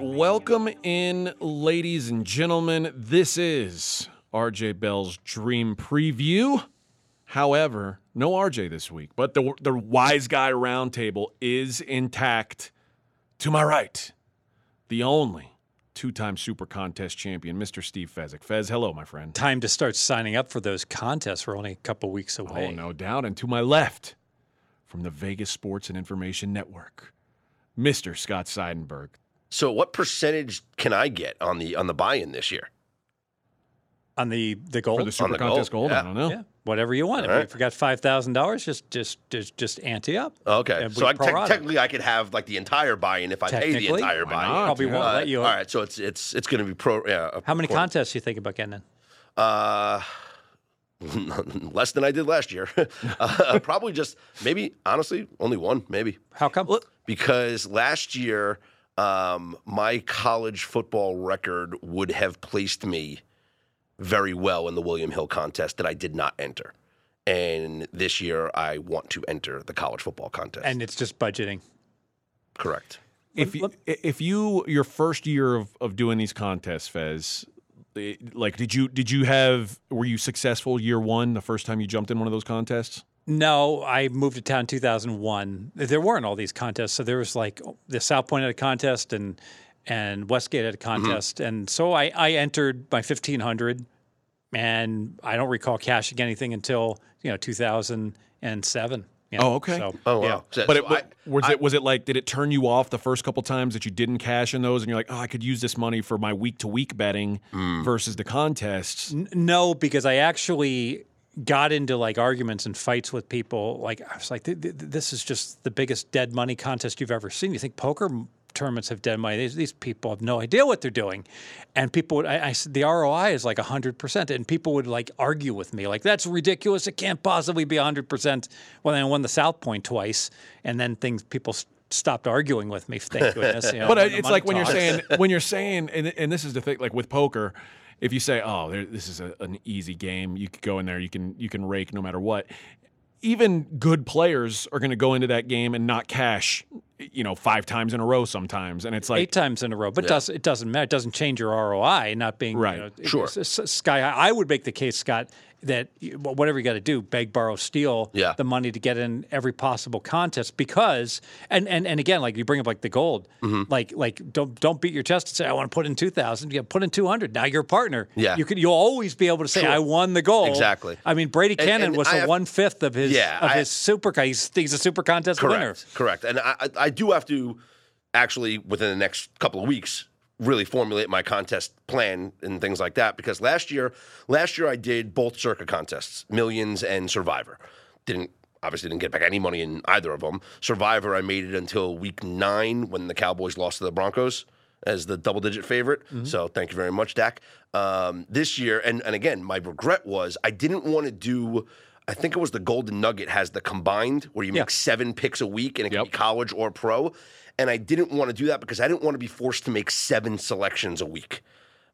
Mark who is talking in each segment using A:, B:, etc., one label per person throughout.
A: Welcome in, ladies and gentlemen. This is RJ Bell's Dream Preview. However, no RJ this week, but the, the Wise Guy Roundtable is intact. To my right, the only two time Super Contest champion, Mr. Steve Fezzik. Fez, hello, my friend.
B: Time to start signing up for those contests. We're only a couple weeks away.
A: Oh, no doubt. And to my left, from the Vegas Sports and Information Network, Mr. Scott Seidenberg.
C: So what percentage can I get on the on the buy-in this year?
B: On the the goal,
A: For the Super
C: the
A: Contest
C: gold,
A: gold,
C: yeah.
A: I don't know.
B: yeah, whatever you want. if
C: All right.
B: we forgot five thousand dollars, just just just just ante up.
A: Uh,
C: Okay,
B: And
C: so
B: we
C: I tec-
B: prorate.
C: technically I could have like the entire buy-in if I pay the
B: Technically?
C: entire
B: Why
C: buy-in.
A: not?
B: Probably
A: yeah.
B: won't
C: Uh,
B: let you.
C: all right, so it's it's it's going to be pro. Yeah, of
B: How many
C: course.
B: contests do you think about getting in?
C: Uh, less than I did last year. uh, probably just maybe honestly only one maybe
B: How come?
C: because last year um, my college football record would have placed me very well in the William Hill contest that I did not enter. And this year, I want to enter the college football contest.
B: and it's just budgeting.
C: correct.
A: if you, if you your first year of, of doing these contests, Fez, it- like did you did you have were you successful year one the first time you jumped in one of those contests?
B: No, I moved to town in 2001. There weren't all these contests, so there was like the South Point had a contest and and Westgate had a
A: Mm-hmm.
B: contest, and so I I entered my 1500, and I don't recall cashing anything until you know 2007. you know,
A: Oh, okay.
B: So,
C: Oh, wow.
B: yeah.
C: So-
A: But
C: so
A: it, wa-
C: I-
A: was it was it like did it turn you off the first couple times that you didn't cash in those and you're like oh I could use this money for my week to week betting
C: Mm.
A: versus the contests?
B: N- No, because I actually got into like arguments and fights with people. Like I was like, "Th- th- this is just the biggest dead money contest you've ever seen. You think poker m- tournaments have dead money? These, these people have no idea what they're doing. And people would, I, I said, the ROI is like 100%. And people would like argue with me, like, that's ridiculous. It can't possibly be 100%. Well, then I won the South Point twice. And then things, people s- stopped arguing with me. Thank goodness. You know,
A: But uh,
B: when the
A: it's
B: money
A: like when you're
B: talks.
A: saying when you're saying, and, and this is the thing, like with poker, if you say, "Oh, there, this is a, an easy game," you could go in there, you can you can rake no matter what. Even good players are going to go into that game and not cash, you know, five times in a row sometimes, and it's
B: eight
A: like
B: times in a row, but does, it doesn't matter. It doesn't change your ROI not being you
A: Right.
B: know,
C: Sure.
B: s- s- sky high. I would make the case, Scott, that you- wh- whatever you got to do, beg, borrow, steal
C: Yeah.
B: the money to get in every possible contest because and and and again, like you bring up like the gold,
C: Mm-hmm.
B: like like don't don't beat your chest and say I want to put in two thousand. Yeah, put in two hundred. Now you're a partner.
C: Yeah.
B: you can. You'll always be able to say
C: Sure.
B: I won the gold.
C: Exactly.
B: I mean, Brady
C: And-
B: Cannon
C: and
B: was
C: I
B: a
C: have-
B: one fifth of his
C: Yeah,
B: of
C: I-
B: his super. con- He's, he's a super contest winner.
C: Correct. Correct. And I, I- I do have to actually, within the next couple of weeks, really formulate my contest plan and things like that because last year, last year I did both circa contests, Millions and Survivor. Didn't obviously didn't get back any money in either of them. Survivor I made it until week 9 when the Cowboys lost to the Broncos as the double digit favorite. So thank you very much, Dak. Um, this year, and, and again, my regret was I didn't want to do. I think it was the Golden Nugget has the combined where you make
B: Yeah.
C: seven picks a week and it
A: Yep.
C: can be college or pro. And I didn't want to do that because I didn't want to be forced to make seven selections a week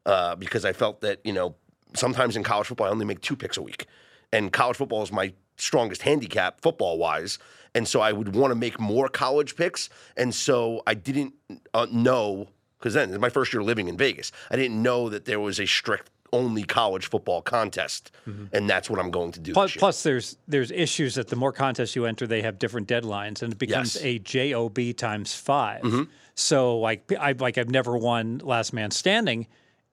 C: uh, because I felt that, you know, sometimes in college football, I only make two picks a week. And college football is my strongest handicap football wise. And so I would want to make more college picks. And so I didn't uh, know, because then it was my first year living in Vegas, I didn't know that there was a strict only college football contest. And that's what I'm going to do.
B: Plus,
C: this year.
B: plus there's there's issues that the more contests you enter, they have different deadlines, and it becomes
C: Yes.
B: a job times 5 So like I like I've never won last man standing,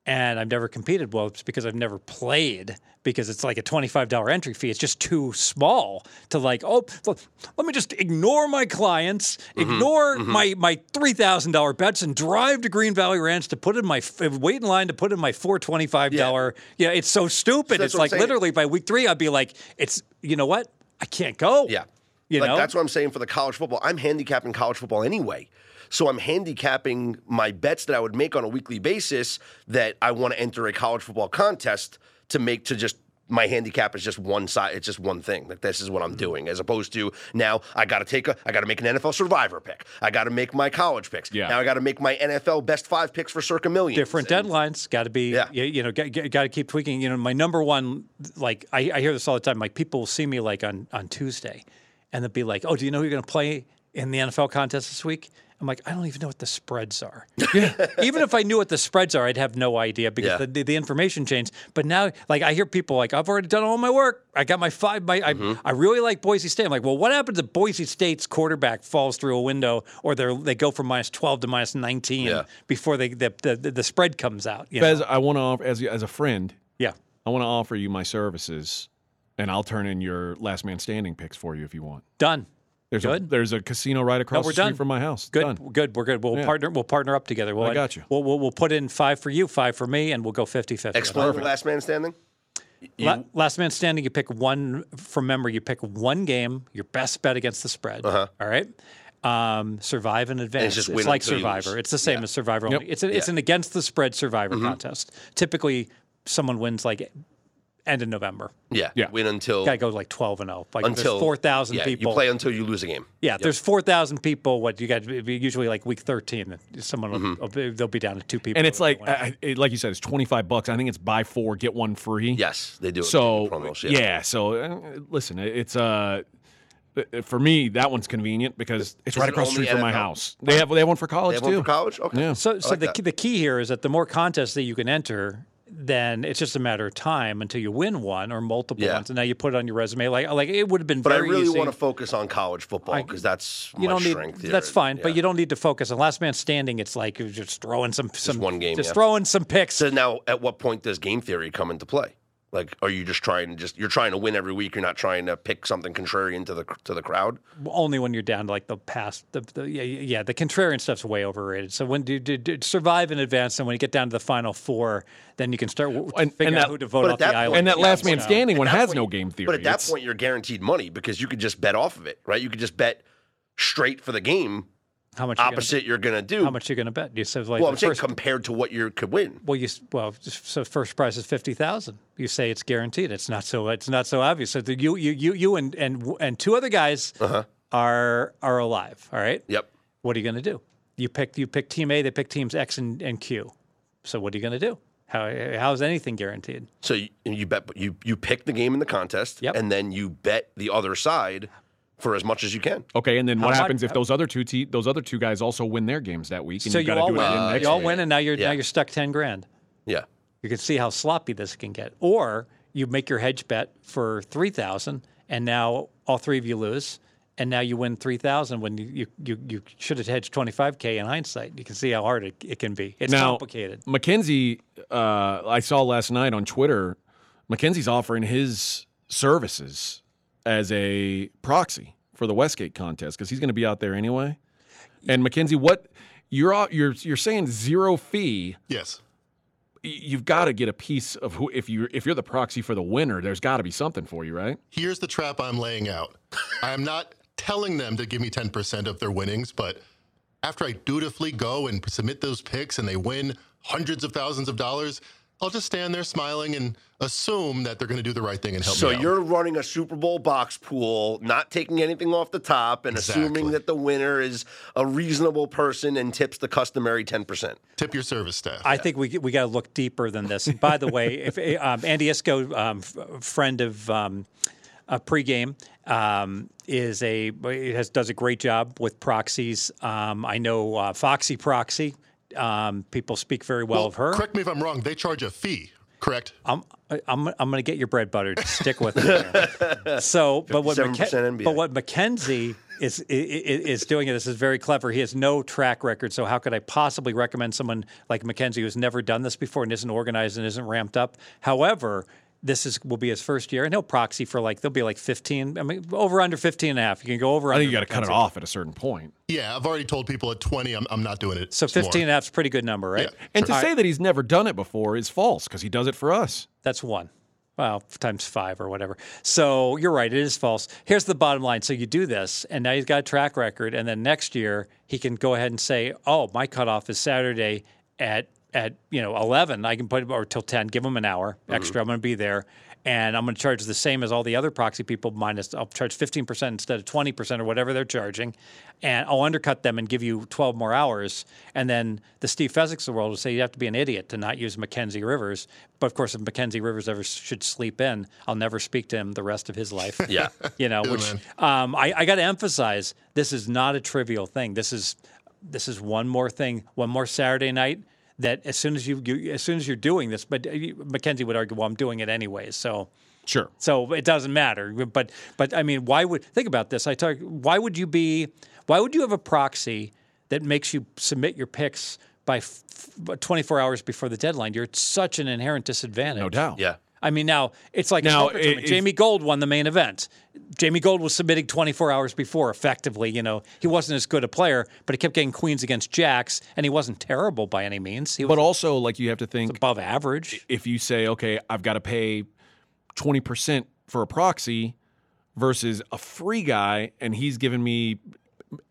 B: and I've never competed. Well, it's because I've never played because it's like a twenty five dollar entry fee. It's just too small to like oh l- let me just ignore my clients, ignore my my three thousand dollar bets, and drive to Green Valley Ranch to put in my f- wait in line to put in my four twenty five dollar. Yeah. it's so stupid.
C: that's
B: it's
C: what I'm
B: like
C: saying.
B: literally literally by week three, I'd be like, it's you know what? I can't go.
C: Yeah.
B: You
C: like,
B: know?
C: that's what I'm saying for the college football. I'm handicapping college football anyway. So I'm handicapping my bets that I would make on a weekly basis that I want to enter a college football contest to make to just my handicap is just one side it's just one thing like this is what
B: Mm-hmm.
C: i'm doing as opposed to now i gotta take a i gotta make an nfl survivor pick i gotta make my college picks
A: Yeah.
C: now i gotta make my nfl best five picks for circa million
B: different deadlines. Got to be,
C: Yeah.
B: you, you know, got, got to keep tweaking. You know, my number one, like I, I hear this all the time. Like people will see me like on on Tuesday, and they'll be like, "Oh, do you know who you're going to play in the NFL contest this week. I'm like, I don't even know what the spreads are. even if I knew what the spreads are, I'd have no idea because
C: Yeah.
B: the, the, the information changed. But now, like, I hear people like, I've already done all my work. I got my five. My
C: Mm-hmm.
B: I, I really like Boise State. I'm like, well, what happens if Boise State's quarterback falls through a window or they they go from minus 12 to minus 19
C: Yeah.
B: before they the, the, the, the spread comes out? you know?
A: Bez, I want to offer as as a friend,
B: Yeah.
A: I want to offer you my services, and I'll turn in your last man standing picks for you if you want.
B: Done.
A: There's a
B: Good.
A: there's a casino right across
B: we're
A: the street
B: done.
A: from my house.
B: Good,
A: Done.
B: good. We're good. We'll
A: Yeah.
B: partner. We'll partner up together. We'll,
A: I got you.
B: We'll, we'll we'll put in five for you, five for me, and we'll go 50-50.
C: Explain the last man standing.
B: La- last man standing. You pick one from memory. You pick one game. Your best bet against the spread. All right. Um, survive and advance.
C: Uh-huh. just win
B: like
C: until you
B: Survivor.
C: lose.
B: It's the same as Survivor. Only. It's a, it's
C: Yeah. Mm-hmm.
B: an against the spread Survivor contest. Typically, someone wins like end of November.
C: Yeah.
A: Yeah.
C: Win until
B: Got to go like twelve and zero. Like
C: until
B: there's four thousand
C: yeah,
B: people.
C: You play until you lose a game.
B: Yeah, there's four thousand people. What you got? it'd be Usually, like week thirteen, someone will,
C: Mm-hmm.
B: will be- they'll be down to two people.
A: And it's like
B: Wow.
A: I, I- it, like you said, it's twenty five bucks. I think it's buy four get one free.
C: Yes, they do. it.
A: So
C: They do promos,
A: yeah. So uh, listen, it- it's uh. uh, For me, that one's convenient because it's right
C: it
A: across the
C: only
A: street from my
C: NFL?
A: house. They have they have one for
C: They
A: college
C: have
A: too.
C: one for college. Okay.
A: Yeah.
B: so. So
C: like
B: the
C: that.
B: key, the key here is that the more contests that you can enter, then it's just a matter of time until you win one or multiple
C: Yeah.
B: ones, and now you put it on your resume. Like like it would have been
C: But I
B: very
C: really
B: easy.
C: want to focus on college football because that's
B: you
C: my
B: don't need
C: strength. here.
B: that's fine,
C: Yeah.
B: but you don't need to focus on last man standing. It's like you're just throwing some some
C: one game,
B: just
C: yeah.
B: throwing some picks.
C: So now, at what point does game theory come into play? Like, are you just trying to just you're trying to win every week? You're not trying to pick something contrarian to the to the crowd.
B: only when you're down to like the past the, the yeah, yeah yeah, the contrarian stuff's way overrated so when do you do, do- survive in advance and when you get down to the final four then you can start w-
A: And-
B: figuring
A: and
B: out
A: that-
B: who to vote
C: but at
B: off the
C: that
B: island
C: point-
A: and that
B: Yeah,
A: last man
B: so-
A: standing one
C: At that
A: has
C: point-
A: no game theory.
C: But at that
A: It's-
C: point, you're guaranteed money because you could just bet off of it, right? You could just bet straight for the game.
B: how much opposite
C: Opposite, you're gonna do.
B: you gonna, how much you gonna bet you said like the
C: well, I'm saying
B: first,
C: compared to what you could win.
B: well you s- well s- so first prize is 50000 you say it's guaranteed it's not so it's not so obvious so the, you you you you and and and two other guys
C: Uh-huh.
B: are are alive all right
C: Yep.
B: what are you going to do? You pick you pick team A, they pick teams X and, and Q. So what are you going to do? How how is anything guaranteed?
C: So you, you bet, you you pick the game in the contest,
B: Yep.
C: and then you bet the other side for as much as you can.
A: okay, and then what
B: much-
A: happens if those other two te- those other two guys also win their games that week? And
B: so
A: you've got
B: you
A: to
B: all
A: do it again
B: win,
A: next
B: you all
A: week?
B: win, and now you're now
C: Yeah.
B: you're stuck ten grand.
C: Yeah.
B: You can see how sloppy this can get. Or you make your hedge bet for three thousand, and now all three of you lose, and now you win three thousand when you, you, you, you should have hedged twenty five k in hindsight. You can see how hard it, it can be. It's
A: Now-
B: complicated.
A: Mackenzie, uh, I saw last night on Twitter, Mackenzie's offering his services as a proxy for the Westgate contest because he's going to be out there anyway. And Mackenzie, what you're all- you're you're saying zero fee?
D: Yes.
A: Y- You've got to get a piece of who if you if you're the proxy for the winner. There's got to be something for you, right?
D: Here's the trap I'm laying out. I am not telling them to give me 10% of their winnings, but after I dutifully go and submit those picks and they win hundreds of thousands of dollars, I'll just stand there smiling and assume that they're going to do the right thing and help
C: So
D: me out.
C: you're running a Super Bowl box pool, not taking anything off the top, and assuming
D: Exactly.
C: that the winner is a reasonable person and tips the customary ten percent.
D: Tip your service staff.
B: I think we we got to look deeper than this. And by the way, if um, Andy Isco, um, f- friend of um, uh, pregame, um, is a has does a great job with proxies. Um, I know uh, Foxy Proxy. Um, people speak very well, of her. Um,
D: Correct me if I'm wrong. They charge a fee, correct?
B: I'm I'm I'm going to get your bread buttered. Stick with it. so, but what
C: 57%
B: McKen-
C: NBA.
B: but what McKenzie is i- i- is doing this is very clever. He has no track record, so how could I possibly recommend someone like McKenzie who's never done this before and isn't organized and isn't ramped up? However. This is will be his first year, and he'll proxy for like there'll be like fifteen. I mean, over under 15 and a half. You can go over.
A: I
B: under
A: think you got to cut it off at a certain point.
D: Yeah, I've already told people at 20, I'm, I'm not doing it.
B: So
D: It's more.
B: 15 and a half is a pretty good number, right?
D: Yeah.
A: And to say that he's never done it before is false because he does it for us.
B: That's one. Well, times five or whatever. So you're right. It is false. Here's the bottom line. So you do this, and now he's got a track record, and then next year he can go ahead and say, "Oh, my cutoff is Saturday at at you know 11. I can put or till 10. Give him an hour extra. I'm going to be there." and I'm going to charge the same as all the other proxy people minus I'll charge 15% instead of 20% or whatever they're charging and I'll undercut them and give you 12 more hours and then the Steve Fezzik's of the world will say you have to be an idiot to not use Mackenzie Rivers but of course if Mackenzie Rivers ever should sleep in I'll never speak to him the rest of his life
C: Yeah.
B: you know
D: Good,
B: which
D: man.
B: um, I, I got to emphasize this is not a trivial thing this is this is one more thing one more Saturday night that as soon as you, you as soon as you're doing this but uh, you- Mackenzie would argue well I'm doing it anyways so
A: Sure.
B: so it doesn't matter. But but I mean, why would think about this? I talk. Why would you be? Why would you have a proxy that makes you submit your picks by f- f- 24 hours before the deadline? You're at such an inherent disadvantage.
A: No doubt.
C: Yeah.
B: I mean, now it's like
A: Now,
B: now,
A: i- if-
B: Jamie Gold won the main event. Jamie Gold was submitting 24 hours before, effectively. You know, he wasn't as good a player, but he kept getting queens against jacks, and he wasn't terrible by any means. He was
A: But also, like, you have to think
B: above average.
A: if you say, okay, I've got to pay 20% for a proxy versus a free guy and he's giving me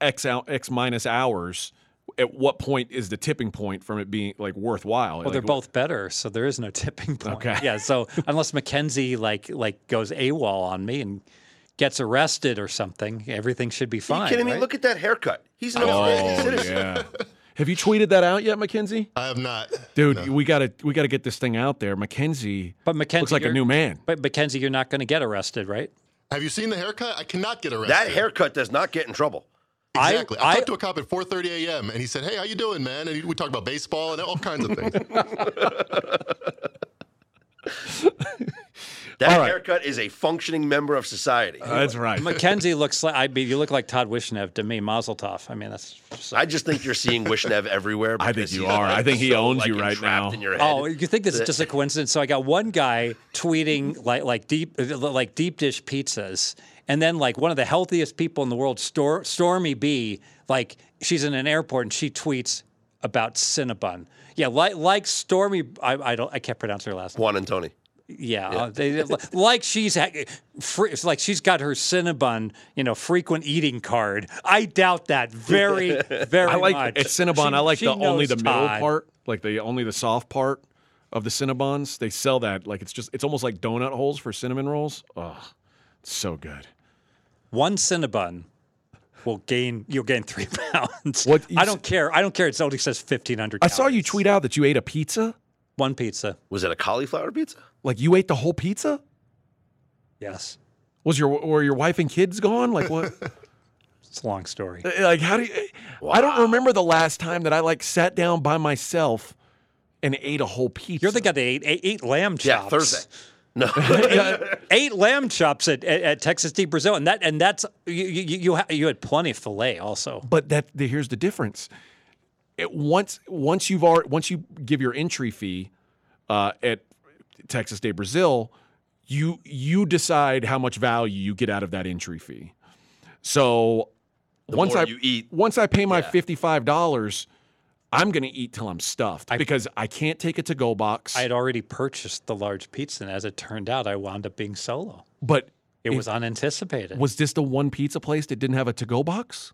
A: X out, X minus hours, at what point is the tipping point from it being like worthwhile?
B: Well, they're both better, so there is no tipping point.
A: Okay.
B: Yeah. So unless Mackenzie like like goes AWOL on me and gets arrested or something, everything should be fine.
C: Are you kidding me?
B: right?
C: Look at that haircut. He's an Australian
A: Oh,
C: citizen.
A: yeah. Have you tweeted that out yet, Mackenzie?
D: I have not.
A: Dude, we gotta we gotta get this thing out there. Mackenzie
B: But Mackenzie
A: looks like a
B: you're-
A: new man.
B: But Mackenzie, you're not going to get arrested, right?
D: Have you seen the haircut? I cannot get arrested.
C: That haircut does not get in trouble.
B: I-
D: Exactly. I,
B: I-
D: talked to a cop at 4:30 a.m. and he said, "Hey, how you doing, man?" And he- we talked about baseball and all kinds of things.
C: That
A: All right. Uh,
C: haircut is a functioning member of society.
A: That's right.
B: Mackenzie looks like I mean, you look like Todd Wishnev to me, Mazel Tov. I mean, that's just,
C: I just think you're seeing Wishnev everywhere.
A: I think
C: because
A: you
C: he's,
A: are. I think he
C: so,
A: owns
C: like,
A: you right
C: entrapped
A: now.
C: In your head.
B: oh, you think this is just a coincidence? So I got one guy tweeting like like deep like deep dish pizzas, and then like one of the healthiest people in the world, Stor- Stormy B, like she's in an airport and she tweets about Cinnabon. Yeah, like like Stormy, I, I don't I can't pronounce her last name.
C: Juan and Tony.
B: Yeah, uh, they, li- like she's ha- free, it's like she's got her Cinnabon, you know, frequent eating card. I doubt that very, very
A: I like
B: much.
A: at Cinnabon.
B: She-
A: I like
B: she
A: the only
B: knows
A: the middle
B: Todd.
A: part, like the only the soft part of the Cinnabons. They sell that like it's just it's almost like donut holes for cinnamon rolls. Ugh, it's so good.
B: One Cinnabon will gain. You'll gain three pounds.
A: What-
B: I don't care. I don't care. It only says fifteen hundred.
A: I saw you tweet out that you ate a pizza.
B: one pizza.
C: Was it a cauliflower pizza?
A: Like you ate the whole pizza.
B: Yes,
A: Was your were your wife and kids gone? Like what? eh,
B: it's a long story.
A: like how do you? I don't remember the last time that I like sat down by myself and ate a whole pizza.
B: You're the guy that ate eight, eight lamb chops.
C: Yeah, Thursday. No,
B: Eight lamb chops at, at, at Texas Deep Brazil, and that and that's you you you, you ha- you had plenty of fillet also.
A: But that the, here's the difference. It, once once you've already, once you give your entry fee uh, at Texas Day Brazil, you you decide how much value you get out of that entry fee. So once
C: more
A: I
C: you eat-
A: once I pay my fifty five dollars, I'm gonna eat till I'm stuffed because I can't take a to go box.
B: I had already purchased the large pizza, and as it turned out, I wound up being solo.
A: but
B: It, was unanticipated.
A: was this the one pizza place that didn't have a to go box?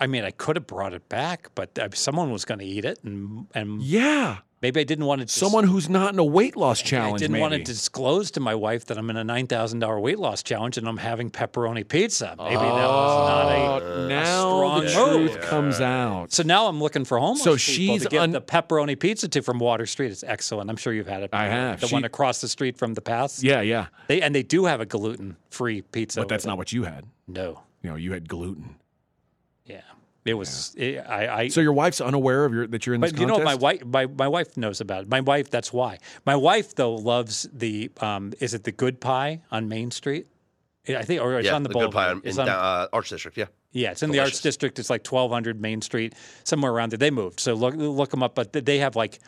B: I mean, I could have brought it back, but uh, someone was going to eat it, and and
A: Yeah,
B: maybe I didn't want to. dis-
A: someone who's not in a weight loss
B: Mm-hmm. I
A: challenge.
B: didn't want to
A: maybe.
B: disclose to my wife that I'm in a nine thousand dollar weight loss challenge and I'm having pepperoni pizza. Maybe that was not a.
A: Uh, now the
B: strong move.
A: truth comes out.
B: So now I'm looking for homeless
A: So
B: people
A: she's
B: to get
A: un-
B: the pepperoni pizza to from Water Street. It's excellent. I'm sure you've had it.
A: I have.
B: the
A: She-
B: one across the street from the pass.
A: Yeah, yeah.
B: they and they do have a gluten free pizza.
A: But that's not what you had.
B: no.
A: You know, you had gluten.
B: Yeah, it was. It, I, I
A: So your wife's unaware of your that you're in this
B: But you know, what my
A: contest?
B: wife, my, my wife knows about it. My wife, that's why. My wife though loves the, um, is it the Good Pie on Main Street? Yeah, I think, or it's
C: yeah,
B: on the,
C: the good pie
B: Boulevard.
C: in,
B: It's
C: in,
B: on-
C: uh, Arts District. Yeah,
B: yeah, it's in the Arts District. It's like twelve hundred Main Street, somewhere around there. They moved, so look look them up. But th- they have like,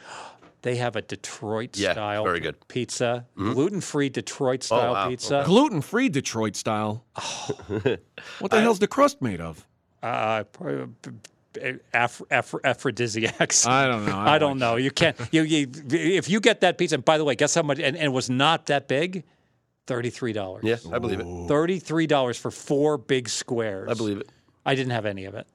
B: they have a Detroit
C: Yeah,
B: style
C: very good. Mm-hmm. Oh,
B: pizza, gluten free Detroit style
C: wow,
B: pizza.
A: gluten-free Detroit style.
B: Oh.
A: what the hell's the crust made of?
B: Uh, pro- Af- Af- aphrodisiacs.
A: I don't know.
B: I don't know. You can't. You, you if you get that pizza. And by the way, guess how much? And, and it was not that big. Thirty-three dollars.
C: yeah, I believe it.
B: Thirty-three dollars for four big squares.
C: I believe it.
B: I didn't have any of it.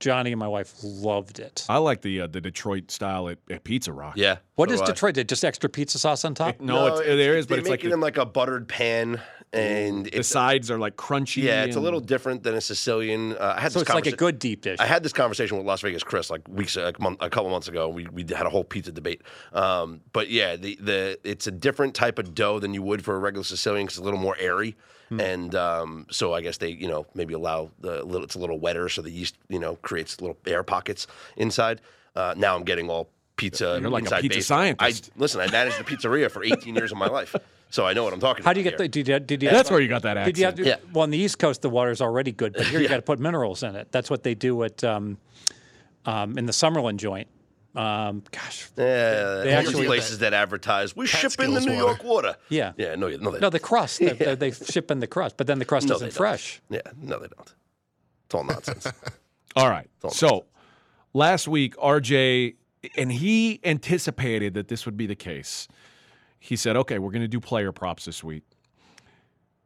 B: Johnny and my wife loved it.
A: I like the uh, the Detroit style at, at Pizza Rock.
C: Yeah.
B: What
C: so uh,
B: is
C: do I.
B: Detroit? Did Just extra pizza sauce on top?
A: No, it's, there is,
C: they
A: but it's
C: make
A: like
C: it
A: the,
C: in like a buttered pan, and
A: the
C: it's
A: sides are like crunchy.
C: yeah, it's a
A: and-
C: little different than a Sicilian. Uh, I had
B: So
C: this
B: it's like a
C: conversa-
B: good deep dish.
C: I had this conversation with Las Vegas Chris like weeks, like month, a couple months ago. We, we had a whole pizza debate. Um, but yeah, the, the it's a different type of dough than you would for a regular Sicilian because it's a little more airy, and um, so I guess they you know maybe allow the little it's a little wetter, so the yeast you know creates little air pockets inside. Uh, now I'm getting all pizza.
A: You're like a
C: inside
A: pizza
C: baseball.
A: scientist.
C: I, listen, I managed a pizzeria for 18 years of my life, so I know what I'm talking.
B: How
C: about
B: do you get
C: here.
B: the? Did you, did you
A: That's where you got that
B: Did you have
A: accent.
B: to,
C: Yeah.
B: Well, on the East Coast, the water's already good, but here you got to put minerals in it. That's what they do at um, um, in the Summerlin joint. Um, gosh,
C: Yeah,
B: They
C: all
B: actually-
C: these places that advertise we ship in the
D: Catskills
C: New
D: water.
C: York water.
B: Yeah.
C: yeah, no, no, they
B: no, the crust. They- They, they ship in the crust, but then the crust
C: No, they
B: isn't
C: don't.
B: fresh.
C: Yeah, no, they don't. It's all nonsense.
A: All right.
C: all
A: So last week, RJ, and he anticipated that this would be the case. He said, okay, we're going to do player props this week.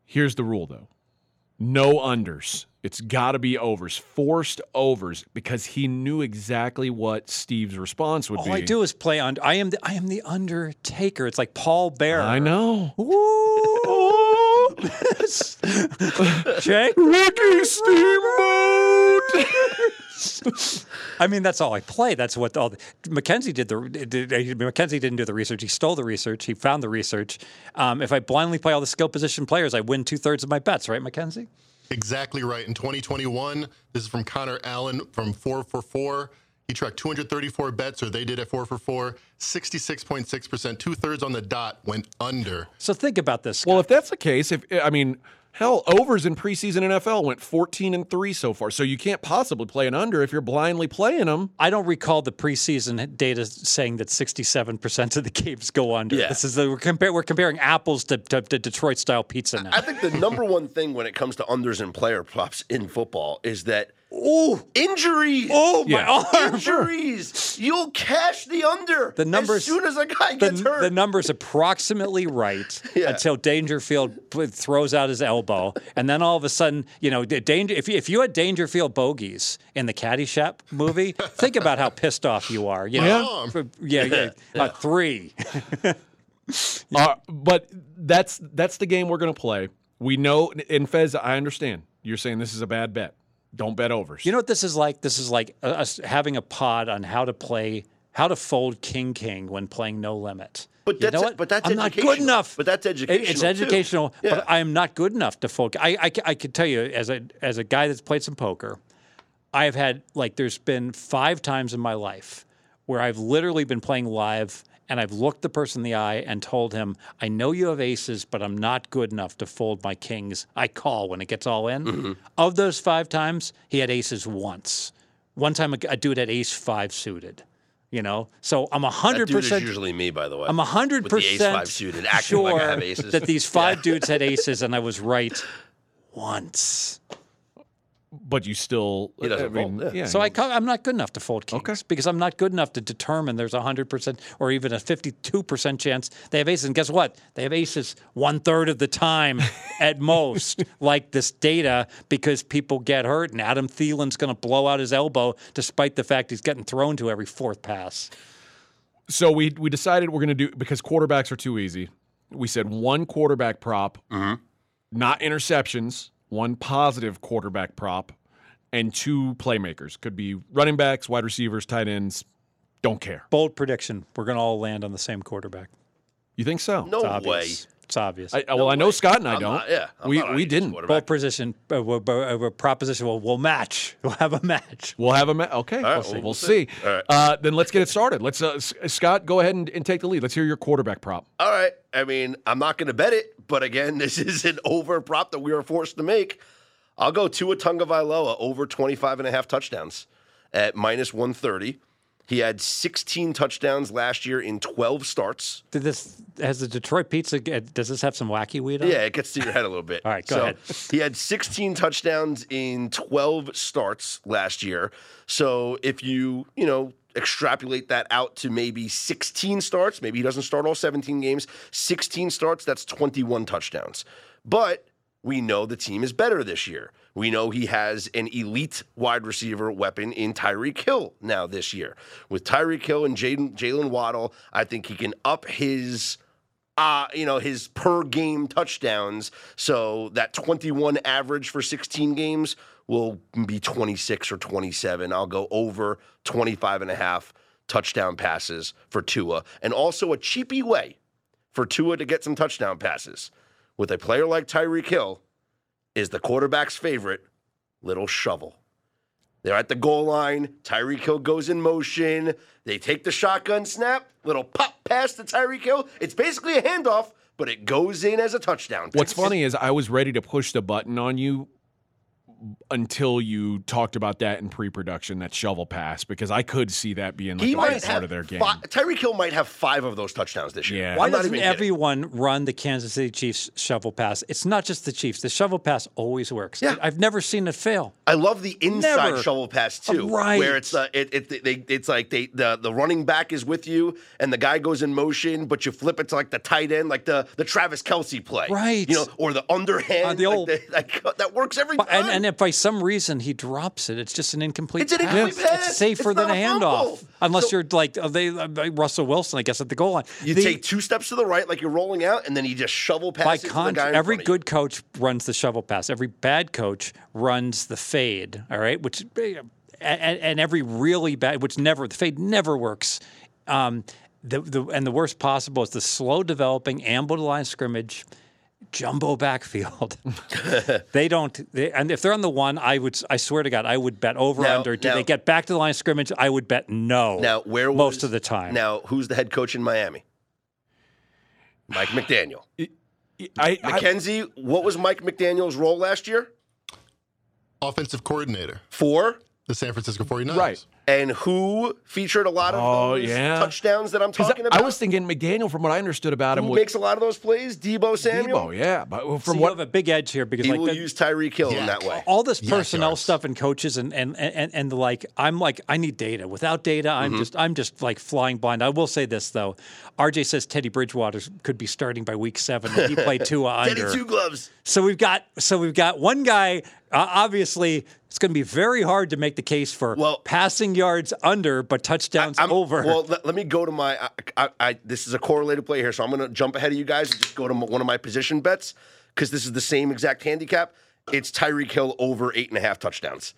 A: Here's the rule, though no unders. It's got to be overs, forced overs, because he knew exactly what Steve's response would
B: All
A: be.
B: Oh, I do is play under. I am the I am the Undertaker. It's like Paul Bear.
A: I know.
B: Ooh. Jake,
A: Ricky Steamboat!
B: I mean, that's all I play. That's what all the, Mackenzie did. The did, Mackenzie didn't do the research. He stole the research. He found the research. Um, if I blindly play all the skill position players, I win two thirds of my bets, right, Mackenzie?
D: Exactly right. In 2021, this is from Connor Allen from 4 for 4. He tracked 234 bets, or they did at 4 for 4. 66.6%, two thirds on the dot went under.
B: So think about this.
A: Well, if that's the case, if I mean, hell, overs in preseason NFL went 14 and 3 so far. So you can't possibly play an under if you're blindly playing them.
B: I don't recall the preseason data saying that 67% of the games go under.
C: Yeah.
B: This is the, we're, compar- we're comparing apples to, to, to Detroit style pizza now.
C: I think the number one thing when it comes to unders and player props in football is that oh injuries.
B: oh, my
A: Yeah.
B: arm.
C: Injuries. You'll cash the under
B: The numbers-
C: as soon as a guy
B: The,
C: gets hurt.
B: the number's approximately right
C: Yeah.
B: until Dangerfield p- throws out his elbow, and then all of a sudden, you know, D- danger. If you, if you had Dangerfield bogeys in the Caddyshack movie, think about how pissed off you are. You know?
D: arm.
B: yeah, yeah, Uh, three.
A: Uh, but that's that's the game we're going to play. We know, and Fez, I understand. You're saying this is a bad bet. Don't bet overs.
B: You know what this is like? This is like uh, us having a pod on how to play, how to fold king king when playing no limit.
C: But
B: You
C: that's
B: know
C: it-
B: what?
C: but that's
B: I'm not good
C: educational.
B: enough.
C: But that's
B: It- It's
C: educational, too.
B: educational,
C: Yeah.
B: but I am not good enough to fold. I, I ca- I could tell you as a as a guy that's played some poker, I've had like there's been five times in my life where I've literally been playing live and I've looked the person in the eye and told him, I know you have aces, but I'm not good enough to fold my kings. I call when it gets all in.
C: Mm-hmm.
B: Of those five times, he had aces once. One time, a, g- a dude had ace five suited. You know, so I'm
C: that
B: hundred
C: dude is
B: percent.
C: usually me, by the way.
B: I'm hundred
C: with the ace
B: percent
C: five suited, acting
B: sure
C: like I have aces.
B: that these five dudes had aces, and I was right once.
A: but you still.
C: He doesn't
A: I mean,
C: fold, yeah.
A: yeah.
B: So I co- I'm not good enough to fold kings because I'm not good enough to determine there's a 100% or even a 52% chance they have aces. And guess what? They have aces one third of the time at most, like this data, because people get hurt. And Adam Thielen's going to blow out his elbow despite the fact he's getting thrown to every fourth pass.
A: so we we decided we're going to do because quarterbacks are too easy. We said one quarterback prop,
C: Mm-hmm.
A: not interceptions, one positive quarterback prop, and two playmakers. Could be running backs, wide receivers, tight ends. Don't care.
B: Bold prediction we're going to all land on the same quarterback.
A: You think so?
C: no
B: It's
C: way.
B: obvious. It's obvious.
A: I, well, I know Scott and I
C: I'm
A: don't.
C: not- yeah, I'm
A: we
C: not on
A: we
C: his
A: didn't.
C: quarterback.
B: Bold position, uh, w- w- uh, proposition will will match. We'll have a match.
A: We'll have a ma- okay.
C: right,
A: we'll
C: well,
A: see.
C: we'll
A: We'll see.
C: see. All right.
A: Uh, then let's get it started. Let's uh, S- Scott go ahead and, and take the lead. Let's hear your quarterback prop.
C: All right. I mean, I'm not going to bet it, but again, this is an over prop that we were forced to make. I'll go Tua Tungavailoa over 25 and a half touchdowns at minus 130. He had 16 touchdowns last year in 12 starts.
B: Did this has the Detroit pizza? g- Does this have some wacky weed on? it?
C: Yeah, it gets to your head a little bit.
B: All right, go ahead.
C: He had 16 touchdowns in 12 starts last year. So if you, you know, extrapolate that out to maybe 16 starts, maybe he doesn't start all 17 games, 16 starts, that's 21 touchdowns. But We know the team is better this year. We know he has an elite wide receiver weapon in Tyreek Hill now this year. With Tyreek Hill and Jaden- Jalen Waddle, I think he can up his uh, you know, his per game touchdowns. So that 21 average for 16 games will be 26 or 27. I'll go over 25 and a half touchdown passes for Tua. And also a cheapy way for Tua to get some touchdown passes with a player like Tyreek Hill is the quarterback's favorite little shovel. They're at the goal line. Tyreek Hill goes in motion. They take the shotgun snap, little pop pass to Tyreek Hill. It's basically a handoff, but it goes in as a touchdown.
A: What's
C: It's-
A: funny is I was ready to push the button on you until you talked about that in pre-production that shovel pass because I could see that being like
C: He
A: a
C: might
A: big
C: have
A: part of their game.
C: fi- Tyreek Hill might have five of those touchdowns this year.
A: Yeah.
B: Why
C: I'm not
B: doesn't
C: even kidding.
B: everyone run the Kansas City Chiefs shovel pass? It's not just the Chiefs. The shovel pass always works.
C: Yeah.
B: I've never seen it fail.
C: I love the inside
B: Never.
C: shovel pass too,
B: Right.
C: where it's uh, it, it they, it's like they the the running back is with you and the guy goes in motion, but you flip it to like the tight end, like the the Travis Kelsey play,
B: Right.
C: You know, or the underhand,
B: Uh, the
C: like
B: old-
C: the- like, that works every time.
B: But- And, and if by some reason he drops it, it's just an incomplete
C: It's an
B: pass.
C: incomplete pass.
B: It's safer
C: It's
B: than a
C: not a
B: handoff.
C: fumble.
B: Unless
C: So-
B: you're like uh, they uh, like Russell Wilson, I guess, at the goal line.
C: you
B: The-
C: take two steps to the right, like you're rolling out, and then you just shovel pass
B: by
C: it to the guy.
B: contrast,
C: in
B: every
C: front of you.
B: good coach runs the shovel pass. Every bad coach runs the fade. All right, which and, and every really bad, which never the fade never works. Um, the, the and the worst possible is the slow developing amble to line scrimmage, jumbo backfield. they don't. They, and if they're on the one, I would. I swear to God, I would bet over
C: Now-
B: under. Do
C: now-
B: they get back to the line of scrimmage? I would bet no.
C: now, where was,
B: most of the time.
C: Now, who's the head coach in Miami? Mike McDaniel.
A: I, I,
C: McKenzie, what was Mike McDaniel's role last year?
D: Offensive coordinator,
C: Four.
D: the San Francisco 49ers.
A: right.
C: and who featured a lot of
A: Oh,
C: those
A: yeah.
C: touchdowns that I'm
A: 'Cause
C: talking
A: I,
C: about.
A: I was thinking McDaniel from what I understood about him
C: who
A: was
C: makes a lot of those plays? Debo Samuel.
A: Debo, yeah. But
B: So
A: from
B: you
A: what
B: have a big edge here because
C: He
B: like
C: will
B: that-
C: use Tyreek Hill in
D: Yeah.
C: that way.
B: all this
D: Yak
B: personnel
D: yards.
B: stuff and coaches and and, and and the like i'm like i need data without data
C: Mm-hmm.
B: i'm just i'm just like flying blind i will say this though rj says teddy bridgewater could be starting by week seven and he played two
C: Teddy
B: under
C: two gloves.
B: so we've got so we've got one guy uh, obviously it's going to be very hard to make the case for
C: Well-
B: passing yards under but touchdowns
C: I'm-
B: over
C: Well, let, let me go to my. I, I, I, this is a correlated play here, so I'm going to jump ahead of you guys and just go to m- one of my position bets because this is the same exact handicap. It's Tyreek Hill over eight and a half touchdowns.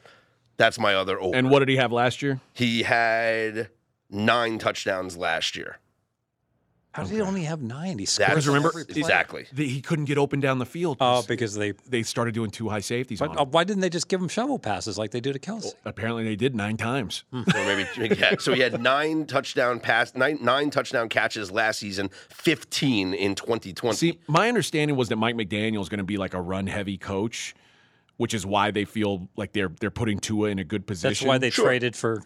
C: That's my other over.
A: and what did he have last year?
C: he had nine touchdowns last year.
B: how did he only have nine he
C: That's-
B: scores on
A: remember-
B: every play.
C: exactly. Uh,
A: The, he couldn't get open down the field.
B: oh
A: 'cause
B: because they
A: they started doing two high safeties on
B: but
A: him.
B: uh, why didn't they just give him shovel passes like they do to kelsey
A: Apparently they did nine times.
C: or maybe yeah. So he had nine touchdown pass, nine nine touchdown catches last season, fifteen in twenty twenty.
A: See, my understanding was that Mike McDaniel is going to be like a run heavy coach, which is why they feel like they're they're putting Tua in a good position.
B: that's why they
C: Sure.
B: traded for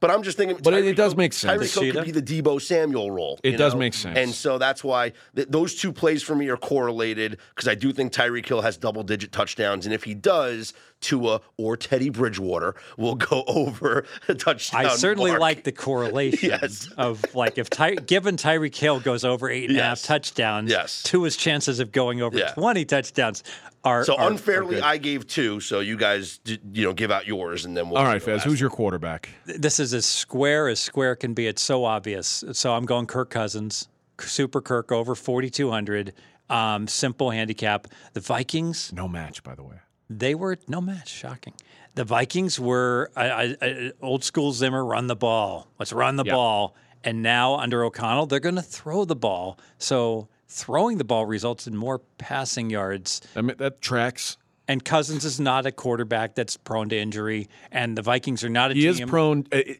C: but I'm just thinking,
A: But it- it
C: Tyreek
A: does
C: Hill-
A: make sense.
C: Tyreek Hill could be the Debo Samuel role.
A: It
C: you
A: does make sense.
C: and so that's why th- those two plays for me are correlated because I do think Tyreek Hill has double digit touchdowns, and if he does, Tua or Teddy Bridgewater will go over the touchdown.
B: I certainly
C: mark.
B: like the correlation
C: Yes.
B: of like if Ty- given Tyreek Hill goes over eight and a half
C: Yes.
B: touchdowns,
C: Yes.
B: to his chances of going over
C: Yeah.
B: twenty touchdowns are
C: So
B: are- are
C: unfairly,
B: good.
C: I gave two. So you guys, d- you know, give out yours, and then we'll.
A: All
C: see
A: right,
C: the
A: Fez,
C: last
A: who's your quarterback?
B: this is as square as square can be. It's so obvious. So I'm going Kirk Cousins, Super Kirk over forty two hundred. Um, simple handicap. The Vikings,
A: No match, by the way.
B: they were no match. Shocking. The Vikings were I, I, I, old school Zimmer run the ball. Let's run the ball. And now under O'Connell, they're going to throw the ball. So throwing the ball results in more passing yards.
A: I mean, that tracks.
B: And Cousins is not a quarterback that's prone to injury. And the Vikings are not a
A: He
B: team.
A: is prone. uh, uh,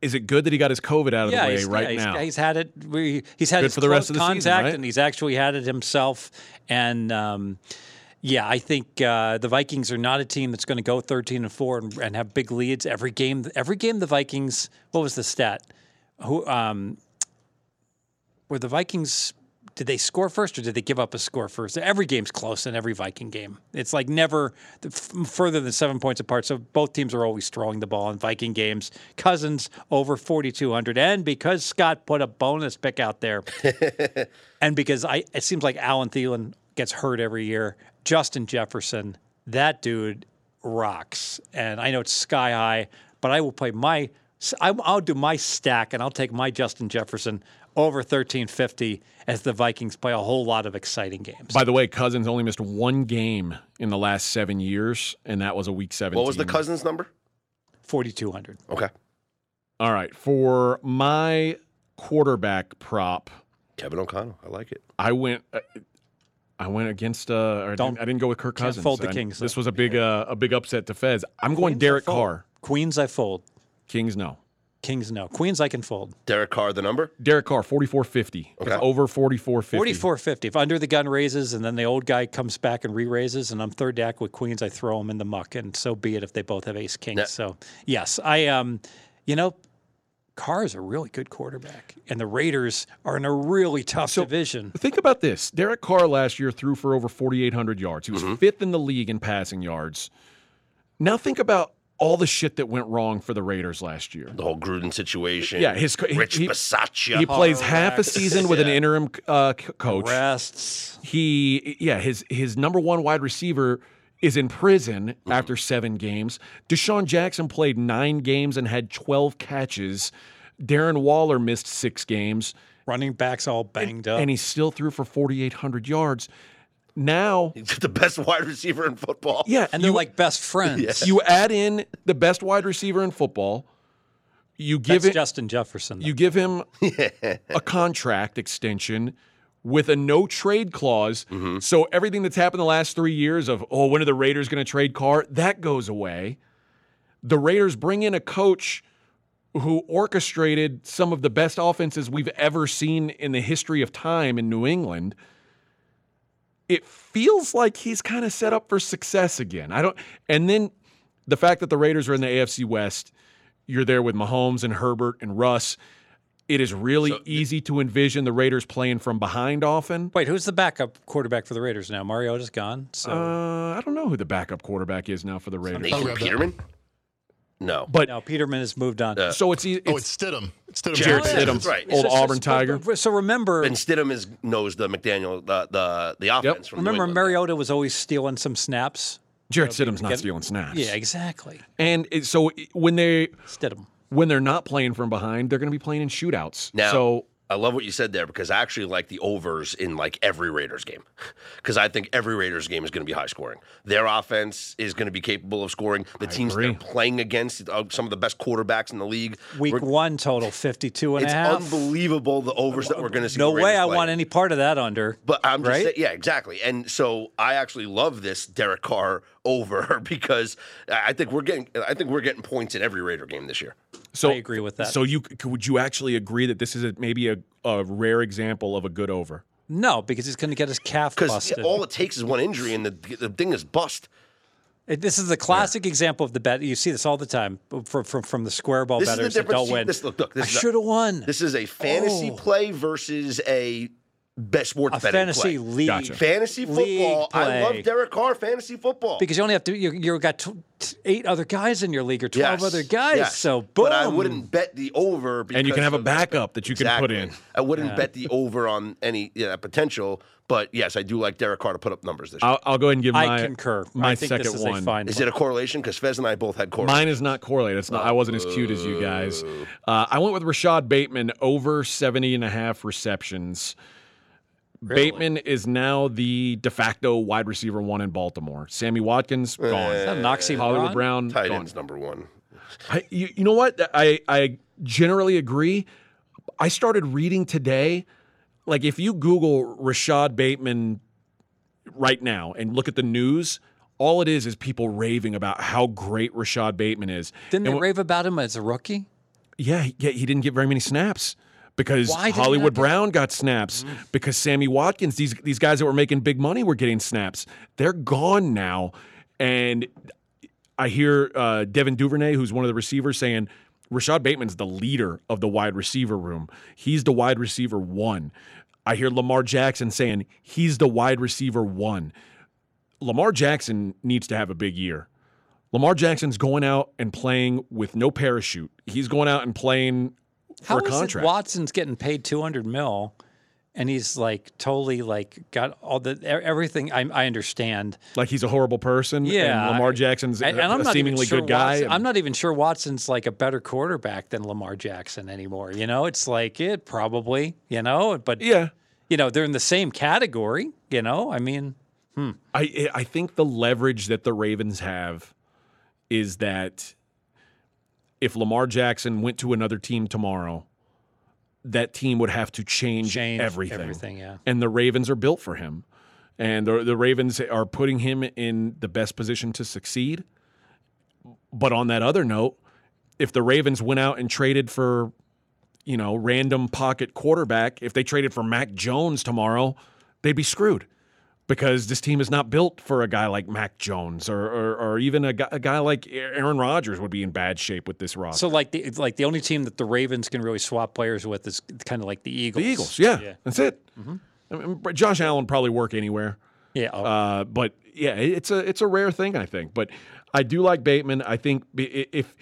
A: Is it good that he got his COVID out of
B: yeah,
A: the way
B: he's,
A: right
B: yeah, he's-
A: now?
B: he's had it. We, he's had
A: Good
B: his
A: for the rest
B: close
A: of the season,
B: contact,
A: right?
B: and he's actually had it himself. And um, yeah, I think uh, the Vikings are not a team that's going to go thirteen and four and, and have big leads every game. Every game, the Vikings. What was the stat? Who um, were the Vikings? Did they score first, or did they give up a score first? Every game's close in every Viking game. It's like never the- f- further than seven points apart. So both teams are always throwing the ball in Viking games. Cousins over forty two hundred, and because Scott put a bonus pick out there, and because I, it seems like Alan Thielen gets hurt every year. Justin Jefferson, that dude rocks. And I know it's sky high, but I will play my, I- I'll do my stack and I'll take my Justin Jefferson over 1350 as the Vikings play a whole lot of exciting games.
A: By the way, Cousins only missed one game in the last seven years, and that was a week 17.
C: What was the Cousins number?
B: 4,200.
C: Okay.
A: All right. For my quarterback prop,
C: Kevin O'Connell. I like it.
A: I went. uh, I went against. Uh, or I,
B: Don't-
A: didn't, I didn't go with Kirk
B: can't
A: Cousins.
B: fold the
A: I-
B: Kings,
A: This
B: though.
A: was a big, uh, a big upset to Fez. I'm going Derek
B: fold.
A: Carr.
B: Queens, I fold.
A: Kings, no.
B: Kings, no. Queens, I can fold.
C: Derek Carr, the number?
A: Derek Carr, 4450. It's
C: Okay.
A: over 4450.
B: 4450. If under the gun raises and then the old guy comes back and re raises and I'm third deck with queens, I throw them in the muck. And so be it if they both have ace king.
C: Yeah.
B: So, yes, I, um, you know, Carr is a really good quarterback. And the Raiders are in a really tough division.
A: Think about this. Derek Carr last year threw for over 4,800 yards. He was fifth in the league in passing yards. Now think about all the shit that went wrong for the Raiders last year.
C: The whole Gruden situation.
A: Yeah, his co- he-
C: Rich
A: he-
C: Bisaccia.
A: He plays half a season with an interim uh, c- coach.
B: Rests.
A: He, yeah, his his number one wide receiver is in prison after seven games. Deshaun Jackson played nine games and had 12 catches. Darren Waller missed six games.
B: Running backs all banged up.
A: and he still threw for 4,800 yards. Now,
C: He's the best wide receiver in football.
A: yeah,
B: and
A: you,
B: they're like best friends.
A: you add in the best wide receiver in football. You give
B: That's
A: it,
B: Justin Jefferson. though.
A: you give him a contract extension with a no trade clause. So everything that's happened the last three years of oh, when are the Raiders going to trade Carr? That goes away. The Raiders bring in a coach who orchestrated some of the best offenses we've ever seen in the history of time in New England. It feels like he's kind of set up for success again. I don't and then the fact that the Raiders are in the AFC West, you're there with Mahomes and Herbert and Russ. It is really easy to envision the Raiders playing from behind often.
B: Wait, who's the backup quarterback for the Raiders now? Mariota's gone. So
A: Uh, I don't know who the backup quarterback is now for the Raiders.
D: I'll
C: Nathan
D: grab that.
C: Peterman? No.
A: But
B: now Peterman has moved on. to
A: so it's, e-
D: Oh,
A: it's
D: it's Stidham. It's Stidham.
C: Jared
D: Johnson.
C: Stidham.
A: Stidham,
C: that's right.
A: old
B: It's just-
A: Auburn
B: it's-
A: Tiger.
B: but- So remember,
C: And Stidham is, knows the McDaniel, the, the, the offense from New
B: Remember,
C: England.
B: Mariota was always stealing some snaps.
A: Jared Stidham's not
B: get-
A: stealing snaps.
B: Yeah, exactly.
A: And it, so when they
B: Stidham.
A: when they're not playing from behind, they're going to be playing in shootouts.
C: Now,
A: so
C: I love what you said there because I actually like the overs in like every Raiders game because I think every Raiders game is going to be high scoring. Their offense is going to be capable of scoring. The teams
A: agree.
C: they're playing against are some of the best quarterbacks in the league.
B: Week
C: We're-
B: one total 52 and
C: it's
B: a half.
C: unbelievable the overs that we're going to see.
B: No
C: the
B: way
C: Raiders
B: I
C: play.
B: want any part of that under.
C: But I'm just
B: Right?
C: saying, yeah, exactly. And so I actually love this Derek Carr over because I I think we're getting I think we're getting points in every Raider game this year.
A: so
B: I agree with that.
A: So you c- would you actually agree that this is a, maybe a, a rare example of a good over?
B: no, because he's going to get his calf
C: Because
B: busted.
C: all it takes is one injury and the, the thing is bust.
B: It- this is the classic example of the bet. You see this all the time from from, from the square ball
C: This is the
B: betters that
C: difference.
B: don't
C: See,
B: win.
C: this- look, look, this
B: I
C: is a-
B: should have won.
C: This is a fantasy
B: Oh.
C: play versus a best sports
B: a
C: betting
B: fantasy
C: play.
B: league.
A: Gotcha.
C: Fantasy
B: League
C: football. I
B: play.
C: love Derek Carr fantasy football.
B: Because you only have to, you you got tw- t- eight other guys in your league or 12
C: Yes,
B: other guys.
C: yes.
B: So, boom.
C: but I wouldn't bet the over. Because
A: And you can have a
C: of the-
A: backup that you can put
C: Exactly.
A: in.
C: I wouldn't bet the over on any yeah, potential, but yes, I do like Derek Carr to put up numbers this year.
A: I'll, I'll go ahead and give
B: I
A: my
B: concur.
A: my
B: I think
A: second
B: this is
A: one.
B: a fine
C: Is it a correlation? Because Fez and I both had correlation.
A: Mine is not correlated. It's not. I wasn't as cute as you guys. Uh, I went with Rashad Bateman over 70 and a half receptions. Bateman is now the de facto wide receiver one in Baltimore. Sammy Watkins gone.
B: an oxymoron?
A: Hollywood Brown
C: Tight
A: gone.
C: ends number one.
A: I, you, you know what? I, I generally agree. I started reading today. Like, if you Google Rashad Bateman right now and look at the news, all it is is people raving about how great Rashad Bateman is.
B: Didn't they
A: And wh-
B: rave about him as a rookie?
A: yeah, he- yeah, he didn't get very many snaps because
B: Why did he
A: Hollywood
B: not get- Mm-hmm.
A: Brown got snaps because Sammy Watkins, these these guys that were making big money were getting snaps. They're gone now, and I hear uh, Devin Duvernay, who's one of the receivers, saying Rashad Bateman's the leader of the wide receiver room. He's the wide receiver one. I hear Lamar Jackson saying he's the wide receiver one. Lamar Jackson needs to have a big year. Lamar Jackson's going out and playing with no parachute. He's going out and playing
B: How
A: for a
B: is it
A: contract.
B: Watson's getting paid 200 mil and he's like totally like got all the e- everything I, I understand.
A: Like he's a horrible person.
B: Yeah,
A: And Lamar Jackson's
B: And,
A: a-
B: and I'm
A: a
B: not even
A: seemingly
B: sure
A: good guy.
B: Watson- I'm not even sure Watson's like a better quarterback than Lamar Jackson anymore. You know, it's like it probably. You know, but
A: yeah.
B: you know they're in the same category. You know, I mean,
A: I I think the leverage that the Ravens have is that if Lamar Jackson went to another team tomorrow, that team would have to change,
B: change
A: everything.
B: everything yeah.
A: And the Ravens are built for him. And the, the Ravens are putting him in the best position to succeed. But on that other note, if the Ravens went out and traded for, you know, random pocket quarterback, if they traded for Mac Jones tomorrow, they'd be screwed because this team is not built for a guy like Mac Jones or, or, or even a guy, a guy like Aaron Rodgers would be in bad shape with this roster.
B: So like the like the only team that the Ravens can really swap players with is kind of like the Eagles.
A: the Eagles, yeah, that's it. I mean, Josh Allen probably work anywhere.
B: Yeah. oh,
A: Uh, but yeah, it- it's a it's a rare thing, I think. But I do like Bateman. I think b- i- if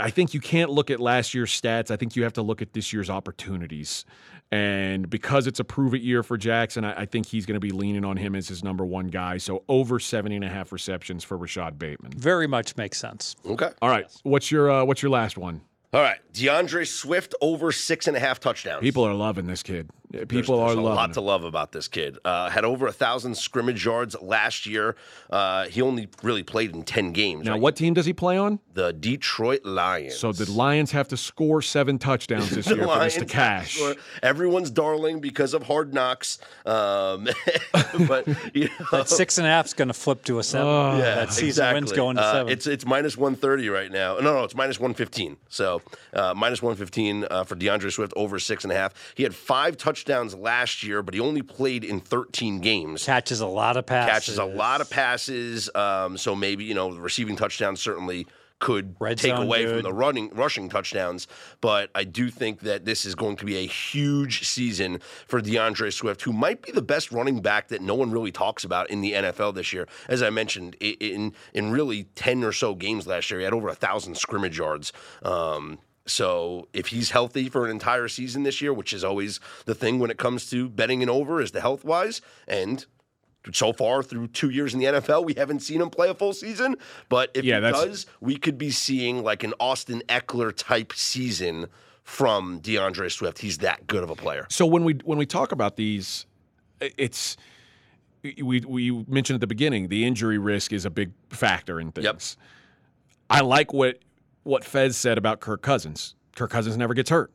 A: I think you can't look at last year's stats. I think you have to look at this year's opportunities. And because it's a prove it year for Jackson, I, I think he's going to be leaning on him as his number one guy. So over 70 and a half receptions for Rashad Bateman.
B: very much makes sense.
C: Okay.
A: All right, what's your uh, what's your last one?
C: All right. DeAndre Swift over six and a half touchdowns.
A: People are loving this kid. People
C: There's
A: are loving.
C: a lot
A: him.
C: to love about this kid. Uh, had over a thousand scrimmage yards last year. Uh, he only really played in ten games.
A: now,
C: right?
A: what team does he play on?
C: The Detroit Lions.
A: So the Lions have to score seven touchdowns this year for this to
C: Lions
A: cash.
C: were Everyone's darling because of hard knocks. Um, but you know,
B: That six and a half is going to flip to a seven.
C: yeah,
B: that season win's
C: exactly.
B: going to
C: Uh,
B: seven.
C: It's it's minus one thirty right now. Oh, No, no, it's minus one fifteen. So uh, minus one fifteen uh, for DeAndre Swift over six and a half. He had five touchdowns last year, but he only played in thirteen games.
B: catches a lot of passes.
C: catches a lot of passes. Um, so maybe you know the receiving touchdowns certainly could
B: Red
C: take
B: zone
C: away from
B: dude.
C: the running rushing touchdowns. But I do think that this is going to be a huge season for DeAndre Swift, who might be the best running back that no one really talks about in the NFL this year. As I mentioned, i- in in really ten or so games last year, he had over a thousand scrimmage yards. Um, so if he's healthy for an entire season this year, which is always the thing when it comes to betting and over, is the health wise and so far through two years in the NFL, we haven't seen him play a full season. But if
A: Yeah,
C: he
A: that's-
C: does, we could be seeing like an Austin Eckler type season from DeAndre Swift. He's that good of a player.
A: So when we when we talk about these, i- it's we we mentioned at the beginning the injury risk is a big factor in things.
C: Yep.
A: I like what what Fez said about Kirk Cousins. Kirk Cousins never gets hurt.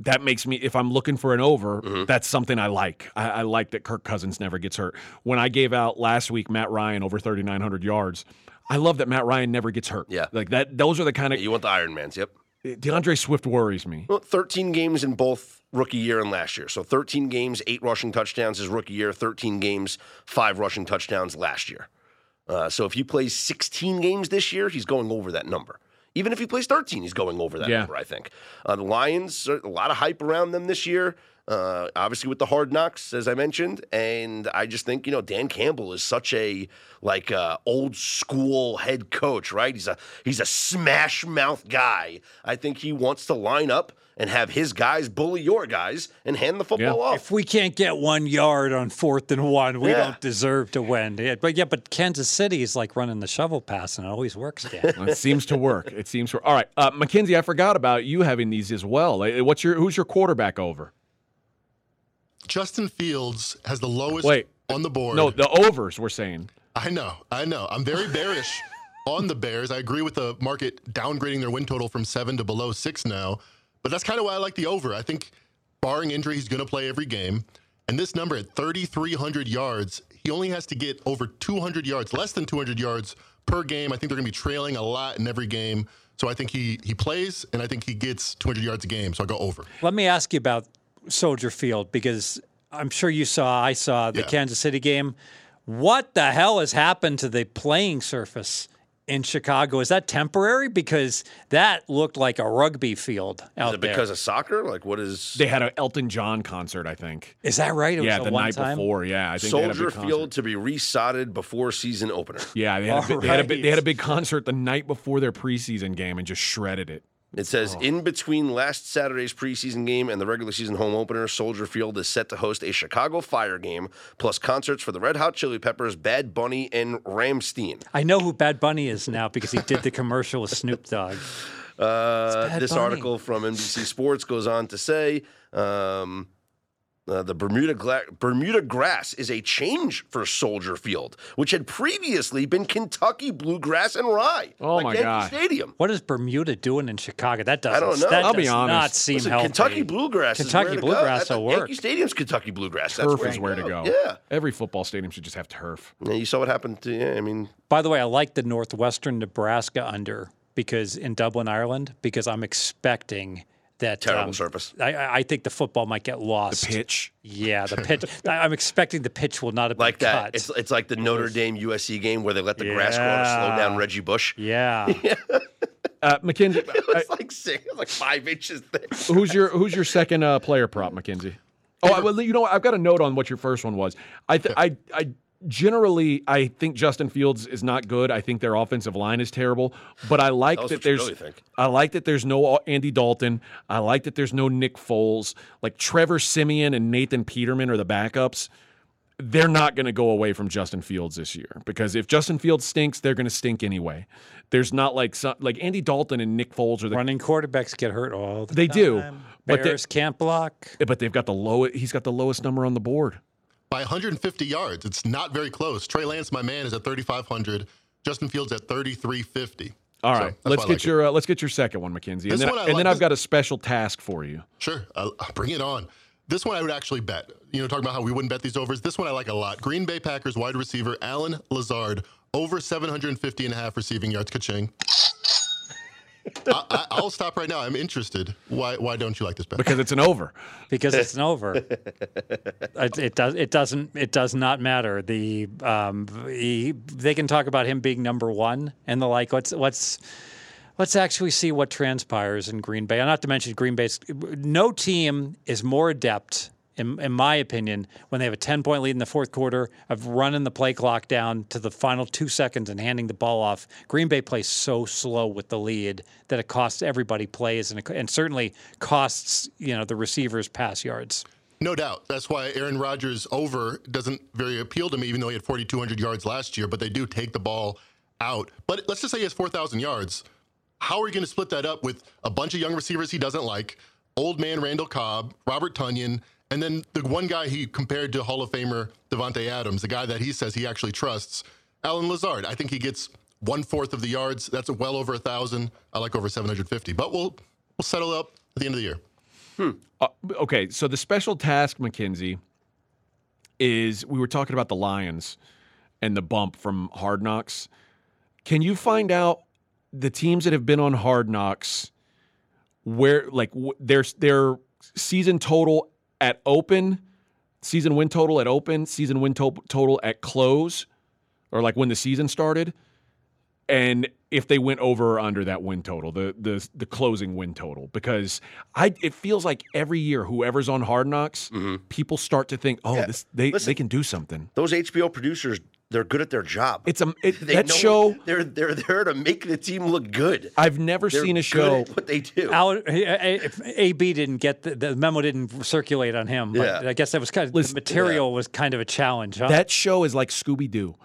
A: That makes me if I'm looking for an over,
C: Mm-hmm.
A: that's something I like. I, I like that Kirk Cousins never gets hurt. When I gave out last week Matt Ryan over 3,900 yards, I love that Matt Ryan never gets hurt.
C: Yeah.
A: like that. Those are the kind of
C: You want the Iron Man's, yep.
A: DeAndre Swift worries me.
C: Well, 13 games in both rookie year and last year. So 13 games, eight rushing touchdowns his rookie year, 13 games, five rushing touchdowns last year. Uh, so if he plays 16 games this year, he's going over that number. Even if he plays 13, he's going over that
A: Yeah.
C: number, I think. Uh, the Lions, a lot of hype around them this year, uh, obviously with the hard knocks, as I mentioned. And I just think, you know, Dan Campbell is such a, like, uh, old school head coach, right? He's a, he's a smash mouth guy. I think he wants to line up and have his guys bully your guys and hand the football
A: Yeah.
C: off.
B: If we can't get one yard on fourth and one, we
C: Yeah.
B: don't deserve to win. Yeah, but yeah, but Kansas City is like running the shovel pass, and it always works. Dan.
A: Well, it seems to work. It seems to. All right, uh, Mackenzie, I forgot about you having these as well. Uh, What's your who's your quarterback over?
D: Justin Fields has the lowest
A: Wait.
D: on the board.
A: No, the overs. We're saying
D: I know, I know. I'm very bearish on the Bears. I agree with the market downgrading their win total from seven to below six now, but that's kind of why I like the over. I think, barring injury, he's going to play every game. And this number at 3,300 yards, he only has to get over 200 yards, less than 200 yards per game. I think they're going to be trailing a lot in every game. So I think he he plays, and I think he gets 200 yards a game. So I go over.
B: Let me ask you about Soldier Field because I'm sure you saw, I saw the
D: Yeah.
B: Kansas City game. What the hell has happened to the playing surface in Chicago? Is that temporary? Because that looked like a rugby field out
C: Is it
B: there.
C: because of soccer? Like, what is.
A: they had an Elton John concert. I think.
B: Is that right? It
A: yeah,
B: was a
A: the
B: one
A: night
B: time?
A: before. Yeah, I think they had a
C: Soldier
A: big concert.
C: Field to be resodded before season opener.
A: Yeah, they had, a, big- they, had a, big-
B: Alright.
A: they had a big concert the night before their preseason game and just shredded it.
C: It says in between last Saturday's preseason game and the regular season home opener, Soldier Field is set to host a Chicago Fire game, plus concerts for the Red Hot Chili Peppers, Bad Bunny, and Ramstein.
B: I know who Bad Bunny is now because he did the commercial with Snoop Dogg.
C: Uh,
B: Bad
C: this
B: Bunny.
C: article from NBC Sports goes on to say um, uh, the Bermuda gla- Bermuda grass is a change for Soldier Field, which had previously been Kentucky bluegrass and rye.
A: Oh,
C: like
A: my
C: Yankee
A: God.
C: Stadium.
B: What is Bermuda doing in Chicago? That doesn't.
C: don't know.
B: That
A: I'll
B: does
A: be honest.
B: not seem
C: Listen,
B: healthy.
C: Kentucky bluegrass.
B: Kentucky
C: is where
B: bluegrass
C: To go.
B: will
C: That's-
B: work.
C: Yankee Stadium's Kentucky bluegrass. That's
A: Turf
C: where
A: is where to go.
C: Yeah.
A: Every football stadium should just have turf.
C: Yeah, you saw what happened to. Yeah, I mean,
B: By the way, I like the Northwestern Nebraska under because in Dublin, Ireland, because I'm expecting that
C: terrible
B: um,
C: surface.
B: I- I, I think the football might get lost.
A: Pitch.
B: Yeah, the pitch. I- I'm expecting the pitch will not have
C: Like
B: been
C: that.
B: cut.
C: It's it's like the Notre Dame USC game where they let the grass grow to slow
B: Yeah.
C: down Reggie Bush.
B: yeah.
A: Uh, McKenzie,
C: It was like six, it was like five inches thick.
A: who's your who's your second uh, player prop, McKenzie? Oh, I, well, you know what? I've got a note on what your first one was. I th- I I generally I think Justin Fields is not good. I think their offensive line is terrible. But I like
C: That was
A: that
C: what you
A: there's
C: really think.
A: I like that there's no uh, Andy Dalton. I like that there's no Nick Foles. Like Trevor Simeon and Nathan Peterman are the backups. They're not going to go away from Justin Fields this year because if Justin Fields stinks, they're going to stink anyway. There's not like some, like Andy Dalton and Nick Foles are the
B: Running quarterbacks get hurt all the
A: They
B: time.
A: do, but they-
B: Bears can't block.
A: Yeah, Eh, but they've got the lowest. He's got the lowest number on the board.
D: by 150 yards. It's not very close. Trey Lance, my man, is at 3,500. Justin Fields at 3,350.
A: All
D: So
A: right,
D: that's
A: let's
D: why I
A: get
D: like it.
A: your uh, let's get your second one, Mackenzie, and
D: This
A: then,
D: one I
A: and then
D: like.
A: I've got a special task for you.
D: Sure, I'll, I'll bring it on. This one I would actually bet. You know, talking about how we wouldn't bet these overs. This one I like a lot. Green Bay Packers wide receiver Alan Lazard over 750 and a half receiving yards. Kaching. I, I, I'll stop right now. I'm interested. Why? Why don't you like this bet?
A: Because it's an over.
B: because it's an over. it, it does. It doesn't. It does not matter. The um, he, they can talk about him being number one and the like. Let's let's let's actually see what transpires in Green Bay. And not to mention Green Bay's no team is more adept. In, in my opinion, when they have a 10 point lead in the fourth quarter of running the play clock down to the final two seconds and handing the ball off, Green Bay plays so slow with the lead that it costs everybody plays and, it, and certainly costs you know the receivers pass yards.
D: No doubt. That's why Aaron Rodgers over doesn't very appeal to me, even though he had 4,200 yards last year, but they do take the ball out. But let's just say he has 4,000 yards. How are you going to split that up with a bunch of young receivers he doesn't like, old man Randall Cobb, Robert Tunyon, and then the one guy he compared to Hall of Famer Devontae Adams, the guy that he says he actually trusts, Alan Lazard? I think he gets one fourth of the yards. That's well over 1,000. I like over 750, but we'll, we'll settle up at the end of the year.
A: Uh, okay, so the special task, Mackenzie, is we were talking about the Lions and the bump from Hard Knocks. Can you find out the teams that have been on Hard Knocks, where like wh- their their season total at open, season win total at open, season win to- total at close, or like when the season started, and if they went over or under that win total, the the the closing win total, because I it feels like every year whoever's on Hard Knocks,
C: Mm-hmm.
A: people start to think, oh, this they they can do something.
C: Those HBO producers, they're good at their job.
A: It's a it,
C: They
A: that
C: know-
A: show.
C: They're they're there to make the team look good.
A: I've never
C: They're
A: seen a
C: good
A: show.
C: at what they do.
B: Al, AB didn't get the, the memo didn't circulate on him. But
C: Yeah.
B: I guess that was kind of the material was kind of a challenge. Huh?
A: That show is like Scooby Doo.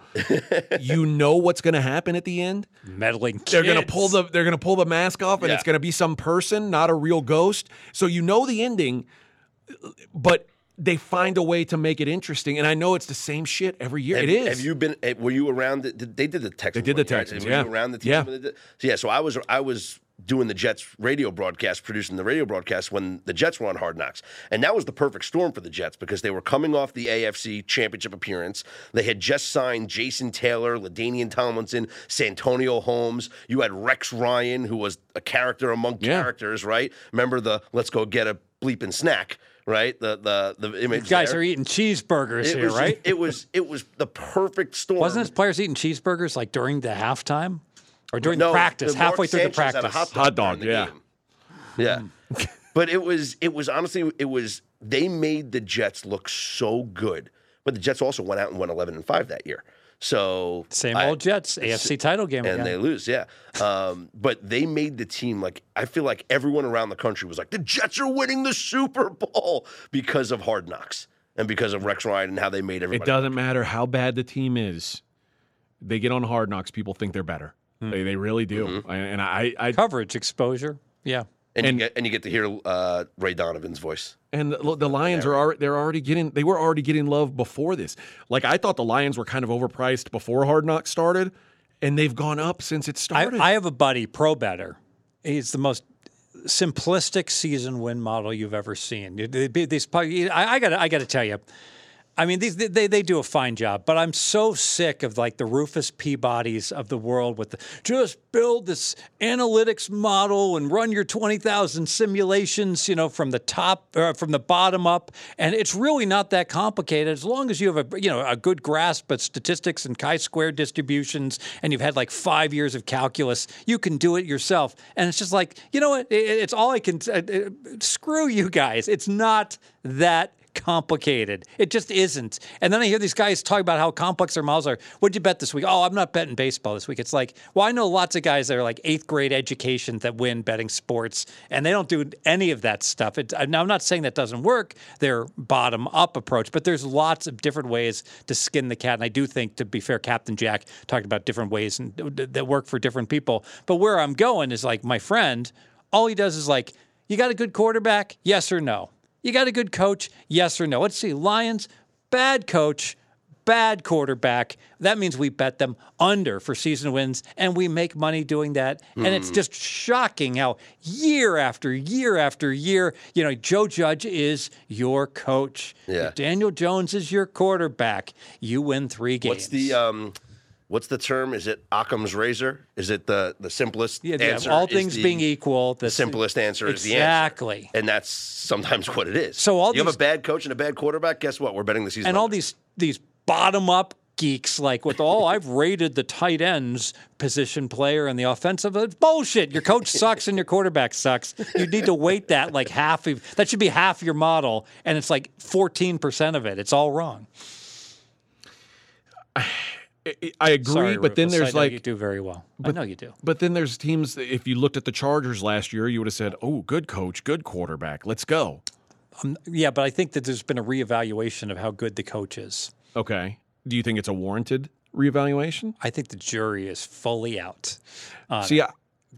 A: you know what's going to happen at the end.
B: meddling.
A: They're going to
B: kids.
A: pull the they're going to pull the mask off, and it's
C: Yeah.
A: going to be some person, not a real ghost. So you know the ending, but they find a way to make it interesting. And I know it's the same shit every year.
C: Have-
A: it is.
C: Have you been? eh, Were you around? The, did- they did the Texans.
A: did the
C: one, right?
A: Texans,
C: Were
A: yeah.
C: you around the team?
A: Yeah.
C: when they did- So, yeah. So I was. I was doing the Jets radio broadcast, producing the radio broadcast when the Jets were on Hard Knocks, and that was the perfect storm for the Jets because they were coming off the AFC Championship appearance. They had just signed Jason Taylor, Ladainian Tomlinson, Santonio Holmes. You had Rex Ryan, who was a character among
A: Yeah.
C: characters, right? Remember the "Let's go get a bleeping snack." Right, the the the image.
B: guys
C: there?
B: are eating cheeseburgers
C: It
B: here,
C: was,
B: right?
C: It was it was the perfect storm.
B: Wasn't his players eating cheeseburgers like during the halftime or during the
C: No,
B: practice,
C: the Mark
B: halfway through the
C: Sanchez had a
B: practice?
A: Hot dog,
C: during the
A: yeah.
C: game. Yeah. but it was it was honestly it was they made the Jets look so good. But the Jets also went out and won 11 and 5 that year. So
B: Same
C: I-
B: old Jets, AFC title game
C: and
B: again.
C: they lose. Yeah, um, but they made the team like I feel like everyone around the country was like the Jets are winning the Super Bowl because of Hard Knocks and because of Rex Ryan and how they made
A: It
C: everybody.
A: doesn't matter how bad the team is. They get on hard knocks. People think they're better.
B: Hmm.
A: They, they really do.
B: Mm-hmm.
A: I- And I, I
B: Coverage, exposure. Yeah.
C: And,
A: And-
C: you get, and you get to hear uh, Ray Donovan's voice.
A: and the, the Lions are already, they're already getting they were already getting love before this. Like I thought the Lions were kind of overpriced before Hard Knocks started, and they've gone up since it
B: I,
A: started.
B: I have a buddy, Pro Better. He's the most simplistic season win model you've ever seen. It- it'd be- These, po- I, I gotta, I gotta tell you. I mean, these they, they do a fine job, but I'm so sick of like the Rufus Peabodys of the world with the just build this analytics model and run your twenty thousand simulations, you know, from the top uh, from the bottom up, and it's really not that complicated as long as you have a you know a good grasp of statistics and chi-square distributions, and you've had like five years of calculus, you can do it yourself. And it's just like you know what, It- it's all I can. Uh, uh, screw you guys, it's not that complicated. It just isn't. And then I hear these guys talk about how complex their models are. What'd you bet this week? Oh, I'm not betting baseball this week. It's like, well, I know lots of guys that are like eighth grade education that win betting sports, and they don't do any of that stuff. It, now, I'm not saying that doesn't work, their bottom up approach, but there's lots of different ways to skin the cat. And I do think, to be fair, Captain Jack talked about different ways and uh, that work for different people. But where I'm going is like, my friend, all he does is like, you got a good quarterback? Yes or no? You got a good coach? Yes or no? Let's see. Lions, bad coach, bad quarterback. That means we bet them under for season wins and we make money doing that. And
C: Hmm.
B: it's just shocking how year after year after year, you know, Joe Judge is your coach.
C: Yeah.
B: Daniel Jones is your quarterback. You win three games.
C: What's the um, what's the term? Is it Ockham's razor? Is it the the simplest
B: yeah, yeah,
C: answer?
B: all
C: is
B: things
C: the
B: being equal, the
C: simplest answer is the answer.
B: Exactly.
C: And that's sometimes what it is.
B: So all
C: you have
B: these-
C: a bad coach and a bad quarterback. Guess what? We're betting the season.
B: and all
C: under.
B: these these bottom up geeks like with all I've rated the tight ends position player and the offensive it's bullshit. Your coach sucks and your quarterback sucks. You need to weight that like half of that should be half your model, and it's like fourteen percent of it. It's all wrong.
A: I, I agree,
B: Sorry,
A: but then
B: Rufus. I
A: there's
B: know
A: like
B: you do very well. I know you do.
A: But then there's teams. That if you looked at the Chargers last year, you would have said, "Oh, good coach, good quarterback. Let's go."
B: Yeah, but I think that there's been a reevaluation of how good the coach is.
A: Okay. Do you think it's a warranted reevaluation?
B: I think the jury is fully out.
A: See, I,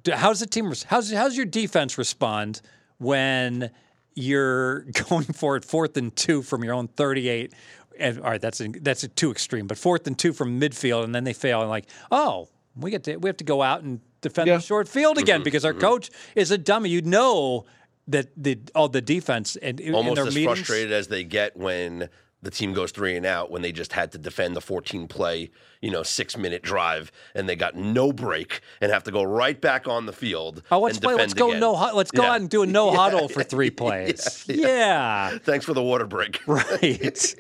B: D- how's the team res- how's how's your defense respond when you're going for it fourth and two from your own 38 and all right that's a, that's a too extreme but fourth and two from midfield and then they fail and like oh we get to we have to go out and defend
A: Yeah.
B: the short field again
C: Mm-hmm.
B: because our coach is a dummy you know that the all the defense and in- in
C: almost
B: their
C: as
B: meetings
C: frustrated as they get when the team goes three and out when they just had to defend the 14 play, you know, six minute drive and they got no break and have to go right back on the field.
B: oh let's
C: and
B: play let's
C: defend
B: go
C: again.
B: no hu- let's go
C: Yeah.
B: out and do a no huddle for three plays yeah.
C: Thanks for the water break.
B: right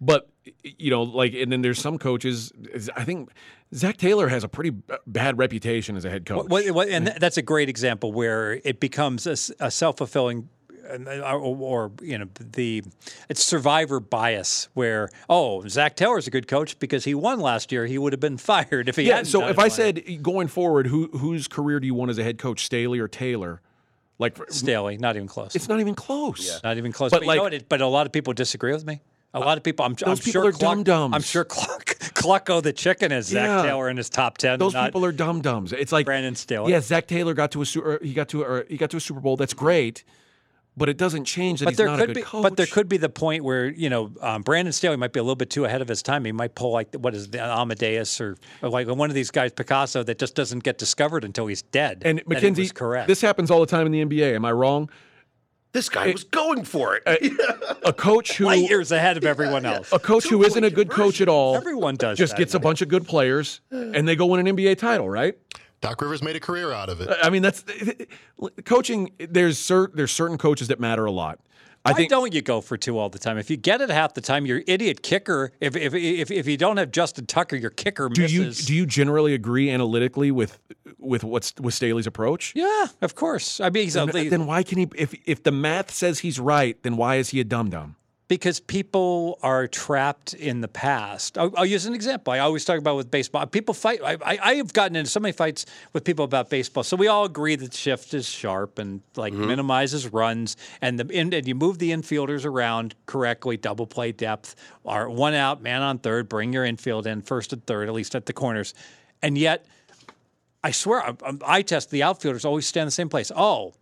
A: but you know, like, and then there's some coaches. I think Zach Taylor has a pretty b- bad reputation as a head coach.
B: Well, well, and th- that's a great example where it becomes a, s- a self-fulfilling uh, or, or you know the it's survivor bias where oh Zach Taylor's a good coach because he won last year he would have been fired if he
A: yeah.
B: hadn't
A: So
B: done
A: if
B: it
A: I
B: last-
A: said going forward, who whose career do you want as a head coach, Staley or Taylor? Like, for-
B: Staley not even close
A: it's not even close.
B: not even close
A: but
B: but, you
A: like-
B: know what? It- but a lot of people disagree with me a lot of people I'm,
A: Those
B: I'm
A: people
B: sure
A: are
B: Cluck-
A: dum-dums.
B: I'm sure Cluck, Clucko the chicken is Zach
A: Yeah.
B: Taylor in his top ten
A: Those
B: not
A: people are dum dums. It's like
B: Brandon Staley
A: Yeah, Zach Taylor got to a su- or he got to or he got to a Super Bowl. That's great, but it doesn't change that
B: But
A: he's
B: there
A: not
B: could
A: a good
B: be,
A: coach.
B: but there could be the point where you know um, Brandon Staley might be a little bit too ahead of his time. He might pull like what is it, Amadeus or, or like one of these guys, Picasso, that just doesn't get discovered until he's dead.
A: and
B: That he was
A: McKenzie,
B: correct.
A: this happens all the time in the NBA. Am I wrong?
C: This guy was going for
B: Uh,
C: it.
A: A coach who
B: light years ahead of everyone else.
A: a coach who isn't a good coach at all
B: Everyone does.
A: just
B: that.
A: gets a bunch of good players and they go win an NBA title, right?
D: Doc Rivers made a career out of it.
A: I mean, that's coaching. There's cer- there's certain coaches that matter a lot. I
B: Why
A: think
B: don't you go for two all the time? If you get it half the time, your idiot kicker. If if if, if you don't have Justin Tucker, your kicker
A: do you
B: misses.
A: do you generally agree analytically with with what's with Staley's approach?
B: yeah, of course. I mean, he's a,
A: Then why can he? If if the math says he's right, then why is he a dum dum?
B: because people are trapped in the past. I'll, I'll use an example. I always talk about with baseball. People fight. I, I, I have gotten into so many fights with people about baseball. So we all agree that shift is sharp and like minimizes runs, and the and, and you move the infielders around correctly, double play depth, or one out, man on third, bring your infield in first and third, at least at the corners, and yet. I swear, I, I- I test the outfielders always stand in the same place. Oh,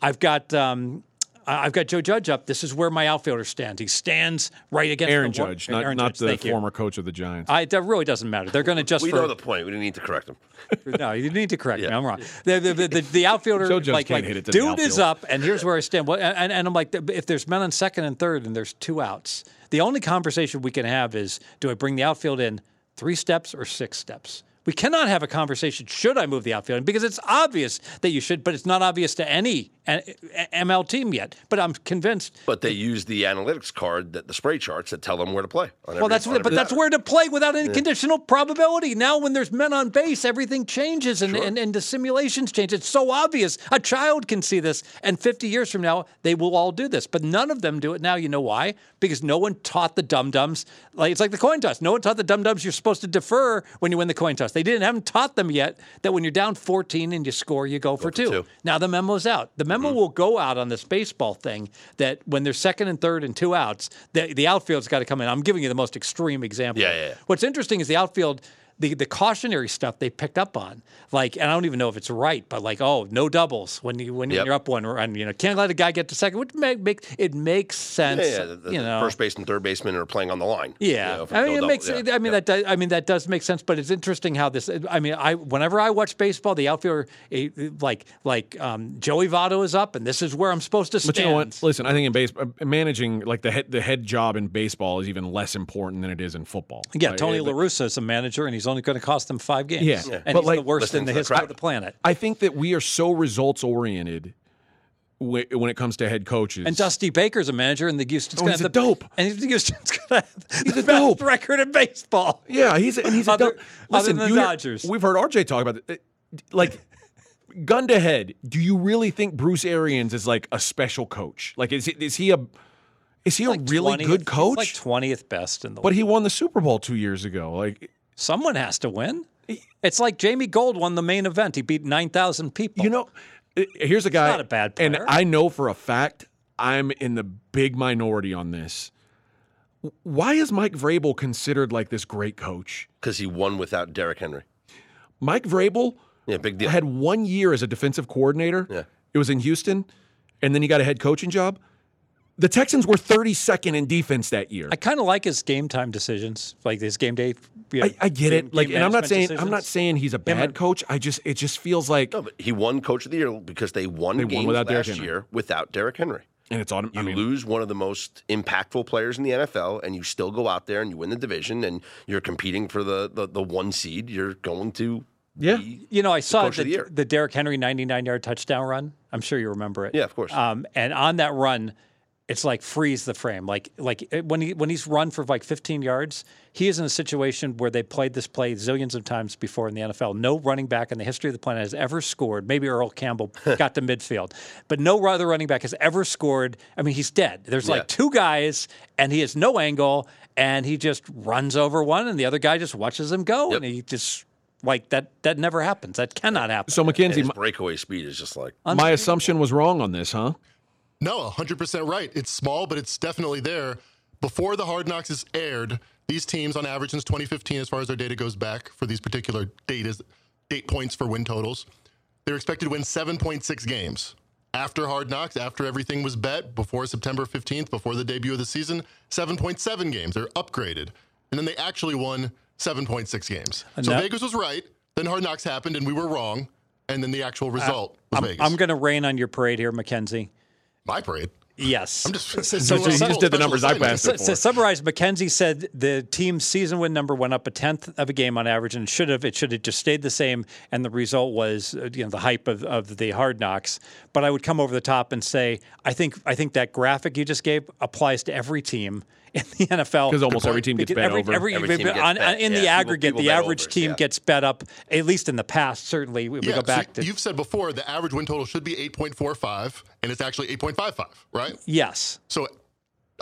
B: I've got um, I- I've got Joe Judge up. This is where my outfielder stands. He stands right against
A: Aaron
B: the wa-
A: Judge, not,
B: Uh, Aaron
A: not
B: Judge,
A: the
B: thank you.
A: former coach of the Giants.
B: I, that really doesn't matter. They're going to just
C: We
B: for,
C: know the point. We didn't need to correct him.
B: no. You need to correct me. I'm wrong. The, the, the, the, the outfielder
A: Joe Judge
B: like,
A: can't
B: like,
A: hit it to the
B: dude is
A: outfield.
B: up, and here's where I stand. Well, and, and I'm like, if there's men on second and third, and there's two outs, the only conversation we can have is, do I bring the outfield in three steps or six steps? We cannot have a conversation. Should I move the outfield in? Because it's obvious that you should, but it's not obvious to any uh, ML team yet. But I'm convinced
C: But they use the analytics card, that the spray charts that tell them where to play. on every-
B: Well, that's
C: on
B: but
C: every
B: that's
C: batter.
B: where to play without any conditional probability. Now, when there's men on base, everything changes and, and, and the simulations change. It's so obvious. A child can see this, and 50 years from now, they will all do this. But none of them do it now. You know why? Because no one taught the dum dums. Like it's like the coin toss. No one taught the dum dums. You're supposed to defer when you win the coin toss. They didn't haven't taught them yet that when you're down 14 and you score, you go, for, two.
C: two. Mm-hmm.
B: Now the memo's out. The memo will go out on this baseball thing that when they're second and third and two outs, the, the outfield's got to come in. I'm giving you the most extreme example.
C: Yeah, yeah, yeah.
B: What's interesting is the outfield, the, the cautionary stuff they picked up on. Like, and I don't even know if it's right, but like, oh, no doubles when you when
C: Yep.
B: you're up one run. You know, can't let a guy get to second, which make, make it makes sense.
C: Yeah, yeah, the, the-
B: you
C: the
B: know,
C: first base and third baseman are playing on the line.
B: yeah,
C: You know, for
B: I
C: no
B: mean, it
C: double.
B: makes.
C: Yeah.
B: I mean, that does, I mean that does make sense. But it's interesting how this. I mean, I whenever I watch baseball, the outfielder, eh, like like um, Joey Votto is up, and this is where I'm supposed to stand.
A: But you know what? Listen, I think in baseball, managing like the head, the head job in baseball is even less important than it is in football.
B: Yeah,
A: Like,
B: Tony
A: it-
B: La Russa is a manager, and he's only going to cost them five games.
A: Yeah. Yeah.
B: and
A: But,
B: he's
A: like,
B: the worst in the
C: listening to the
B: history
C: crowd.
B: of the planet.
A: I think that we are so results oriented when it comes to head coaches.
B: And Dusty Baker's a manager, and the Houston's
A: Oh,
B: going
A: he's a
B: to have the
A: dope.
B: and the Houston's going to have the
A: a
B: best
A: dope.
B: record in baseball.
A: yeah, he's a, and he's a
B: Other-
A: dumb-
B: other
A: Listen,
B: than
A: you
B: the
A: hear-
B: Dodgers.
A: we've heard RJ talk about it. Uh, Like, gun to head, do you really think Bruce Arians is like a special coach? Like, is he, is he a is he a really
B: 20th
A: good
B: he's
A: coach?
B: like twentieth best in the.
A: but he won the Super Bowl two years ago. Like,
B: Someone has to win. It's like Jamie Gold won the main event. He beat nine thousand people.
A: You know, i- here's a guy.
B: not a bad
A: And
B: player.
A: I know for a fact I'm in the big minority on this. W- Why is Mike Vrabel considered like this great coach?
C: because he won without Derrick Henry.
A: Mike Vrabel
C: Yeah, big deal.
A: had one year as a defensive coordinator.
C: Yeah.
A: It was in Houston, and then he got a head coaching job. The Texans were 32nd in defense that year.
B: I kind of like his game time decisions, like his game day. You know,
A: I, I get
B: game-
A: it. Like,
B: game
A: and I'm not
B: management
A: saying I'm
B: decisions.
A: not saying he's a bad coach. I just it just feels like,
C: No, but he won Coach of the Year because they won
A: won
C: games
A: without Derrick
C: last
A: Henry.
C: year without Derrick Henry.
A: and it's on.
C: You
A: I mean,
C: lose one of the most impactful players in the NFL, and you still go out there and you win the division, and you're competing for the the, the one seed. You're going to
A: Yeah.
C: be-
B: You know, I saw
C: coach of
B: the,
C: the
B: the,
C: year.
B: Derrick Henry 99 yard touchdown run. I'm sure you remember it.
C: Yeah, of course.
B: Um, and on that run, it's like freeze the frame. Like like it- when he when he's run for like 15 yards, he is in a situation where they played this play zillions of times before in the NFL. No running back in the history of the planet has ever scored. Maybe Earl Campbell got to midfield, but no other running back has ever scored. I mean, he's dead. There's like two guys, and he has no angle, and he just runs over one, and the other guy just watches him go, and he just like that. That never happens. That cannot happen.
A: so
C: and his
A: McKenzie,
C: breakaway speed is just like
A: my, my assumption was wrong on this, huh?
D: No, 100% right. It's small, but it's definitely there. Before the Hard Knocks is aired, these teams, on average since 2015, as far as their data goes back for these particular data, date points for win totals, they're expected to win 7.6 games. After Hard Knocks, after everything was bet, before September 15th, before the debut of the season, 7.7 games. They're upgraded. And then they actually won 7.6 games. So
B: that-
D: Vegas was right. Then Hard Knocks happened, and we were wrong. And then the actual result was Vegas.
B: Uh, I'm going to rain on your parade here, Mackenzie.
D: My parade.
B: Yes.
D: I'm just. So,
B: so he just
A: did the numbers I passed
B: So,
A: him.
B: to summarize, McKenzie said the team's season win number went up a tenth of a game on average, and should have it should have just stayed the same. And the result was, uh, you know, the hype of, of the hard knocks. But I would come over the top and say, I think I think that graphic you just gave applies to every team in the NFL
A: 'Cause almost every team gets
B: Because
A: bet
B: every-
A: over.
B: every-
C: Every team gets
B: on-
C: bet,
B: in the
C: yeah. People-
B: aggregate,
C: people
B: the
C: bet
B: average
C: overs,
B: team
C: yeah.
B: gets bet up at least in the past. Certainly, we, we
D: Yeah,
B: go back
D: so
B: to
D: you've said before the average win total should be 8.45, and it's actually 8.55, right?
B: yes.
D: So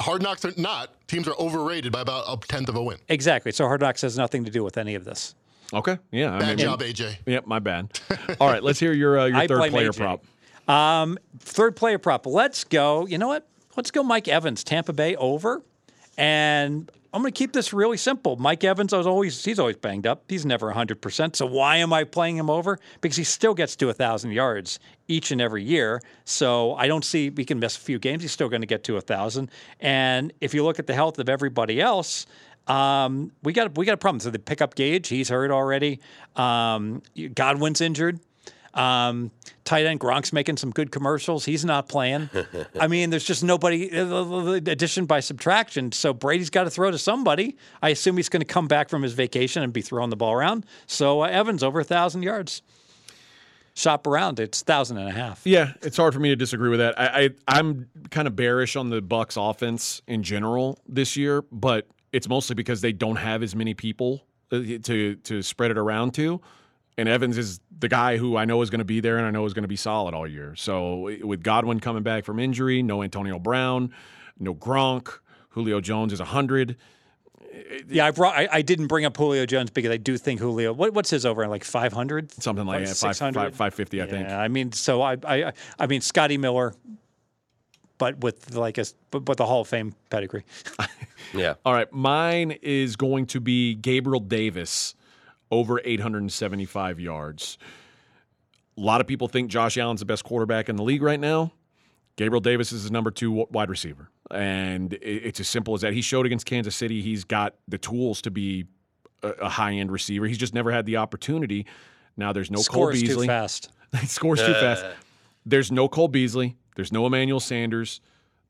D: hard knocks are not. Teams are overrated by about a tenth of a win.
B: Exactly. So Hard Knocks has nothing to do with any of this.
A: Okay. Yeah. I
D: Bad
A: mean,
D: job, AJ.
A: Yep. My bad. All right. Let's hear your uh, your
B: I
A: third
B: blame
A: player
B: AJ.
A: prop.
B: Um, third player prop. Let's go. You know what? Let's go Mike Evans, Tampa Bay over. And I'm going to keep this really simple. Mike Evans, I was always he's always banged up. He's never 100%. So why am I playing him over? Because he still gets to 1000 yards each and every year. So I don't see we can miss a few games. He's still going to get to 1000. And if you look at the health of everybody else, um, we got we got a problem. So the pickup Gage, he's hurt already. Um, Godwin's injured. Um, tight end Gronk's making some good commercials. He's not playing. I mean, there's just nobody. uh, Addition by subtraction. So Brady's got to throw to somebody. I assume he's going to come back from his vacation and be throwing the ball around. So uh, Evans over a thousand yards. Shop around. It's thousand and a half.
A: Yeah, it's hard for me to disagree with that. I, I I'm kind of bearish on the Bucks offense in general this year, but it's mostly because they don't have as many people uh, to to spread it around to. And Evans is the guy who I know is going to be there and I know is going to be solid all year. So with Godwin coming back from injury, no Antonio Brown, no Gronk, Julio Jones is 100.
B: Yeah, I brought. I, I didn't bring up Julio Jones because I do think Julio. What, what's his over? Like five hundred?
A: Something like that, five- five- 550, I think.
B: I mean, so I, I, I mean, Scotty Miller, but with like a, but, but the Hall of Fame pedigree.
C: Yeah.
A: All right, mine is going to be Gabriel Davis over 875 yards. A lot of people think Josh Allen's the best quarterback in the league right now. Gabriel Davis is the number two w- wide receiver, and i- it's as simple as that. He showed against Kansas City he's got the tools to be a, a high end receiver. He's just never had the opportunity. Now there's no Cole
B: Scores too
A: Beasley.
B: fast.
A: He scores too fast. There's no Cole Beasley. There's no Emmanuel Sanders.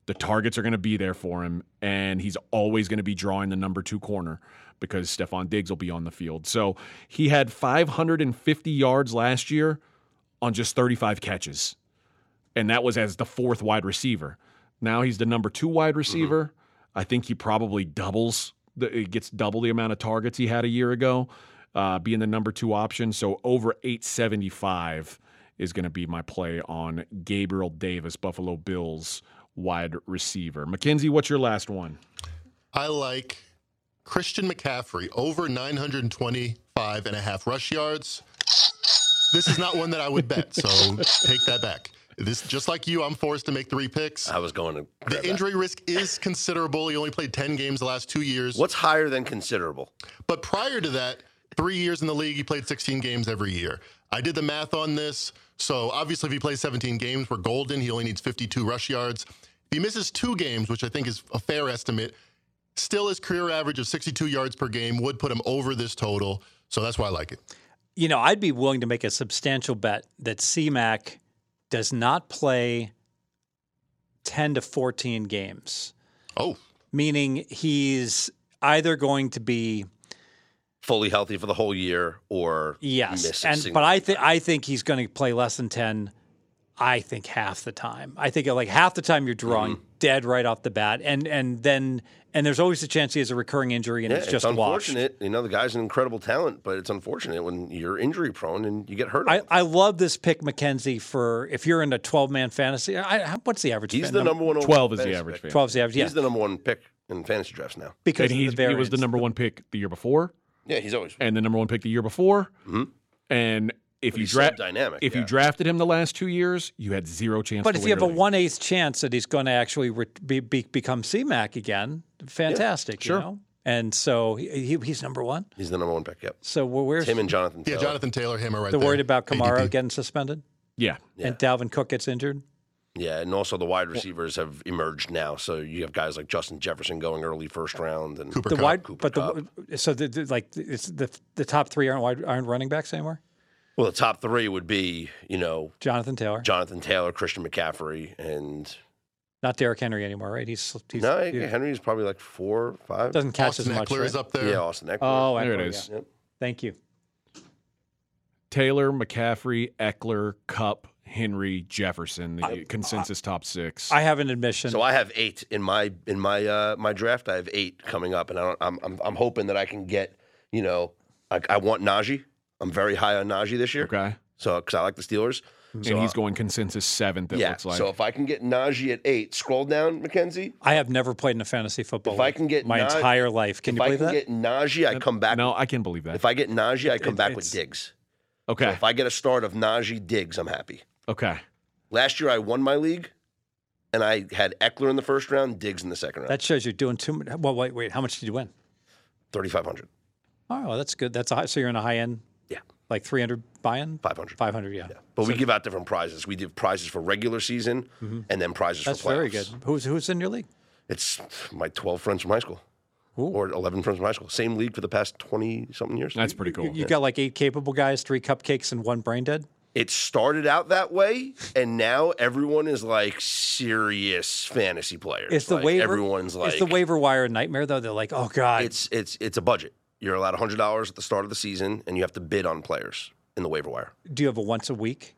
A: The targets are going to be there for him, and he's always going to be drawing the number two corner because Stephon Diggs will be on the field. So he had 550 yards last year on just 35 catches, and that was as the fourth wide receiver. Now he's the number two
B: Mm-hmm.
A: wide receiver. I think he probably doubles, the, it gets double the amount of targets he had a year ago, uh, being the number two option. So over 875 is going to be my play on Gabriel Davis, Buffalo Bills wide receiver. McKenzie, what's your last one?
D: I like Christian McCaffrey over 925 and a half rush yards. This is not one that I would bet, so take that back. This just like you, I'm forced to make three picks.
C: I was going to. grab
D: The
C: that.
D: injury risk is considerable. He only played 10 games the last 2 years.
C: What's higher than considerable?
D: But prior to that, three years in the league, he played 16 games every year. I did the math on this. So obviously, if he plays 17 games, we're golden. He only needs 52 rush yards. If he misses two games, which I think is a fair estimate, still his career average of 62 yards per game would put him over this total. So that's why I like it.
B: You know, I'd be willing to make a substantial bet that CMAC does not play ten to fourteen games,
D: Oh,
B: meaning he's either going to be
C: Fully healthy for the whole year or miss
B: Yes,
C: a
B: and
C: single-
B: but I think I think he's going to play less than ten. I think half the time. I think like half the time you're drawing
C: Mm-hmm.
B: dead right off the bat, and and then and there's always a chance he has a recurring injury and
C: Yeah,
B: it's just washed.
C: unfortunate. You know, the guy's an incredible talent, but it's unfortunate when you're injury prone and you get hurt.
B: I, I love this pick, McKenzie. For if you're in a 12 man fantasy, I, how- what's the average?
C: He's
B: fan
C: the number one. overall
A: 12 is the
C: fantasy
A: average.
C: pick.
A: fan.
B: 12 is the average. Yeah,
C: He's the number one pick in fantasy drafts now.
B: because
A: And
B: of
A: he's,
B: the
A: he was the
B: variance.
A: number one pick the year before,
C: Yeah, he's always.
A: and the number one pick the year before. And if you
C: Mm-hmm. he's
A: draft
C: so dynamic,
A: if you
C: yeah.
A: drafted him the last two years, you had zero chance.
B: But
A: to
B: if
A: win
B: you have a
A: your league.
B: one eighth chance that he's going to actually re- be, be, become CMAC again, fantastic.
A: sure.
B: You know? And so he, he, he's number one.
C: He's the number one pick. Yep.
B: So we're, we're
C: It's him and Jonathan.
D: yeah,
C: Taylor.
D: Jonathan Taylor hammer right
B: they're
D: there.
B: worried about Kamara
D: ADP.
B: getting suspended.
A: yeah,
B: and Dalvin Cook gets injured.
C: Yeah, and also the wide receivers have emerged now. So you have guys like Justin Jefferson going early first round, and
D: Cooper
B: The
D: Kupp.
B: wide, but the so the, the- like it's the the top three aren't wide aren't running backs anymore.
C: well, the top three would be you know
B: Jonathan Taylor,
C: Jonathan Taylor, Christian McCaffrey, and
B: not Derrick Henry anymore, right? He's he's
C: no,
B: he
C: Henry's probably like four, five.
B: doesn't catch
D: Austin
B: as much.
D: Eckler
B: right?
D: is up there.
C: Yeah, Austin Eckler.
B: Oh,
A: there
B: Eckler,
A: it is.
B: yeah. Thank you.
A: Taylor, McCaffrey, Eckler, Cup, Henry, Jefferson, the consensus top six.
B: I have an admission.
C: So I have eight in my in my uh, my draft. I have eight coming up, and I don't, I'm, I'm I'm hoping that I can get you know I, I want Najee. I'm very high on Najee this year,
A: okay.
C: So because I like the Steelers. So,
A: and
C: uh,
A: he's going consensus seventh. It
C: yeah.
A: looks like.
C: So if I can get Najee at eight, scroll down, Mackenzie.
B: I have never played in a fantasy football.
C: If I
B: league
C: can get
B: my
C: nine-
B: entire life, can
C: if
B: you
C: I
B: believe
C: can
B: that?
C: get Najee, I come back.
A: no, I can believe that.
C: If I get Najee, I come
B: It-
C: back with
B: it's-
C: Diggs.
A: okay.
C: If I get a start of Najee Diggs, I'm happy.
A: okay.
C: Last year I won my league, and I had Eckler in the first round, Diggs in the second round,
B: that shows you're doing too much. Well, wait, wait. How much did you win?
C: thirty five hundred.
B: Oh, well, that's good. That's a high, so you're in a high end,
C: Yeah,
B: like 300 buy-in,
C: 500.
B: 500. Yeah,
C: But we give out different prizes. We do prizes for regular season and then prizes
B: Mm-hmm. that's
C: for playoffs.
B: very good. Who's who's in your league?
C: It's my 12 friends from high school or 11 friends from high school. Same league for the past 20 something years.
A: That's pretty cool.
B: You, you got like eight capable guys, three cupcakes, and one brain dead.
C: It started out that way, and now everyone is like serious fantasy players.
B: It's the
C: Like,
B: waiver.
C: Everyone's like,
B: it's the waiver wire nightmare though. They're like, oh god,
C: It's, it's, it's a budget. You're allowed $100 at the start of the season, and you have to bid on players in the waiver wire.
B: do you have a once a week?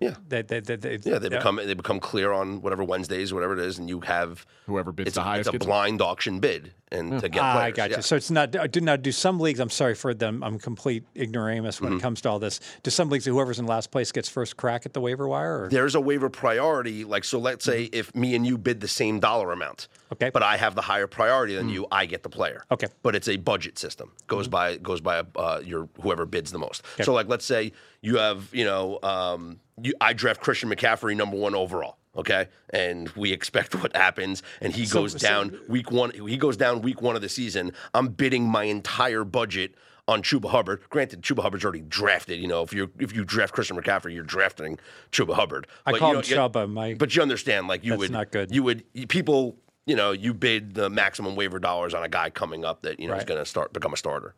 C: Yeah.
B: That that that that-
C: Yeah, they become they become clear on whatever Wednesdays, whatever it is, and you have
A: Whoever bids
C: it's,
A: the
C: a-
A: highest
C: it's a
A: gets it.
C: blind auction bid, and to get
B: Ah,
C: players.
B: I got
C: yeah.
B: you. So it's not. I do not do some leagues. I'm sorry for them. I'm complete ignoramus when it
C: Mm-hmm.
B: comes to all this. Do some leagues whoever's in last place gets first crack at the waiver wire? Or,
C: there's a waiver priority. Like, so let's say if me and you bid the same dollar amount,
B: Mm-hmm. Okay.
C: but I have the higher priority than you, I get the player.
B: Mm. Okay. Mm-hmm.
C: but it's a budget system. Goes by goes by uh, your whoever bids the most. So, like, let's say you have you know, um, you, I draft Christian McCaffrey number one overall. Okay, and we expect what happens, and he goes down week one. He goes down week one of the season. I'm bidding my entire budget on Chuba Hubbard. Granted, Chuba Hubbard's already drafted. You know, if you if you draft Christian McCaffrey, you're drafting Chuba Hubbard.
B: I
C: But,
B: call
C: you
B: him
C: know, you-
B: Chuba. My
C: But you understand, like you
B: That's
C: would
B: not good.
C: You would you- people, you know, you bid the maximum waiver dollars on a guy coming up that you know is
B: Right.
C: going to start become a starter.